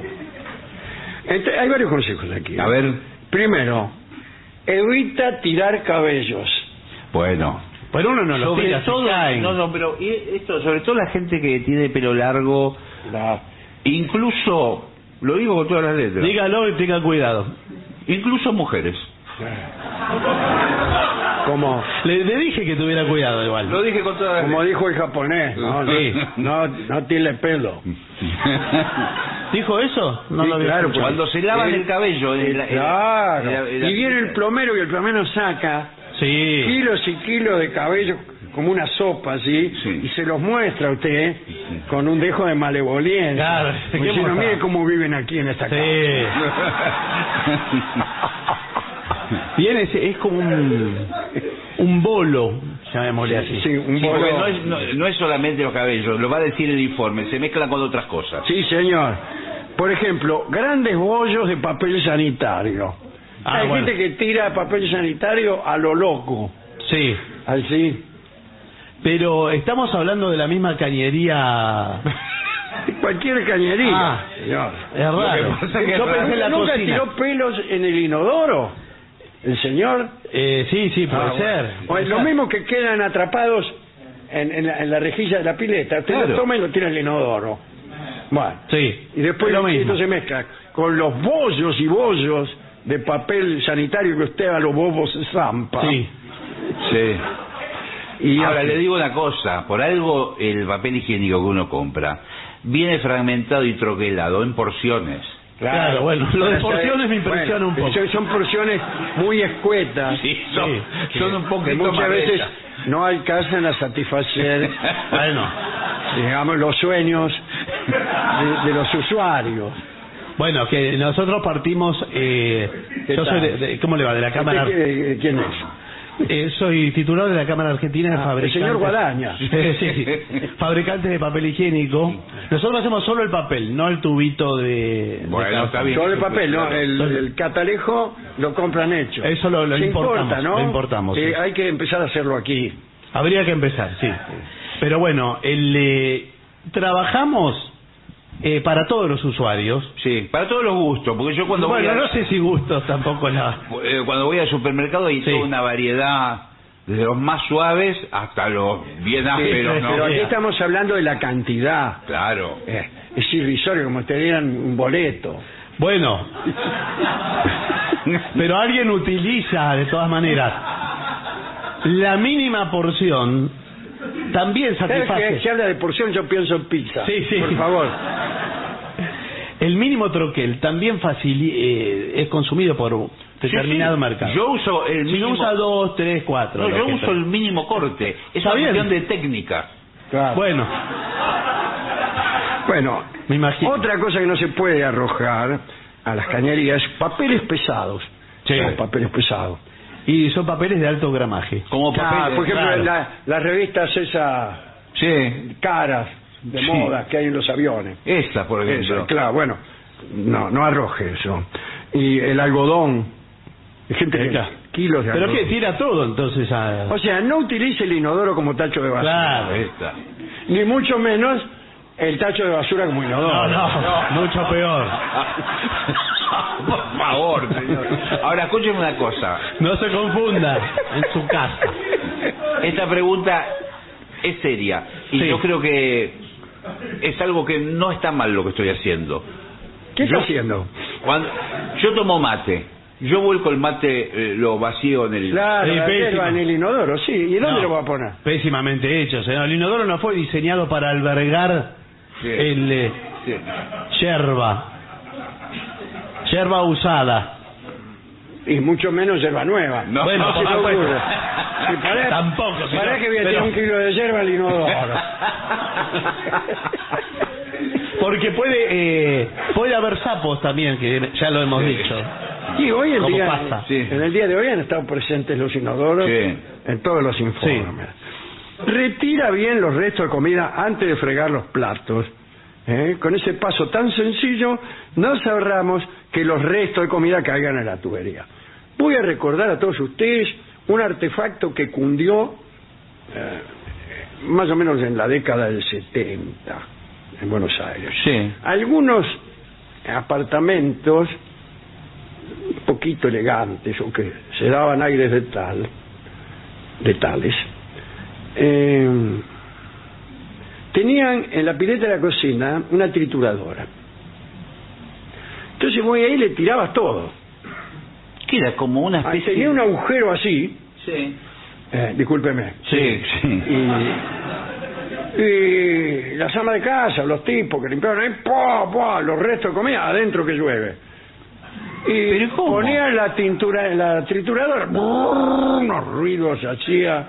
[SPEAKER 4] Ente- hay varios consejos aquí.
[SPEAKER 6] A ver.
[SPEAKER 4] Primero, evita tirar cabellos.
[SPEAKER 6] Bueno.
[SPEAKER 5] Pero uno no lo
[SPEAKER 6] Sobre
[SPEAKER 5] tira, se
[SPEAKER 6] todo-
[SPEAKER 5] caen.
[SPEAKER 6] no, no, pero y esto, sobre todo la gente que tiene pelo largo,
[SPEAKER 4] La-
[SPEAKER 6] incluso, lo digo con todas las letras,
[SPEAKER 5] Dígalo y tenga cuidado.
[SPEAKER 6] incluso mujeres.
[SPEAKER 4] como,
[SPEAKER 5] Le, le dije que tuviera cuidado igual.
[SPEAKER 6] Lo dije con todas las
[SPEAKER 4] como dijo el japonés, no, no,
[SPEAKER 6] Sí.
[SPEAKER 4] no, no tiene pelo.
[SPEAKER 6] letras.
[SPEAKER 5] ¿Dijo eso? No
[SPEAKER 4] Sí,
[SPEAKER 5] lo había
[SPEAKER 4] claro,
[SPEAKER 5] escuchado.
[SPEAKER 6] Cuando se lavan
[SPEAKER 4] Eh,
[SPEAKER 6] el cabello. en la- en la-
[SPEAKER 4] Claro.
[SPEAKER 6] en la- en la-
[SPEAKER 4] y viene el plomero y el plomero saca
[SPEAKER 5] Sí.
[SPEAKER 4] kilos y kilos de cabello como una sopa, así,
[SPEAKER 6] Sí.
[SPEAKER 4] y se los muestra a usted ¿eh? con un dejo de malevolencia.
[SPEAKER 5] Claro, qué
[SPEAKER 4] Diciendo,
[SPEAKER 5] mortal.
[SPEAKER 4] mire cómo viven aquí en esta casa.
[SPEAKER 5] Sí. Bien, es, es como un, un bolo, llamémosle así.
[SPEAKER 4] Sí, un
[SPEAKER 6] Sí, porque
[SPEAKER 4] bolo.
[SPEAKER 6] no, es, no- no es solamente los cabellos, lo va a decir el informe, se mezclan con otras cosas.
[SPEAKER 4] Sí, señor. Por ejemplo, grandes bollos de papel sanitario.
[SPEAKER 5] Ah,
[SPEAKER 4] Hay
[SPEAKER 5] bueno.
[SPEAKER 4] gente que tira papel sanitario a lo loco.
[SPEAKER 5] Sí.
[SPEAKER 4] Así.
[SPEAKER 5] Pero estamos hablando de la misma cañería.
[SPEAKER 4] Cualquier cañería.
[SPEAKER 5] Ah.
[SPEAKER 4] señor.
[SPEAKER 5] Es raro.
[SPEAKER 6] pasa es que
[SPEAKER 5] Yo pensé en la
[SPEAKER 4] ¿Nunca
[SPEAKER 5] cocina.
[SPEAKER 4] tiró pelos en el inodoro? ¿El señor?
[SPEAKER 5] Eh, sí, sí, puede
[SPEAKER 4] Ah,
[SPEAKER 5] ser.
[SPEAKER 4] bueno. O es lo mismo que quedan atrapados en, en la, en la rejilla de la pileta. Usted lo
[SPEAKER 6] Claro.
[SPEAKER 4] toma y lo tira al inodoro. Bueno.
[SPEAKER 5] Sí.
[SPEAKER 4] Y después
[SPEAKER 5] Es lo mismo.
[SPEAKER 4] esto se mezcla con los bollos y bollos de papel sanitario que usted a los bobos zampa.
[SPEAKER 5] Sí. Ah,
[SPEAKER 6] Sí.
[SPEAKER 4] Y
[SPEAKER 6] Y ahora
[SPEAKER 4] así.
[SPEAKER 6] le digo una cosa, por algo el papel higiénico que uno compra viene fragmentado y troquelado en porciones.
[SPEAKER 5] Claro, bueno, lo de
[SPEAKER 4] Para saber-
[SPEAKER 5] porciones me impresiona un
[SPEAKER 4] bueno,
[SPEAKER 5] poco.
[SPEAKER 4] Son, son porciones muy escuetas.
[SPEAKER 6] Sí, son,
[SPEAKER 5] Sí.
[SPEAKER 6] son un
[SPEAKER 4] que
[SPEAKER 6] poquito
[SPEAKER 4] muchas
[SPEAKER 6] más
[SPEAKER 4] veces
[SPEAKER 6] bellas.
[SPEAKER 4] no alcanzan a satisfacer,
[SPEAKER 5] Bueno.
[SPEAKER 4] digamos, los sueños de, de los usuarios.
[SPEAKER 5] Bueno, que nosotros partimos. Eh,
[SPEAKER 4] ¿Qué
[SPEAKER 5] yo
[SPEAKER 4] tal?
[SPEAKER 5] soy de- de- ¿Cómo le va? De la Cámara.
[SPEAKER 4] ¿Usted qué- eh, ¿Quién es?
[SPEAKER 5] Eh, soy titular de la Cámara Argentina de
[SPEAKER 4] Ah, el
[SPEAKER 5] Fabricantes.
[SPEAKER 4] señor Guadaña.
[SPEAKER 5] Eh, sí, sí. Fabricantes de papel higiénico. Nosotros hacemos solo el papel, no el tubito de. de
[SPEAKER 6] Bueno,
[SPEAKER 5] cartón.
[SPEAKER 6] está bien.
[SPEAKER 4] Todo el papel, ¿no? El,
[SPEAKER 5] Todo.
[SPEAKER 4] el catalejo lo compran hecho.
[SPEAKER 5] Eso lo- lo
[SPEAKER 4] Se
[SPEAKER 5] importamos,
[SPEAKER 4] importa, ¿no?
[SPEAKER 5] lo importamos,
[SPEAKER 4] Eh,
[SPEAKER 5] sí.
[SPEAKER 4] Hay que empezar a hacerlo aquí.
[SPEAKER 5] Habría que empezar, sí. Pero bueno, el, eh, trabajamos eh, para todos los usuarios.
[SPEAKER 6] Sí, para todos los gustos, porque yo cuando voy
[SPEAKER 5] bueno,
[SPEAKER 6] a-
[SPEAKER 5] no sé si gustos tampoco la.
[SPEAKER 6] Eh, cuando voy al supermercado hay
[SPEAKER 5] Sí.
[SPEAKER 6] toda una variedad, desde los más suaves hasta los bien ásperos,
[SPEAKER 5] sí,
[SPEAKER 6] ¿no?
[SPEAKER 4] Pero aquí
[SPEAKER 5] Ah, Mira.
[SPEAKER 4] estamos hablando de la cantidad.
[SPEAKER 6] Claro.
[SPEAKER 4] Eh, es irrisorio, como si te dieran un boleto.
[SPEAKER 5] Bueno, pero alguien utiliza de todas maneras. la mínima porción también
[SPEAKER 4] Cada que
[SPEAKER 5] satisface.
[SPEAKER 4] se habla de porción yo pienso en pizza.
[SPEAKER 5] Sí, sí.
[SPEAKER 4] Por favor.
[SPEAKER 5] El mínimo troquel también facili- eh, es consumido por un determinado
[SPEAKER 6] Sí, sí.
[SPEAKER 5] mercado.
[SPEAKER 6] Yo uso el
[SPEAKER 5] Si
[SPEAKER 6] mínimo.
[SPEAKER 5] usa dos, tres, cuatro.
[SPEAKER 6] No,
[SPEAKER 5] lo
[SPEAKER 6] yo
[SPEAKER 5] que
[SPEAKER 6] uso
[SPEAKER 5] sea.
[SPEAKER 6] el mínimo corte. Es
[SPEAKER 5] Está
[SPEAKER 6] una
[SPEAKER 5] bien.
[SPEAKER 6] cuestión de técnica.
[SPEAKER 4] Claro.
[SPEAKER 5] Bueno,
[SPEAKER 4] Bueno,
[SPEAKER 5] me imagino.
[SPEAKER 4] otra cosa que no se puede arrojar a las cañerías es papeles pesados.
[SPEAKER 5] Sí.
[SPEAKER 4] Los papeles pesados.
[SPEAKER 5] Y son papeles de alto gramaje.
[SPEAKER 6] Como papel.
[SPEAKER 4] Ah, por ejemplo,
[SPEAKER 5] claro.
[SPEAKER 4] la- las revistas esas
[SPEAKER 6] Sí,
[SPEAKER 4] caras de
[SPEAKER 6] Sí.
[SPEAKER 4] moda que hay en los aviones.
[SPEAKER 6] esa, por ejemplo.
[SPEAKER 4] Eso, claro, bueno, no, no arroje eso. Y el algodón. Hay gente
[SPEAKER 5] Eh,
[SPEAKER 4] que
[SPEAKER 5] claro.
[SPEAKER 4] kilos de
[SPEAKER 5] Pero
[SPEAKER 4] algodón.
[SPEAKER 5] que tira todo entonces a...
[SPEAKER 4] O sea, no utilice el inodoro como tacho de basura.
[SPEAKER 5] Claro.
[SPEAKER 6] Esta.
[SPEAKER 4] Ni mucho menos el tacho de basura como inodoro.
[SPEAKER 5] No, no, mucho peor.
[SPEAKER 6] por favor, señor. Ahora, escúcheme una cosa.
[SPEAKER 5] No se confunda en su casa.
[SPEAKER 6] Esta pregunta es seria. Y
[SPEAKER 5] Sí.
[SPEAKER 6] yo creo que es algo que no está mal lo que estoy haciendo.
[SPEAKER 4] ¿Qué está
[SPEAKER 6] Yo-
[SPEAKER 4] haciendo?
[SPEAKER 6] Cuando, yo tomo mate. Yo vuelco el mate, eh, lo vacío en el...
[SPEAKER 4] Claro,
[SPEAKER 5] Sí,
[SPEAKER 4] la
[SPEAKER 5] pésimo.
[SPEAKER 4] hierba en el inodoro, sí. ¿Y dónde
[SPEAKER 5] No.
[SPEAKER 4] lo va a poner?
[SPEAKER 5] Pésimamente hecho, señor. El inodoro no fue diseñado para albergar
[SPEAKER 6] Sí.
[SPEAKER 5] el eh,
[SPEAKER 6] Sí.
[SPEAKER 5] yerba. Yerba usada.
[SPEAKER 4] Y mucho menos hierba nueva.
[SPEAKER 6] No.
[SPEAKER 5] Bueno,
[SPEAKER 4] se
[SPEAKER 5] por
[SPEAKER 4] le
[SPEAKER 5] supuesto.
[SPEAKER 4] ocurra. Sí, pará-
[SPEAKER 5] Tampoco,
[SPEAKER 4] Pará
[SPEAKER 5] señor,
[SPEAKER 4] que voy a tirar
[SPEAKER 5] pero-
[SPEAKER 4] un kilo de hierba al inodoro.
[SPEAKER 5] Porque puede eh, puede haber sapos también, que ya lo hemos
[SPEAKER 6] Sí.
[SPEAKER 5] dicho.
[SPEAKER 4] Y hoy en
[SPEAKER 5] Como
[SPEAKER 4] día,
[SPEAKER 5] pasa.
[SPEAKER 6] Sí.
[SPEAKER 4] en el día de hoy han estado presentes los inodoros
[SPEAKER 6] Sí.
[SPEAKER 4] en todos los informes. Retira bien los restos de comida antes de fregar los platos. ¿eh? Con ese paso tan sencillo, nos ahorramos que los restos de comida caigan en la tubería. Voy a recordar a todos ustedes un artefacto que cundió eh, más o menos en la década del 70 en Buenos Aires.
[SPEAKER 6] Sí.
[SPEAKER 4] Algunos apartamentos un poquito elegantes o que se daban aires de tal, de tales, eh, tenían en la pileta de la cocina una trituradora. Entonces voy ahí y le tirabas todo.
[SPEAKER 6] Que era como una
[SPEAKER 4] Ahí
[SPEAKER 6] especie...
[SPEAKER 4] tenía un agujero así,
[SPEAKER 6] Ah, Sí.
[SPEAKER 4] eh, discúlpeme,
[SPEAKER 6] Sí, sí.
[SPEAKER 4] y, y las amas de casa, los tipos que limpiaban ahí, ¡pua, pua! los restos de comida adentro que llueve. Y
[SPEAKER 6] ¿Pero cómo?
[SPEAKER 4] ponían la tintura, la trituradora, ¡brrr! unos ruidos hacía,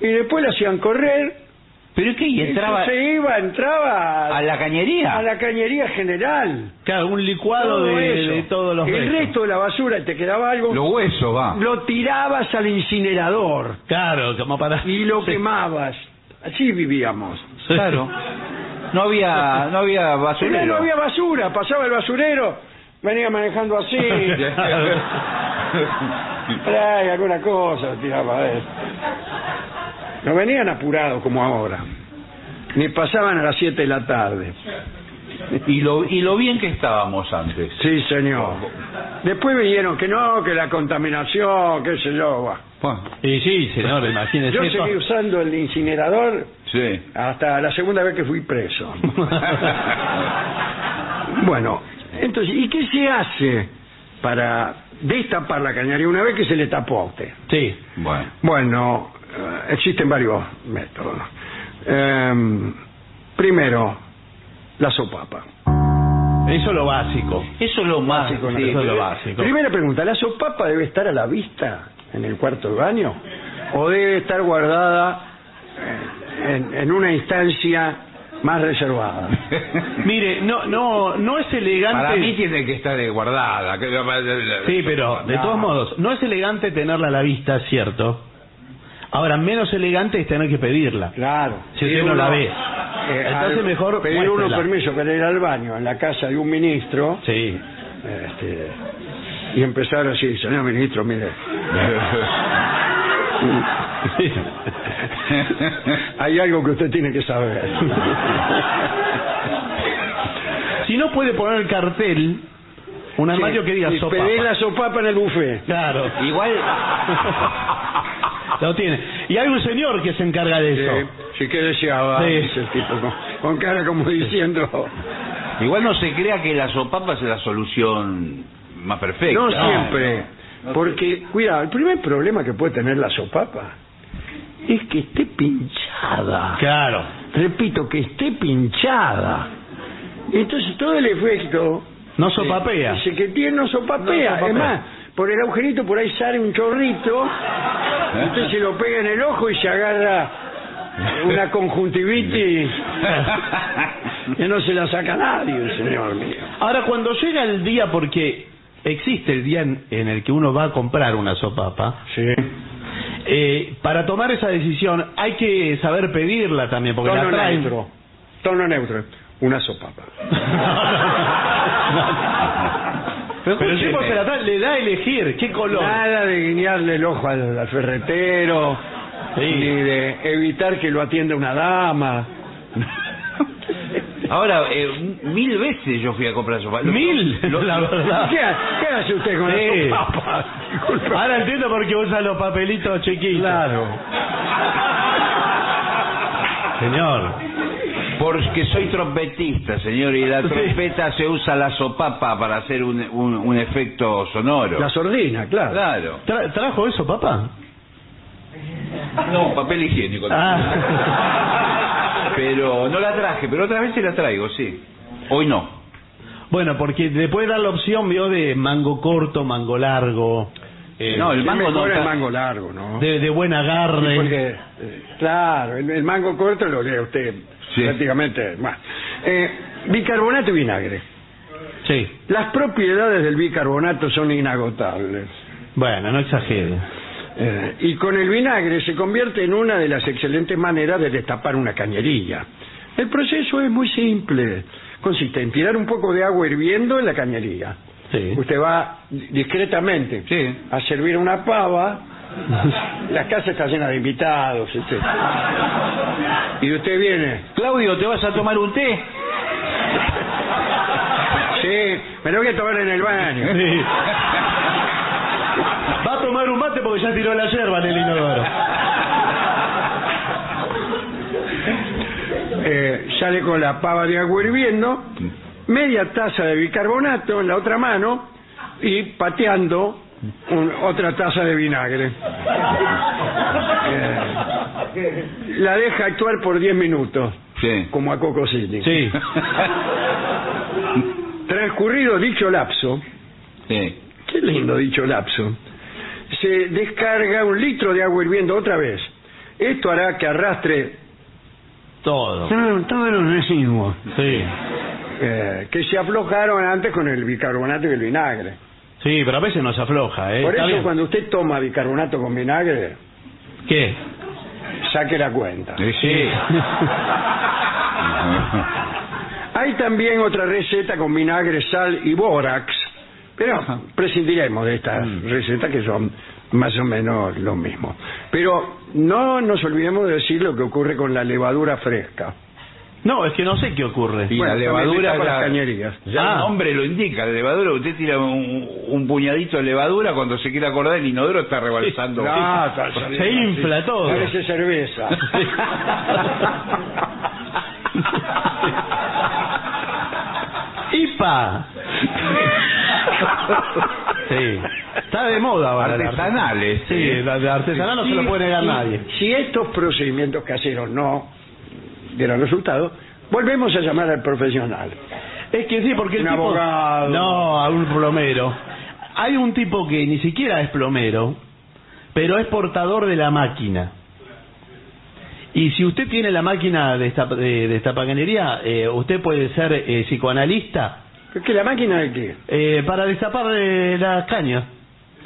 [SPEAKER 4] y después la hacían correr,
[SPEAKER 6] ¿Pero qué? ¿Y entraba
[SPEAKER 4] se iba, entraba
[SPEAKER 6] a la cañería?
[SPEAKER 4] a la cañería general.
[SPEAKER 5] Claro, un licuado de,
[SPEAKER 4] eso.
[SPEAKER 5] de todos los
[SPEAKER 4] El
[SPEAKER 5] restos.
[SPEAKER 4] resto de la basura, te quedaba algo,
[SPEAKER 6] Los huesos, va.
[SPEAKER 4] lo tirabas al incinerador
[SPEAKER 5] Claro, como para...
[SPEAKER 4] y lo
[SPEAKER 5] Sí.
[SPEAKER 4] quemabas. Así vivíamos.
[SPEAKER 5] Sí.
[SPEAKER 6] Claro. No había, no había basurero.
[SPEAKER 4] Primero no había basura, pasaba el basurero, venía manejando así, trae alguna cosa, tiraba a él. No venían apurados como ahora, ni pasaban a las 7 de la tarde.
[SPEAKER 6] y lo y lo bien que estábamos antes.
[SPEAKER 4] Sí, señor. Después vinieron que no, que la contaminación, qué sé yo. va.
[SPEAKER 5] Y sí, señor, imagínese.
[SPEAKER 4] Yo
[SPEAKER 5] esto.
[SPEAKER 4] seguí usando el incinerador
[SPEAKER 6] Sí.
[SPEAKER 4] hasta la segunda vez que fui preso. Bueno, entonces, ¿y qué se hace para destapar la cañería una vez que se le tapó a usted?
[SPEAKER 5] Sí.
[SPEAKER 6] bueno.
[SPEAKER 4] Bueno, eh, existen varios métodos. Em, primero, la sopapa.
[SPEAKER 5] Eso es lo básico.
[SPEAKER 6] Eso es lo más.
[SPEAKER 5] Básico,
[SPEAKER 6] sí,
[SPEAKER 5] eso es lo
[SPEAKER 6] pero-
[SPEAKER 5] básico.
[SPEAKER 4] Primera pregunta, ¿la sopapa debe estar a la vista en el cuarto de baño o debe estar guardada eh, en, en una instancia más reservada?
[SPEAKER 5] Mire, no, no, no es elegante...
[SPEAKER 6] Para mí tiene que estar eh, guardada. que-
[SPEAKER 5] Sí, pero de
[SPEAKER 4] No.
[SPEAKER 5] todos modos, no es elegante tenerla a la vista, es cierto. Ahora, menos elegante es tener que pedirla.
[SPEAKER 4] Claro.
[SPEAKER 5] Si usted no la ve. Entonces
[SPEAKER 4] al
[SPEAKER 5] mejor
[SPEAKER 4] Eh, pedir uno
[SPEAKER 5] muéstrela.
[SPEAKER 4] permiso para ir al baño en la casa de un ministro
[SPEAKER 5] Sí.
[SPEAKER 4] este, y empezar así, señor ministro, mire, hay algo que usted tiene que saber.
[SPEAKER 5] si no puede poner el cartel, un armario
[SPEAKER 4] Sí,
[SPEAKER 5] que diga
[SPEAKER 4] y
[SPEAKER 5] sopa.
[SPEAKER 4] Pedí la sopapa en el buffet.
[SPEAKER 5] Claro,
[SPEAKER 6] Igual.
[SPEAKER 5] lo tiene. Y hay un señor que se encarga de
[SPEAKER 4] Sí,
[SPEAKER 5] eso.
[SPEAKER 4] sí que deseaba,
[SPEAKER 5] Sí.
[SPEAKER 4] dice el tipo, con, con cara como diciendo,
[SPEAKER 6] Igual no se crea que la sopapa es la solución más perfecta.
[SPEAKER 4] no siempre. Porque, cuidado, el primer problema que puede tener la sopapa es que esté pinchada.
[SPEAKER 5] Claro.
[SPEAKER 4] Repito, que esté pinchada. Entonces todo el efecto
[SPEAKER 5] No sopapea.
[SPEAKER 4] dice que tiene no sopapea.
[SPEAKER 5] No sopapea.
[SPEAKER 4] Es más, por el agujerito por ahí sale un chorrito,
[SPEAKER 5] ¿Eh?
[SPEAKER 4] entonces se lo pega en el ojo y se agarra una conjuntivitis que no se la saca nadie, señor mío.
[SPEAKER 5] Ahora, cuando llega el día, porque existe el día en, en el que uno va a comprar una sopapa, eh, para tomar esa decisión hay que saber pedirla también, porque
[SPEAKER 4] Tono
[SPEAKER 5] la traen.
[SPEAKER 4] neutro. Tono neutro. Una sopapa.
[SPEAKER 5] Pero, el tipo
[SPEAKER 6] escúcheme.
[SPEAKER 5] se la trae, le da a elegir qué color.
[SPEAKER 4] Nada de guiñarle el ojo al, al ferretero,
[SPEAKER 5] Sí.
[SPEAKER 4] ni de evitar que lo atienda una dama.
[SPEAKER 6] Ahora, eh, mil veces yo fui a comprar sopa. Lo-
[SPEAKER 5] Mil,
[SPEAKER 6] lo-
[SPEAKER 5] la
[SPEAKER 6] lo-
[SPEAKER 5] verdad.
[SPEAKER 4] ¿Qué, ha- qué hace usted con
[SPEAKER 5] Sí.
[SPEAKER 4] la sopapa? Disculpe.
[SPEAKER 5] Ahora entiendo por qué usa los papelitos chiquitos.
[SPEAKER 4] Claro.
[SPEAKER 5] Señor.
[SPEAKER 6] Porque soy trompetista, señor, y la
[SPEAKER 5] Sí.
[SPEAKER 6] trompeta se usa la sopapa para hacer un, un- un efecto sonoro.
[SPEAKER 4] La sordina, claro.
[SPEAKER 6] Claro.
[SPEAKER 5] Tra- ¿Trajo eso, papá?
[SPEAKER 6] No, papel higiénico.
[SPEAKER 5] Ah.
[SPEAKER 6] Pero no la traje, pero otra vez se la traigo, sí. Hoy no.
[SPEAKER 5] Bueno, porque le puede dar la opción, vio, de mango corto, mango largo, eh,
[SPEAKER 6] No, el
[SPEAKER 4] Es
[SPEAKER 6] mango no
[SPEAKER 4] mejor el
[SPEAKER 6] está-
[SPEAKER 4] mango largo, ¿no?
[SPEAKER 5] de, de buen agarre.
[SPEAKER 4] Sí, porque, eh, claro, el, el mango corto lo lee usted
[SPEAKER 6] Sí.
[SPEAKER 4] prácticamente más. Eh, bicarbonato y vinagre.
[SPEAKER 5] Sí.
[SPEAKER 4] Las propiedades del bicarbonato son inagotables.
[SPEAKER 5] Bueno, no exagere.
[SPEAKER 4] Eh, y con el vinagre se convierte en una de las excelentes maneras de destapar una cañería. El proceso es muy simple. Consiste en tirar un poco de agua hirviendo en la cañería.
[SPEAKER 5] Sí.
[SPEAKER 4] Usted va discretamente
[SPEAKER 6] Sí.
[SPEAKER 4] a servir una pava. La casa está llena de invitados. etc. Y usted viene.
[SPEAKER 6] Claudio, ¿te vas a tomar un té?
[SPEAKER 4] Sí, me lo voy a tomar en el baño.
[SPEAKER 5] Sí. Va a tomar un mate porque ya tiró la yerba en el inodoro.
[SPEAKER 4] Eh, sale con la pava de agua hirviendo, media taza de bicarbonato en la otra mano y pateando un- otra taza de vinagre. Eh, la deja actuar por 10 minutos,
[SPEAKER 6] Sí.
[SPEAKER 4] como a Coco City.
[SPEAKER 5] Sí.
[SPEAKER 4] Transcurrido dicho lapso,
[SPEAKER 6] Sí.
[SPEAKER 4] Qué lindo dicho lapso. Se descarga un litro de agua hirviendo otra vez. Esto hará que arrastre
[SPEAKER 5] Todo.
[SPEAKER 4] todos los residuos
[SPEAKER 5] Sí.
[SPEAKER 4] eh, que se aflojaron antes con el bicarbonato y el vinagre.
[SPEAKER 5] Sí, pero a veces nos afloja, ¿eh?
[SPEAKER 4] Por
[SPEAKER 5] Está
[SPEAKER 4] eso
[SPEAKER 5] bien.
[SPEAKER 4] cuando usted toma bicarbonato con vinagre,
[SPEAKER 5] ¿Qué?
[SPEAKER 4] saque la cuenta.
[SPEAKER 6] Eh, Sí.
[SPEAKER 4] Hay también otra receta con vinagre, sal y bórax, pero prescindiremos de estas
[SPEAKER 5] Mm.
[SPEAKER 4] recetas que son más o menos lo mismo. Pero no nos olvidemos de decir lo que ocurre con la levadura fresca.
[SPEAKER 5] No, es que no sé qué ocurre.
[SPEAKER 6] Y la
[SPEAKER 4] Bueno, también
[SPEAKER 6] levadura
[SPEAKER 4] está para
[SPEAKER 6] ya-
[SPEAKER 4] las cañerías.
[SPEAKER 6] Ya
[SPEAKER 5] Ah.
[SPEAKER 6] el nombre lo indica, la levadura, usted tira un, un puñadito de levadura, cuando se quiere acordar el inodoro está rebalsando.
[SPEAKER 4] Ah, está
[SPEAKER 5] Se
[SPEAKER 4] saliendo,
[SPEAKER 5] infla
[SPEAKER 4] sí.
[SPEAKER 5] todo.
[SPEAKER 4] Parece cerveza.
[SPEAKER 5] ¡Ipa! Sí. Está de moda ahora. el arte-
[SPEAKER 6] Artesanales.
[SPEAKER 4] ¿eh?
[SPEAKER 5] Sí, la de artesanal no se lo puede negar
[SPEAKER 4] Y
[SPEAKER 5] nadie.
[SPEAKER 4] Si estos procedimientos caseros no dieron resultado, volvemos a llamar al profesional.
[SPEAKER 5] Es que sí, porque el
[SPEAKER 4] Un
[SPEAKER 5] tipo...
[SPEAKER 4] abogado.
[SPEAKER 5] No, a un plomero. Hay un tipo que ni siquiera es plomero, pero es portador de la máquina. Y si usted tiene la máquina de esta, de, de estapacanería, eh, usted puede ser eh, psicoanalista
[SPEAKER 4] ¿Qué la máquina de qué?
[SPEAKER 5] eh, para destapar eh, las cañas.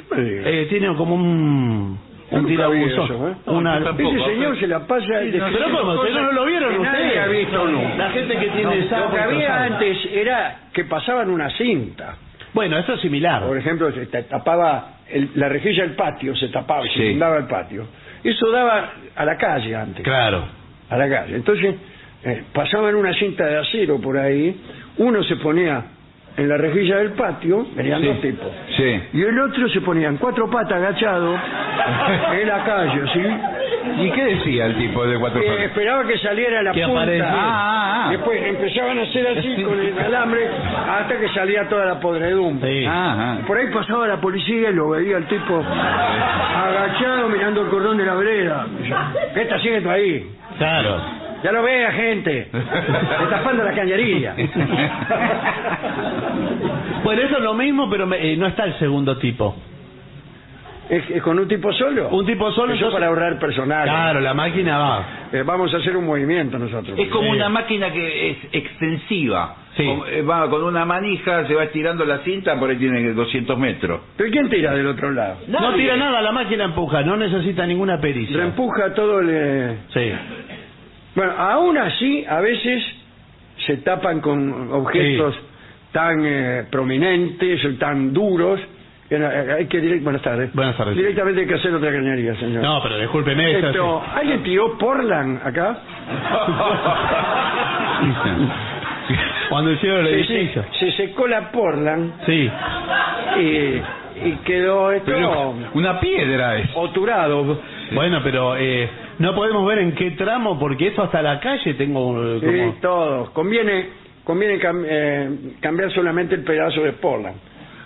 [SPEAKER 4] No me diga.
[SPEAKER 5] Eh, tiene como un, un
[SPEAKER 4] Nunca vi
[SPEAKER 5] tirabuzón.
[SPEAKER 4] eso, ¿eh?
[SPEAKER 5] Una-
[SPEAKER 6] No, yo tampoco.
[SPEAKER 4] Ese señor se la pasa...
[SPEAKER 5] pero ¿cómo? ¿Pero no lo vieron
[SPEAKER 4] que nadie
[SPEAKER 5] ustedes?
[SPEAKER 4] ha visto nunca.
[SPEAKER 5] La gente que
[SPEAKER 4] No,
[SPEAKER 5] tiene esa
[SPEAKER 4] lo que había antes era que pasaban una cinta.
[SPEAKER 5] Bueno, esto es similar.
[SPEAKER 4] Por ejemplo, se ta- tapaba el- la rejilla del patio, se tapaba y se
[SPEAKER 6] Sí.
[SPEAKER 4] inundaba el patio. Eso daba a la calle antes.
[SPEAKER 5] Claro.
[SPEAKER 4] a la calle. Entonces, eh, pasaban una cinta de acero por ahí, uno se ponía en la rejilla del patio, venían
[SPEAKER 6] Sí.
[SPEAKER 4] dos tipos,
[SPEAKER 6] Sí.
[SPEAKER 4] y el otro se ponía en cuatro patas agachado en la calle, ¿sí?
[SPEAKER 12] ¿Y qué decía el tipo de Waterford?
[SPEAKER 4] Eh, esperaba que saliera la
[SPEAKER 5] Que
[SPEAKER 4] punta.
[SPEAKER 5] apareciera.
[SPEAKER 6] Ah, ah, ah.
[SPEAKER 4] Después empezaban a hacer así con el alambre hasta que salía toda la podredumbre.
[SPEAKER 5] Sí.
[SPEAKER 6] Ah, ah.
[SPEAKER 4] Por ahí pasaba la policía y lo veía el tipo agachado mirando el cordón de la vereda. ¿Qué está haciendo ahí?
[SPEAKER 5] Claro.
[SPEAKER 4] Ya lo vea, gente. Está tapando la cañería.
[SPEAKER 5] Bueno, eso es lo mismo, pero me- eh, no está el segundo tipo.
[SPEAKER 4] ¿Es, es con un tipo solo?
[SPEAKER 5] Un tipo solo,
[SPEAKER 4] Eso
[SPEAKER 5] entonces-
[SPEAKER 4] para ahorrar personal.
[SPEAKER 5] Claro, la máquina va.
[SPEAKER 4] Eh, vamos a hacer un movimiento nosotros.
[SPEAKER 6] Es como
[SPEAKER 5] Sí.
[SPEAKER 6] una máquina que es extensiva.
[SPEAKER 5] Sí.
[SPEAKER 6] Con, eh, va con una manija, se va estirando la cinta, por ahí tiene 200 metros.
[SPEAKER 4] ¿Pero quién tira del otro lado?
[SPEAKER 5] No tira nada, la máquina empuja, no necesita ninguna pericia.
[SPEAKER 4] Reempuja todo el... eh,
[SPEAKER 5] Sí.
[SPEAKER 4] Bueno, aún así, a veces se tapan con objetos
[SPEAKER 5] Sí.
[SPEAKER 4] tan eh, prominentes o tan duros. que no- eh, hay que direct- Buenas tardes.
[SPEAKER 5] Buenas tardes.
[SPEAKER 4] Directamente hay que hacer otra cañería, señor.
[SPEAKER 5] No, pero discúlpeme, eso
[SPEAKER 4] Esto,
[SPEAKER 5] sí.
[SPEAKER 4] ¿Alguien tiró Portland acá?
[SPEAKER 5] Cuando hicieron el
[SPEAKER 4] Se, se-
[SPEAKER 5] edificio.
[SPEAKER 4] se secó la Portland
[SPEAKER 5] Sí.
[SPEAKER 4] y, y quedó esto
[SPEAKER 12] Pero una piedra es.
[SPEAKER 4] oturado.
[SPEAKER 5] Bueno, pero eh, no podemos ver en qué tramo, porque eso hasta la calle tengo eh,
[SPEAKER 4] Sí,
[SPEAKER 5] como...
[SPEAKER 4] todos. Conviene, conviene cam- eh, cambiar solamente el pedazo de Portland.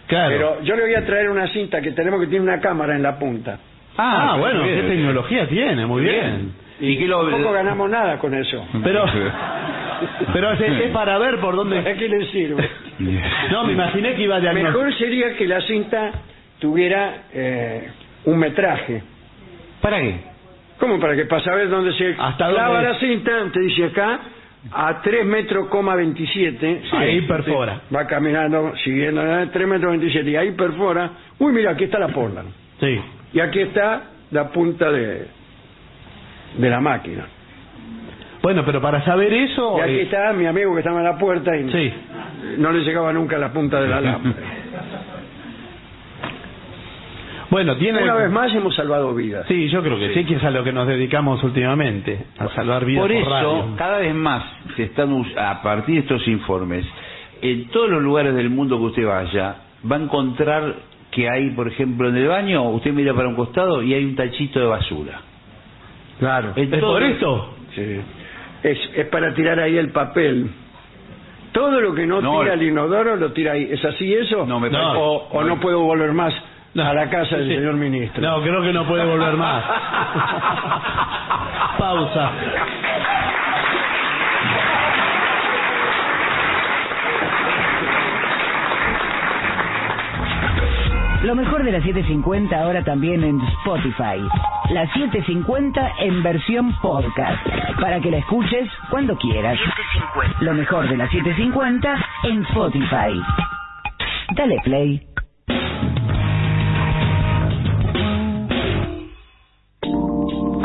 [SPEAKER 5] Claro.
[SPEAKER 4] Pero yo le voy a traer una cinta que tenemos que tiene una cámara en la punta.
[SPEAKER 5] Ah,
[SPEAKER 12] Ah,
[SPEAKER 5] bueno,
[SPEAKER 12] muy
[SPEAKER 5] qué
[SPEAKER 12] bien.
[SPEAKER 5] tecnología tiene, muy bien.
[SPEAKER 6] ¿Y, qué lo-
[SPEAKER 4] Tampoco ganamos nada con eso.
[SPEAKER 5] Pero, pero es, es para ver por
[SPEAKER 4] ¿A
[SPEAKER 5] dónde...
[SPEAKER 4] qué le sirve?
[SPEAKER 5] No, me imaginé que iba a diagnosticar.
[SPEAKER 4] Mejor sería que la cinta tuviera eh, un metraje.
[SPEAKER 6] ¿Para qué?
[SPEAKER 4] ¿Cómo? Para que para saber dónde se
[SPEAKER 5] ¿Hasta
[SPEAKER 4] clava
[SPEAKER 5] dónde?
[SPEAKER 4] la cinta, usted dice acá, a 3 metros, coma 27.
[SPEAKER 5] Ahí perfora.
[SPEAKER 4] Va caminando, siguiendo, 3 metros 27, y ahí perfora. Uy, mira, aquí está la Portland.
[SPEAKER 5] Sí.
[SPEAKER 4] Y aquí está la punta de, de la máquina.
[SPEAKER 5] Bueno, pero para saber eso...
[SPEAKER 4] Y aquí
[SPEAKER 5] eh,
[SPEAKER 4] está mi amigo que estaba en la puerta y
[SPEAKER 5] Sí.
[SPEAKER 4] no le llegaba nunca la punta del alambre.
[SPEAKER 5] Bueno, tiene...
[SPEAKER 4] Una vez más hemos salvado vidas.
[SPEAKER 5] Sí, yo creo que sí, que es a lo que nos dedicamos últimamente, a salvar vidas por,
[SPEAKER 6] Por eso,
[SPEAKER 5] radio.
[SPEAKER 6] cada vez más se están us- a partir de estos informes, en todos los lugares del mundo que usted vaya, va a encontrar que hay, por ejemplo, en el baño, usted mira para un costado y hay un tachito de basura.
[SPEAKER 4] Claro.
[SPEAKER 6] En
[SPEAKER 5] ¿Es
[SPEAKER 6] todos-
[SPEAKER 5] por eso?
[SPEAKER 4] Es, es para tirar ahí el papel. Todo lo que no,
[SPEAKER 6] No,
[SPEAKER 4] tira el inodoro lo tira ahí. ¿Es así eso?
[SPEAKER 6] No, me
[SPEAKER 5] parece-
[SPEAKER 4] o, o no puedo volver más
[SPEAKER 5] No.
[SPEAKER 4] a la casa del
[SPEAKER 5] Sí.
[SPEAKER 4] señor ministro.
[SPEAKER 5] No, creo que no puede volver más. Pausa.
[SPEAKER 9] Lo mejor de la 750 ahora también en Spotify. La 750 en versión podcast. Para que la escuches cuando quieras. Lo mejor de la 750 en Spotify. Dale play.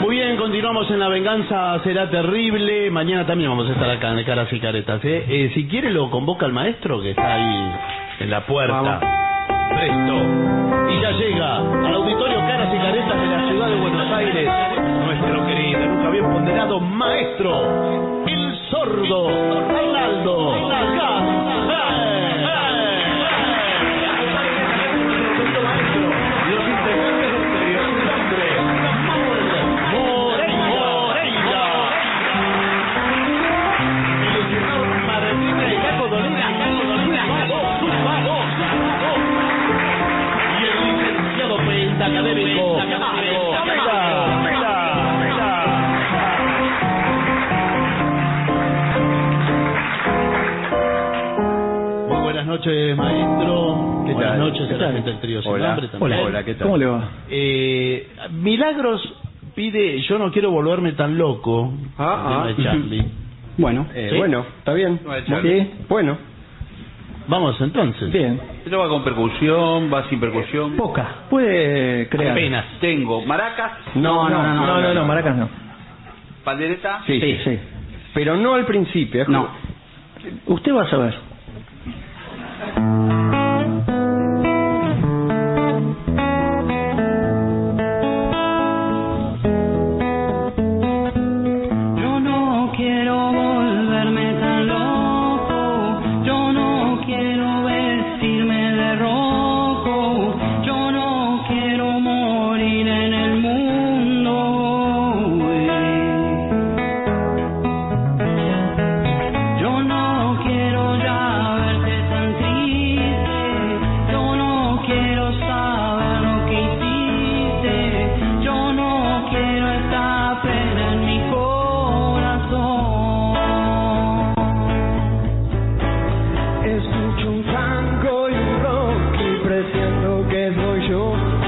[SPEAKER 5] Muy bien, continuamos en La Venganza Será Terrible. Mañana también vamos a estar acá en Caras y Caretas. ¿eh? Eh, si quiere lo convoca el maestro que está ahí en la puerta.
[SPEAKER 4] Vamos.
[SPEAKER 5] Presto. Y ya llega al auditorio Caras y Caretas de la ciudad de Buenos Aires. Nuestro querido, nunca bien ponderado maestro, el sordo, Reinaldo. Los integrantes del Periodo Hambre, Samuel Moreira, el escritor Martínez Caco Dolina, Caco Dolina, vamos, vamos, vamos. y el licenciado pentacadémico Mago Mela, Mela, Mela. Muy Buenas noches, maestro.
[SPEAKER 12] ¿Qué
[SPEAKER 5] Buenas
[SPEAKER 12] tal?
[SPEAKER 5] noches,
[SPEAKER 12] ¿Qué
[SPEAKER 5] a la
[SPEAKER 12] tal?
[SPEAKER 5] gente del trío. Sin
[SPEAKER 12] Hola.
[SPEAKER 5] Nombre también.
[SPEAKER 12] Hola. Hola, ¿qué tal? ¿Cómo le va?
[SPEAKER 5] Eh, Milagros pide, yo no quiero volverme tan loco.
[SPEAKER 4] Ah,
[SPEAKER 5] el tema de
[SPEAKER 4] ah.
[SPEAKER 5] Charlie.
[SPEAKER 12] Bueno,
[SPEAKER 5] Eh,
[SPEAKER 12] sí. bueno, está bien. Sí, bueno,
[SPEAKER 5] Vamos entonces.
[SPEAKER 12] bien.
[SPEAKER 6] Pero va con percusión, va sin
[SPEAKER 12] Eh,
[SPEAKER 6] percusión.
[SPEAKER 12] Poca. Puede crear.
[SPEAKER 5] Apenas.
[SPEAKER 6] Tengo maracas,
[SPEAKER 12] No, no, no, no, no, no, maracas no.
[SPEAKER 6] pandereta.
[SPEAKER 12] Sí, sí. Pero no al principio. No.
[SPEAKER 13] Usted va a saber.
[SPEAKER 9] Yo no quiero volverme tan loco, yo no quiero vestirme de rojo, yo no quiero morir en el mundo. eh. Yo no quiero ya verte tan triste, yo no quiero saber lo que hiciste, yo no quiero esta pena en mi corazón.
[SPEAKER 1] Escucho un tango y un rock y presiento que soy yo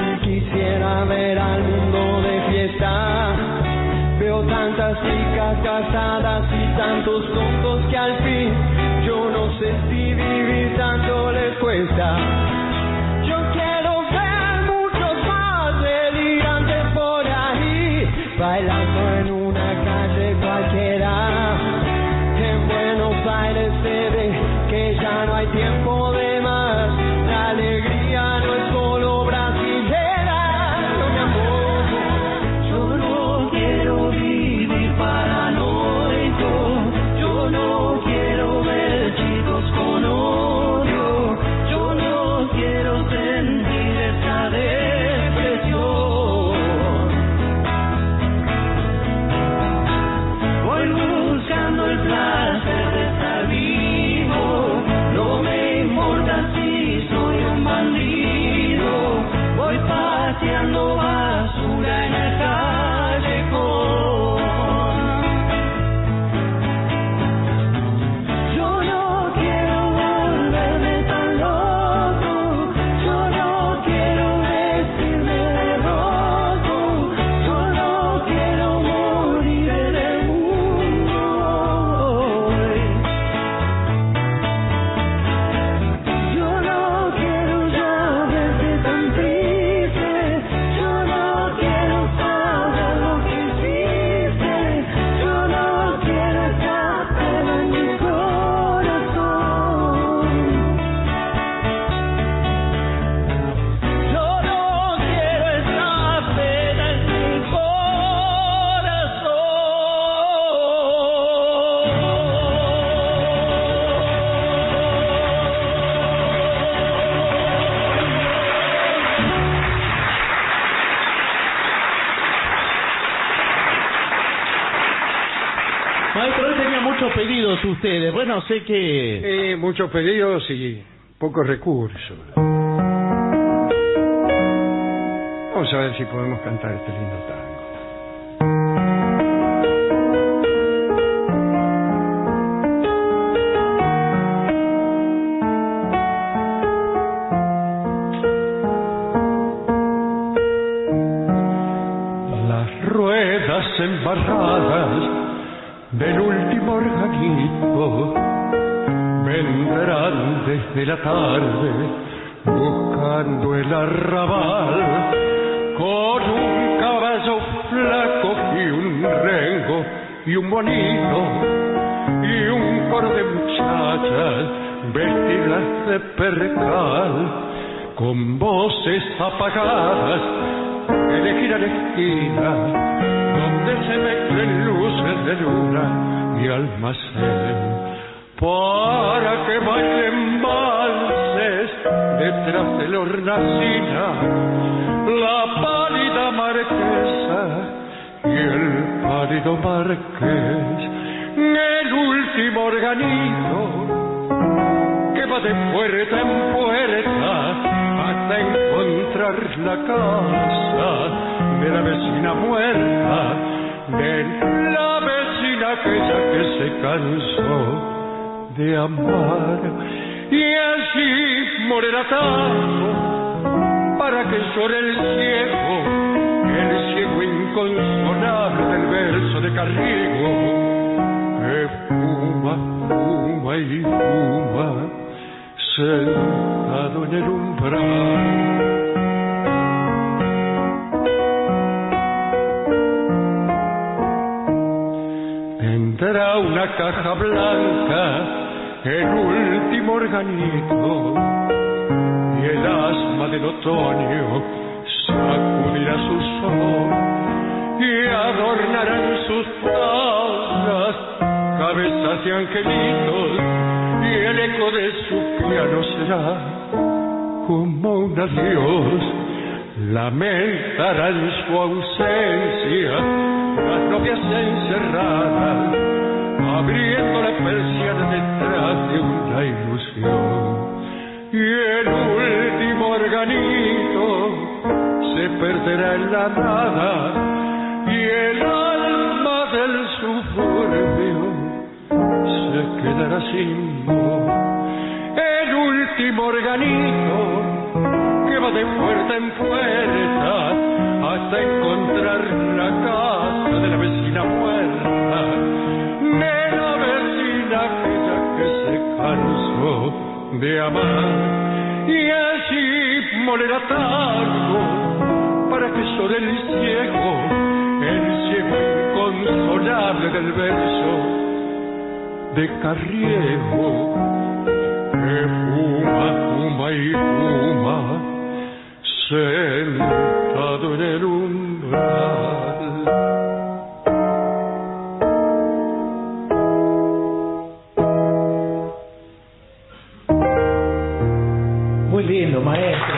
[SPEAKER 1] y quisiera ver al mundo de fiesta. Veo tantas chicas casadas y tantos tontos que al fin yo no sé si vivir tanto les cuesta. Yo quiero ver muchos más delirantes por ahí bailando en una calle cualquiera. En Buenos Aires se ve que ya no hay tiempo de más. La alegría no es solo brasilera, no, mi amor. Yo no quiero vivir paranoico. Yo no quiero ver chicos con odio. Yo no quiero sentir esta depresión. Voy buscando el placer de estar vivo. No me importa si soy un bandido. Voy paseando basura en el callejón. Yo no quiero volverme tan loco. Yo no quiero vestirme de rojo. Yo no quiero morir en el mundo. Yo no quiero ya verte tan triste. Yo no quiero saber lo que hiciste. Yo no quiero estar pena en mi corazón. Yo no quiero esta pena en mi corazón.
[SPEAKER 5] Maestro, hoy tenía muchos pedidos ustedes. Bueno, sé que...
[SPEAKER 4] Eh, muchos pedidos y pocos recursos. Vamos a ver si podemos cantar este lindo tango.
[SPEAKER 1] Las ruedas embarradas del último organito vendrán desde la tarde buscando el arrabal con un caballo flaco y un rengo y un bonito y un coro de muchachas vestidas de percal con voces apagadas elegir a la esquina donde se mezclen luces de luna y almacén para que bailen valses detrás de la hornacina la pálida marquesa y el pálido marqués el último organito que va de puerta en puerta hasta encontrar la casa de la vecina muerta, de la vecina aquella que se cansó de amar. Y allí morerá tanto para que llore el ciego, el ciego inconsolable del verso de Carrigo, que fuma, fuma y fuma sentado en el umbral. Tendrá una caja blanca
[SPEAKER 14] el último organismo y el asma del otoño sacudirá su sol y adornarán sus tablas cabezas de angelitos y el eco de su piano será como un adiós lamentarán su ausencia las novias encerradas abriendo la persiana detrás de una ilusión y el último organito se perderá en la nada y el alma del suburbio se quedará sin voz el último organito que va de puerta en puerta hasta encontrar la casa de la vecina muerta, de la vecina aquella que se cansó de amar. Y así molerá tango para que sobre el ciego, el ciego inconsolable del verso de Carriego, que fuma, fuma y fuma, sentado en el umbral.
[SPEAKER 15] Muy lindo, maestro.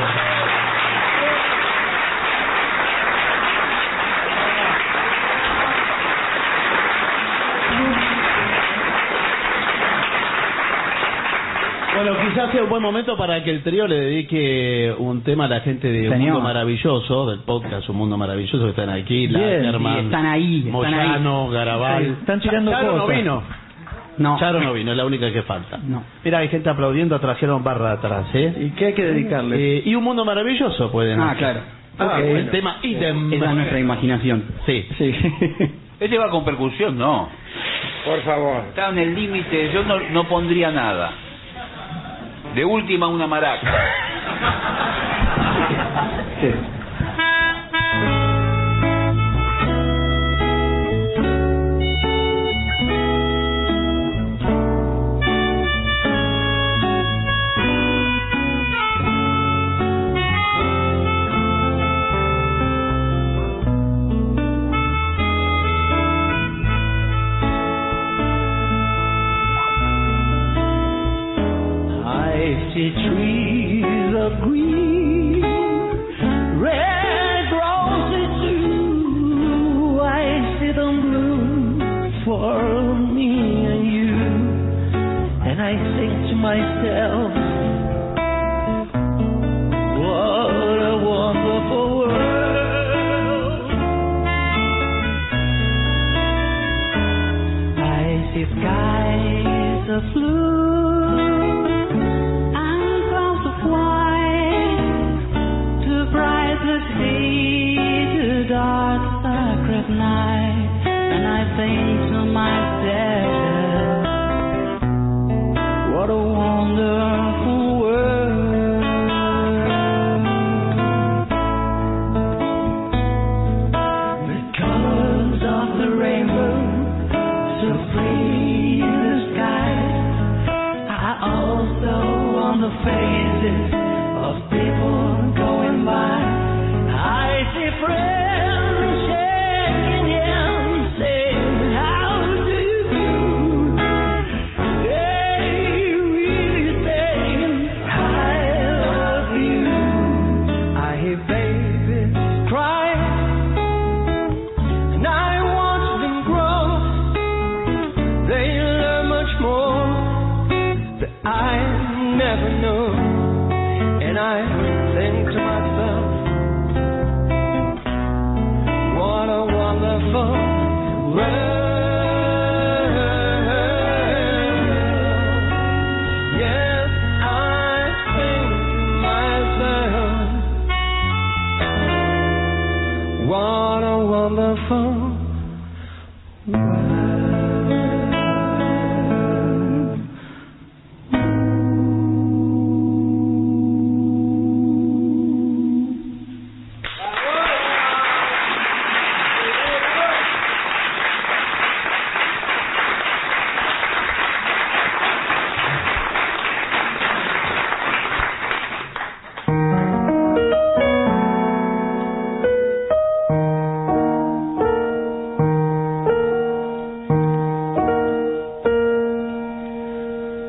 [SPEAKER 5] Bueno, quizás sea un buen momento para que el trío le dedique un tema a la gente de Un Mundo Maravilloso, del podcast Un Mundo Maravilloso, que están aquí, la
[SPEAKER 9] Bien,
[SPEAKER 5] Germán,
[SPEAKER 9] sí, están ahí, están
[SPEAKER 5] Moyano,
[SPEAKER 9] ahí.
[SPEAKER 5] Garabal.
[SPEAKER 9] Sí, están tirando
[SPEAKER 5] Charo no
[SPEAKER 9] cosas.
[SPEAKER 5] vino. No. Charo no vino, es la única que falta. No. Mira, hay gente aplaudiendo, trajeron barra atrás, ¿eh? ¿Y qué hay que
[SPEAKER 9] dedicarle?
[SPEAKER 5] y Un Mundo Maravilloso pueden
[SPEAKER 9] Ah,
[SPEAKER 5] hacer.
[SPEAKER 9] claro.
[SPEAKER 5] Ah,
[SPEAKER 9] Ok.
[SPEAKER 5] El tema Idem.
[SPEAKER 9] Esa es nuestra imaginación.
[SPEAKER 5] Sí.
[SPEAKER 9] Sí.
[SPEAKER 6] Este va con percusión, no.
[SPEAKER 16] Por favor.
[SPEAKER 6] Está en el límite, yo no, no pondría nada. De última una maraca.
[SPEAKER 4] I see trees of green, red roses too. I see them bloom for me and you. And I think to myself, what a wonderful world. I see skies of blue. And clouds of white, to bright the sea, to dark sacred night, and I think to myself, what a wonderful world. The colors of the rainbow, so free in the sky. I also on the faces of people going by. I see friends shaking hands, saying how do you do? They really saying I love you. I hear babies cry, and I watch them grow. They learn much more that I never know. And I think to myself, what a wonderful world. Yes, I think to myself, what a wonderful world.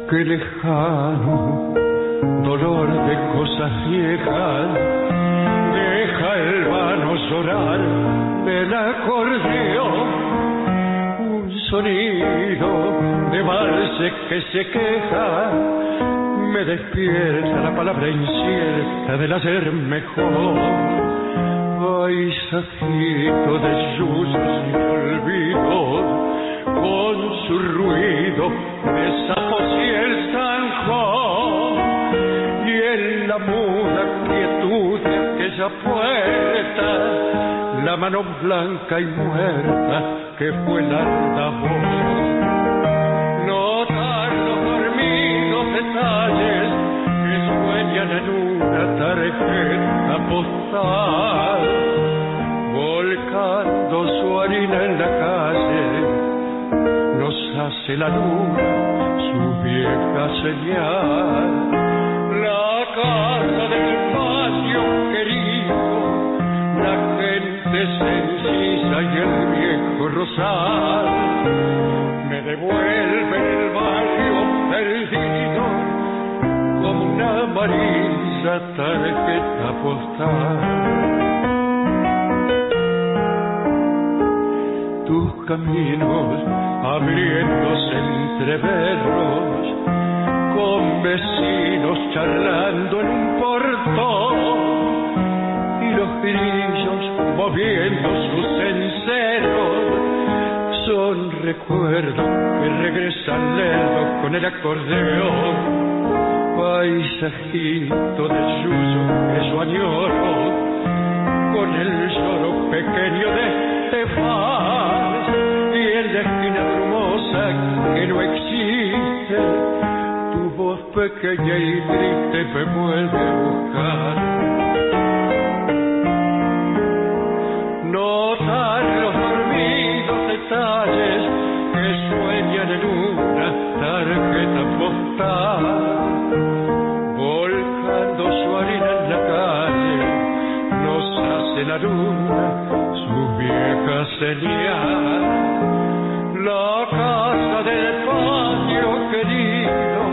[SPEAKER 14] que lejano dolor de cosas viejas deja el vano llorar del acordeón un sonido de valse que se queja me despierta la palabra incierta del hacer mejor paisajito de lluvias y olvidos, con su ruido de sapos y el zanjón, y en la muda quietud de aquella puerta, la mano blanca y muerta que fue el altavoz. Notar los dormidos detalles que sueñan en una tarjeta postal, volcando su harina en la calle, nos hace la luna su vieja señal. La casa del patio querido, la gente se encisa y el viejo rosal me devuelve el barrio perdido como una amarilla tarjeta postal. Tus caminos abriéndose entre berros, con vecinos charlando en un portón, y los grillos moviendo sus enceros, son recuerdos que regresan lentos con el acordeón paisajito de suyo que yo añoro con el lloro pequeño de Estefan y en la esquina hermosa que no existe tu voz pequeña y triste me vuelve a buscar notar los dormidos detalles que sueñan en una tarjeta postal volcando su harina en la calle, nos hace la luna su vieja señal. La casa del patio querido,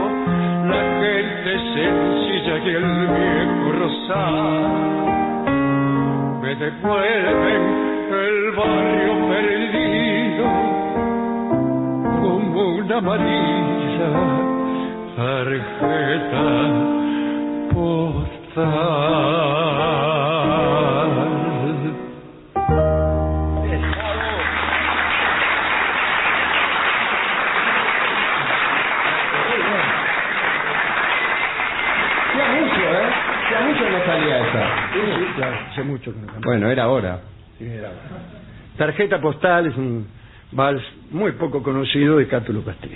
[SPEAKER 14] la gente sencilla y el viejo rosal, me devuelven el barrio perdido como una amarilla tarjeta postal.
[SPEAKER 17] Hacía mucho, ¿eh? Hacía mucho que no salía esa.
[SPEAKER 4] Hace mucho que no cantaba.
[SPEAKER 12] Bueno, era hora.
[SPEAKER 4] Sí, era. Tarjeta postal es un vals muy poco conocido de Cátulo Castillo.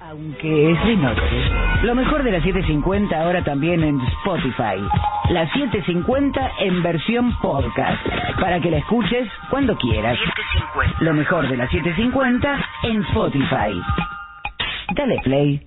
[SPEAKER 9] Aunque es de noche. Lo mejor de la 750 ahora también en Spotify. La 750 en versión podcast. Para que la escuches cuando quieras. Lo mejor de la 750 en Spotify. Dale play.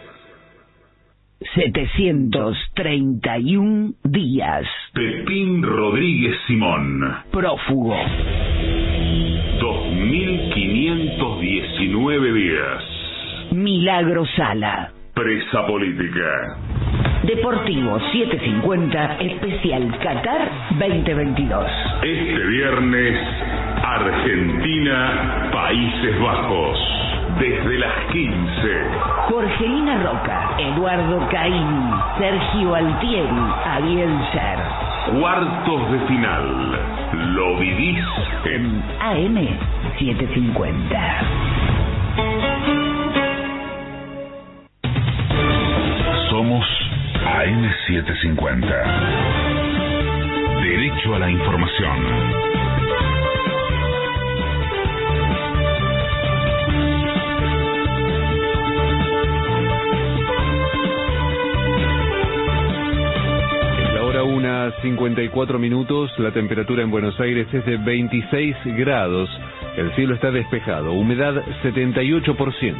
[SPEAKER 9] 731 días.
[SPEAKER 2] Pepín Rodríguez Simón.
[SPEAKER 9] Prófugo.
[SPEAKER 2] 2519 días.
[SPEAKER 9] Milagro Sala.
[SPEAKER 2] Presa política.
[SPEAKER 9] Deportivo 750, especial Qatar 2022.
[SPEAKER 2] Este viernes, Argentina, Países Bajos. Desde las 15.
[SPEAKER 9] Jorgelina Roca, Eduardo Caín, Sergio Altieri, Ariel Ser.
[SPEAKER 2] Cuartos de final. Lo vivís en
[SPEAKER 9] AM 750.
[SPEAKER 2] Somos AM750. Derecho a la información.
[SPEAKER 6] Es la hora 1, 54 minutos. La temperatura en Buenos Aires es de 26 grados. El cielo está despejado. Humedad 78%.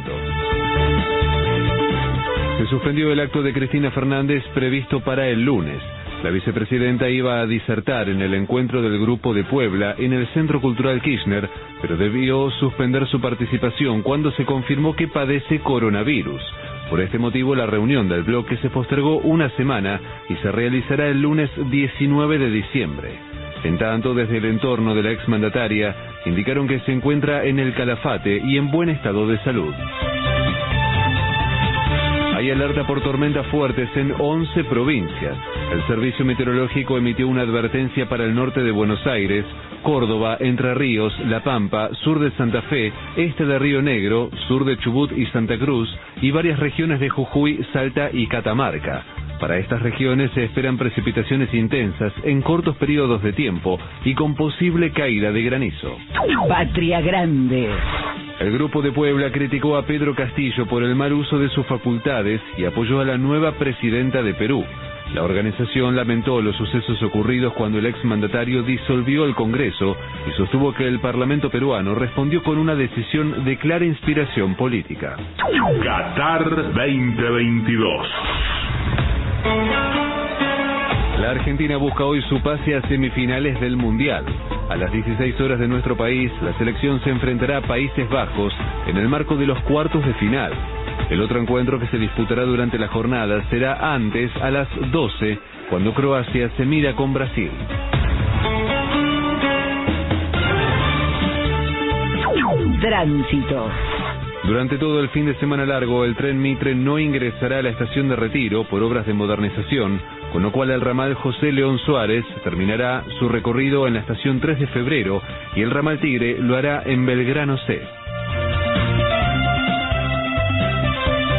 [SPEAKER 6] Se suspendió el acto de Cristina Fernández previsto para el lunes. La vicepresidenta iba a disertar en el encuentro del Grupo de Puebla en el Centro Cultural Kirchner, pero debió suspender su participación cuando se confirmó que padece coronavirus. Por este motivo, la reunión del bloque se postergó una semana y se realizará el lunes 19 de diciembre. En tanto, desde el entorno de la exmandataria, indicaron que se encuentra en el calafate y en buen estado de salud. Hay alerta por tormentas fuertes en 11 provincias. El Servicio Meteorológico emitió una advertencia para el norte de Buenos Aires, Córdoba, Entre Ríos, La Pampa, sur de Santa Fe, este de Río Negro, sur de Chubut y Santa Cruz, y varias regiones de Jujuy, Salta y Catamarca. Para estas regiones se esperan precipitaciones intensas en cortos periodos de tiempo y con posible caída de granizo.
[SPEAKER 9] Patria Grande.
[SPEAKER 6] El grupo de Puebla criticó a Pedro Castillo por el mal uso de sus facultades y apoyó a la nueva presidenta de Perú. La organización lamentó los sucesos ocurridos cuando el exmandatario disolvió el Congreso y sostuvo que el Parlamento peruano respondió con una decisión de clara inspiración política.
[SPEAKER 2] Qatar 2022.
[SPEAKER 6] La Argentina busca hoy su pase a semifinales del Mundial. A las 16 horas de nuestro país, la selección se enfrentará a Países Bajos en el marco de los cuartos de final. El otro encuentro que se disputará durante la jornada será antes, a las 12, cuando Croacia se mira con Brasil.
[SPEAKER 9] Tránsito.
[SPEAKER 6] Durante todo el fin de semana largo, el tren Mitre no ingresará a la estación de retiro por obras de modernización, con lo cual el ramal José León Suárez terminará su recorrido en la estación 3 de febrero y el ramal Tigre lo hará en Belgrano C.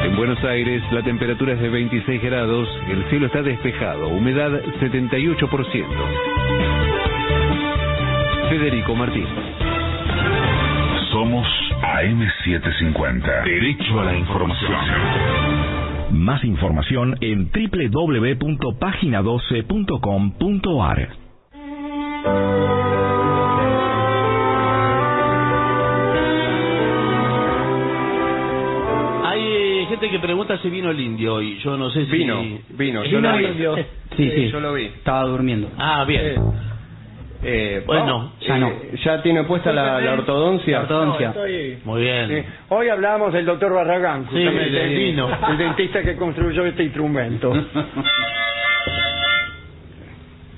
[SPEAKER 6] En Buenos Aires la temperatura es de 26 grados, el cielo está despejado, humedad 78%. Federico Martín.
[SPEAKER 2] Somos AM750. Derecho a la información.
[SPEAKER 18] Más información en www.pagina12.com.ar.
[SPEAKER 19] Hay eh, gente que pregunta si vino el indio hoy. Yo no sé si.
[SPEAKER 4] Vino, vino,
[SPEAKER 19] ¿Es
[SPEAKER 4] yo lo vi.
[SPEAKER 19] el indio?
[SPEAKER 4] Sí, sí. Yo lo vi.
[SPEAKER 20] Estaba durmiendo.
[SPEAKER 19] Ah, bien.
[SPEAKER 4] Eh,
[SPEAKER 19] Bueno,
[SPEAKER 4] oh,
[SPEAKER 19] ya
[SPEAKER 4] eh,
[SPEAKER 19] no.
[SPEAKER 4] ¿Ya tiene puesta la, la ortodoncia?
[SPEAKER 21] No, estoy-
[SPEAKER 19] Muy bien.
[SPEAKER 21] Sí. Hoy hablamos del doctor Barragán,
[SPEAKER 19] Sí,
[SPEAKER 21] justamente,
[SPEAKER 19] del
[SPEAKER 21] el-
[SPEAKER 19] vino.
[SPEAKER 21] el dentista que construyó este instrumento.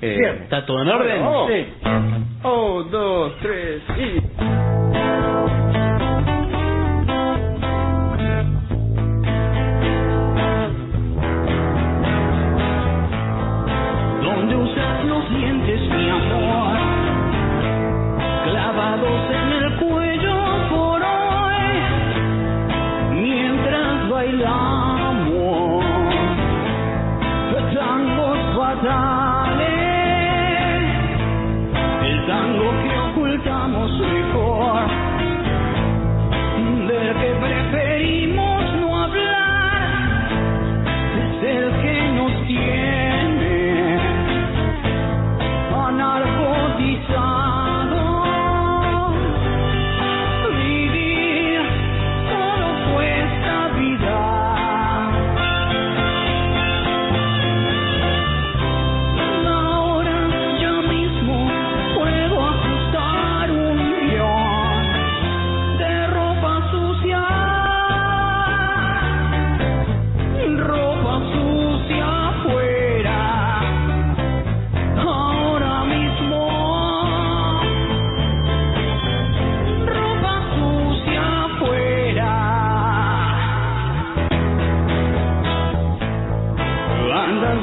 [SPEAKER 4] Eh,
[SPEAKER 21] Bien.
[SPEAKER 19] ¿Está todo en orden?
[SPEAKER 4] Oh.
[SPEAKER 21] Sí.
[SPEAKER 4] Oh, dos, tres y...
[SPEAKER 5] donde usas los dientes, mi amor, clavados en el cuello por hoy, mientras bailamos tangos fatales, el tango que ocultamos mejor, del que preferimos no hablar es el que nos tiene anarcotizados. Vivir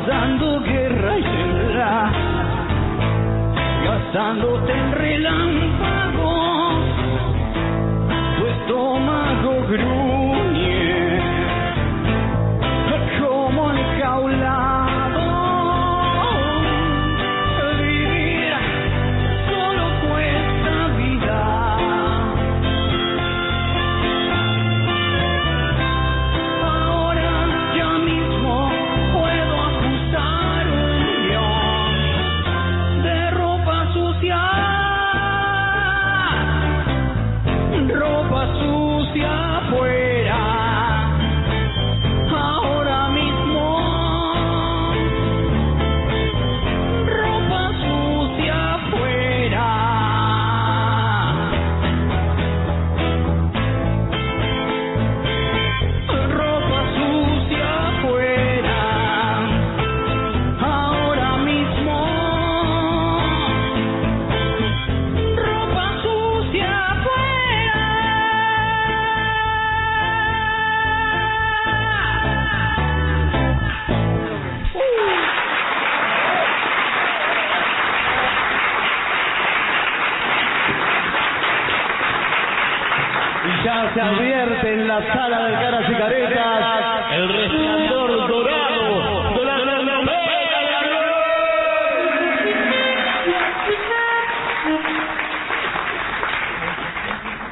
[SPEAKER 9] dando guerra y guerra, gastándote en relámpagos, pues tu estómago gruñe como encaulado. Vivir solo cuesta vida. Ahora ya mismo puedo ajustar un guión de ropa sucia, ropa sucia afuera. Ahora mismo, ropa sucia afuera. ropa sucia afuera. Ahora mismo, ropa sucia afuera.
[SPEAKER 1] Y ya se advierte en la sala de caras y caretas el resplandor dorado de la trompeta de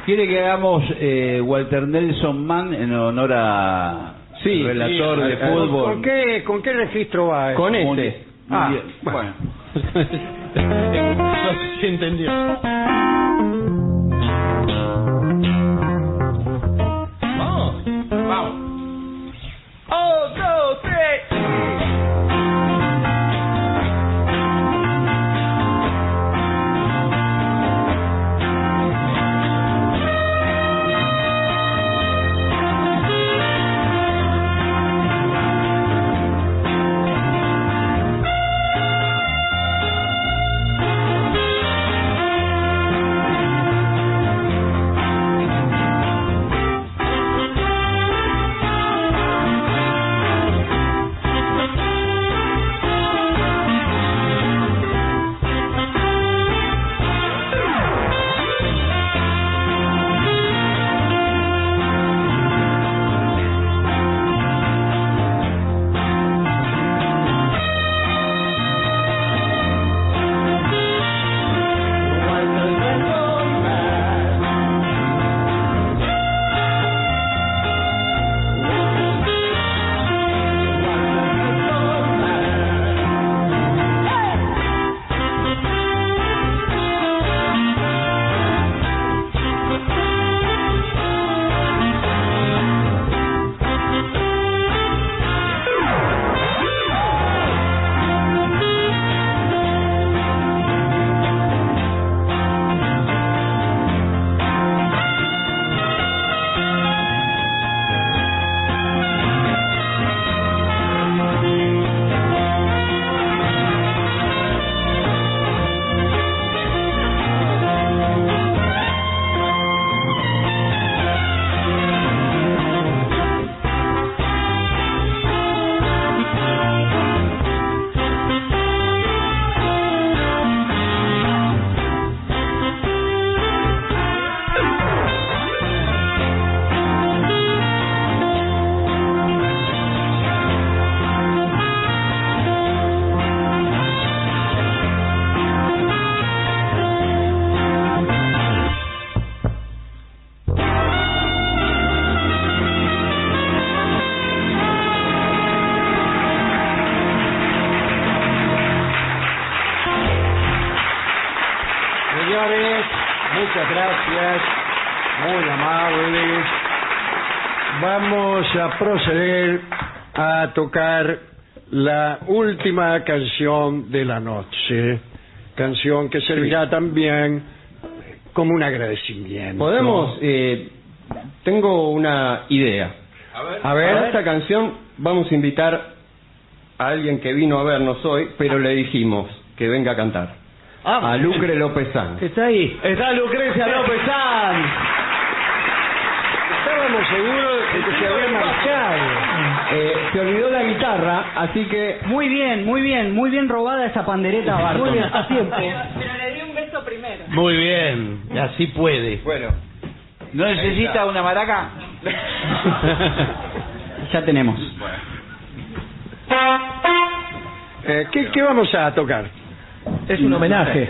[SPEAKER 6] ¿Quiere que hagamos eh, Walter Nelson Mann en honor a
[SPEAKER 4] Sí,
[SPEAKER 6] relator
[SPEAKER 4] sí,
[SPEAKER 6] de
[SPEAKER 4] a- a-
[SPEAKER 6] fútbol?
[SPEAKER 4] ¿Con qué, ¿Con qué registro va?
[SPEAKER 6] Con
[SPEAKER 4] eso?
[SPEAKER 6] este. Muy
[SPEAKER 4] Ah,
[SPEAKER 6] bien.
[SPEAKER 4] bueno.
[SPEAKER 1] No sé si entendió.
[SPEAKER 9] Vamos, vamos. Un, dos, tres.
[SPEAKER 4] Señores, muchas gracias, muy amables. Vamos a proceder a tocar la última canción de la noche, canción que servirá también como un agradecimiento.
[SPEAKER 5] Podemos, eh, tengo una idea. A ver, a esta canción vamos a invitar a alguien que vino a vernos hoy, pero le dijimos que venga a cantar.
[SPEAKER 4] Ah.
[SPEAKER 5] a Lucre López Sanz.
[SPEAKER 1] Está ahí. Está Lucrecia López Sanz.
[SPEAKER 4] Estábamos seguros de que se había marchado.
[SPEAKER 22] Eh, se olvidó la guitarra, así que...
[SPEAKER 23] Muy bien, muy bien, muy bien robada esa pandereta, Barton.
[SPEAKER 22] Muy bien,
[SPEAKER 23] a tiempo.
[SPEAKER 24] Pero le di un beso primero.
[SPEAKER 5] Muy bien, así puede.
[SPEAKER 22] Bueno.
[SPEAKER 25] ¿No necesita una maraca?
[SPEAKER 23] ya tenemos.
[SPEAKER 4] Eh, ¿qué, qué vamos a tocar?
[SPEAKER 23] Es un homenaje.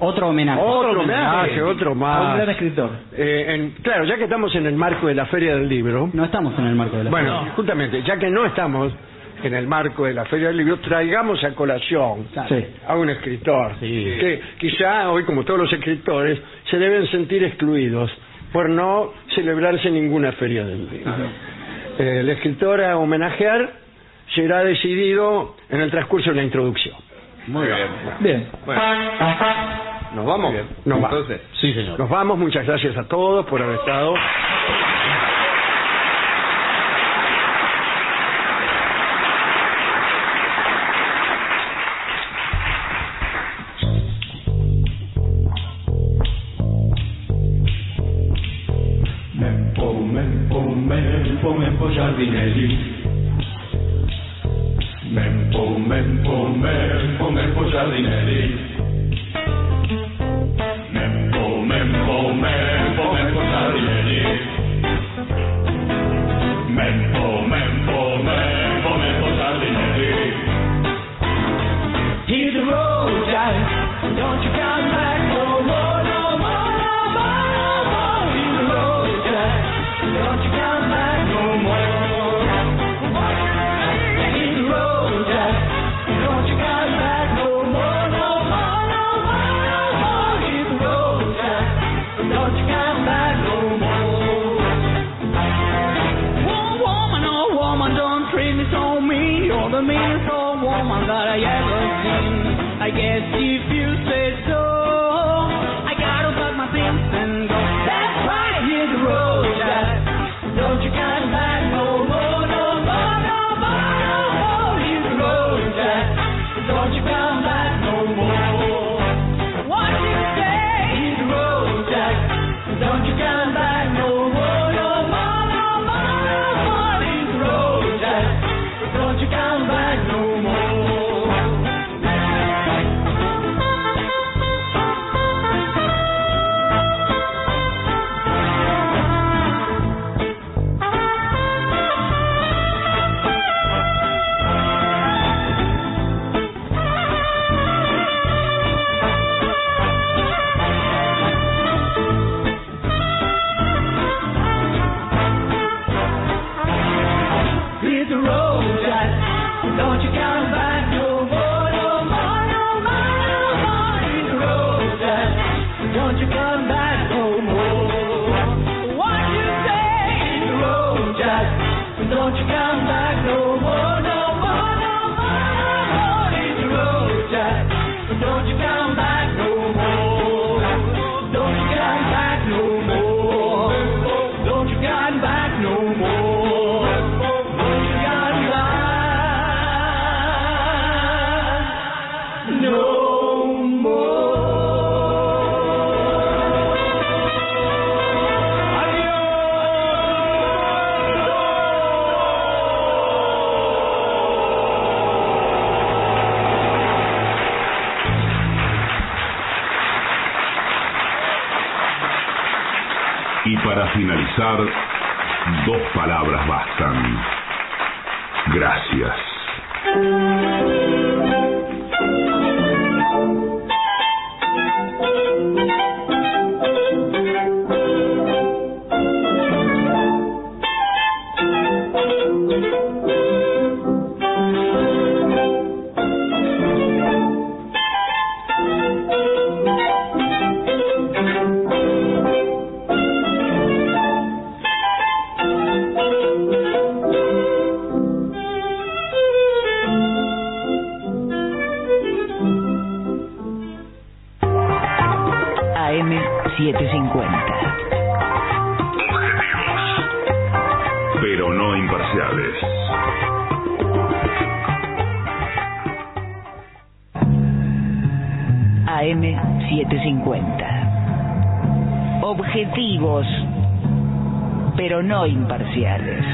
[SPEAKER 23] Otro homenaje.
[SPEAKER 4] Otro homenaje, otro más.
[SPEAKER 23] A un gran escritor.
[SPEAKER 4] Eh, en- claro, ya que estamos en el marco de la Feria del Libro.
[SPEAKER 23] No estamos en el marco de la
[SPEAKER 4] bueno,
[SPEAKER 23] Feria.
[SPEAKER 4] Bueno, justamente, ya que no estamos en el marco de la Feria del Libro, traigamos a colación
[SPEAKER 23] Sí.
[SPEAKER 4] a un escritor que quizá hoy, como todos los escritores, se deben sentir excluidos por no celebrarse ninguna Feria del Libro. Eh, el escritor a homenajear será decidido en el transcurso de la introducción.
[SPEAKER 22] Muy bien.
[SPEAKER 4] Bien.
[SPEAKER 22] ¿Nos vamos?
[SPEAKER 4] Nos vamos.
[SPEAKER 22] Entonces,
[SPEAKER 5] Sí, señor.
[SPEAKER 4] Nos vamos, muchas gracias a todos por haber estado.
[SPEAKER 2] Mempo, mempo, mempo, mempo Giardinelli. Mempo, mempo, mempo, mempo Giardinelli. Mempo, mempo, mempo, mempo Giardinelli. Mempo, mempo, mempo, mempo Giardinelli.
[SPEAKER 1] Here's the road, Jack. Don't you come back no more, no more, no more, no more. Here's the road, Jack. Don't you come back no more. Here's the road, Jack. Don't you come back no more, no more, no more, no more. Here's the road, Jack. Don't you come back no more. Oh, woman, oh, woman, don't treat me so mean. You're the meanest old woman that I ever seen. I guess if you say so, I gotta pack my things and go. That's right, here's the road, Jack. Don't you come back no more, no more, no more, no more. Here's the road, Jack. Don't you come back no more. What do you say? Here's the road, Jack. Don't you come back no more, no more, no more, no more. Here's the road, Jack. Don't you come back no more. Here's the road, Jack. Don't you come back no more, no more, no more, no more. Here's the road, Jack. Don't you come back no more. What you say? Here's the road, Jack. Don't you come back no more, no more, no more, no more. Here's the road, Jack. Don't you come back no more. Don't you come back no more. Don't you come back no more. Don't you come back no
[SPEAKER 26] Y para finalizar, dos palabras bastan. Gracias.
[SPEAKER 9] AM750.
[SPEAKER 26] Pero no imparciales.
[SPEAKER 9] AM750. Objetivos, pero no imparciales.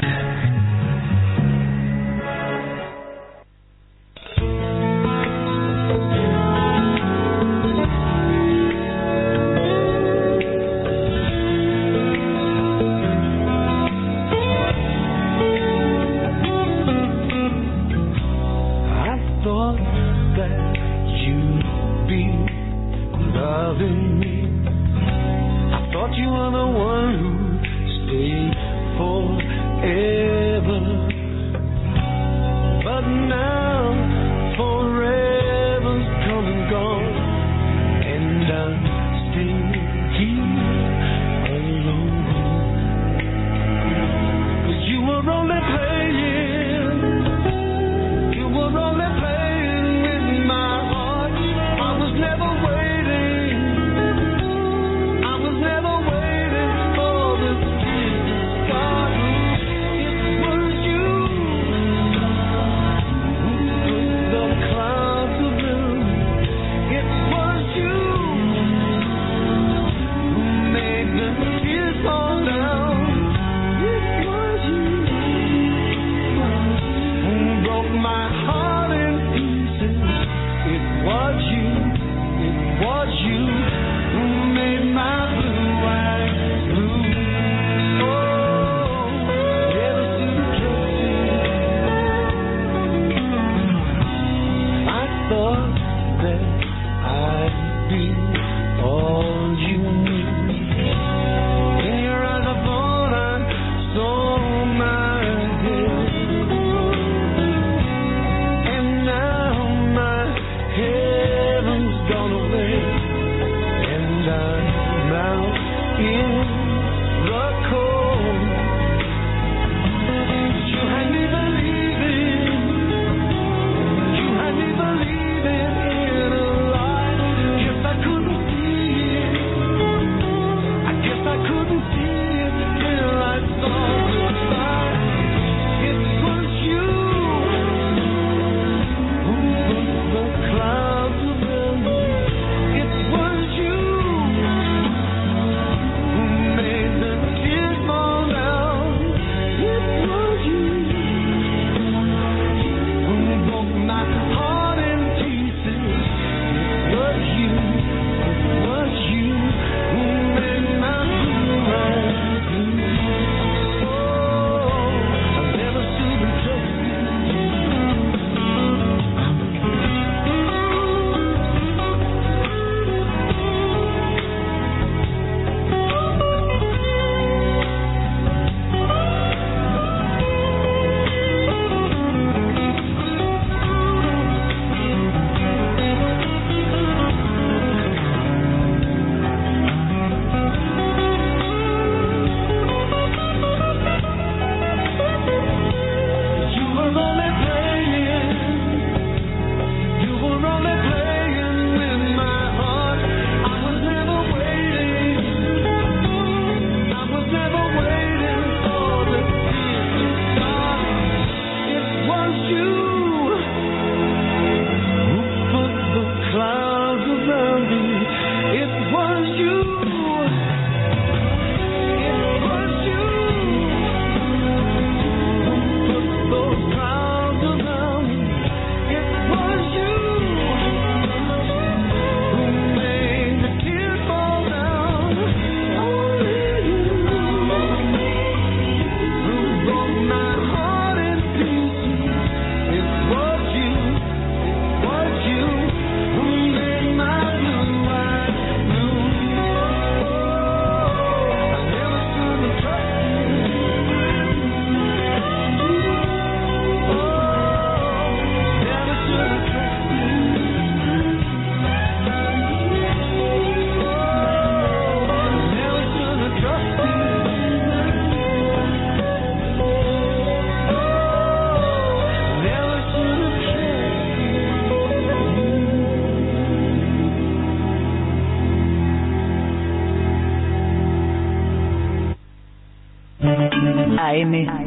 [SPEAKER 9] AM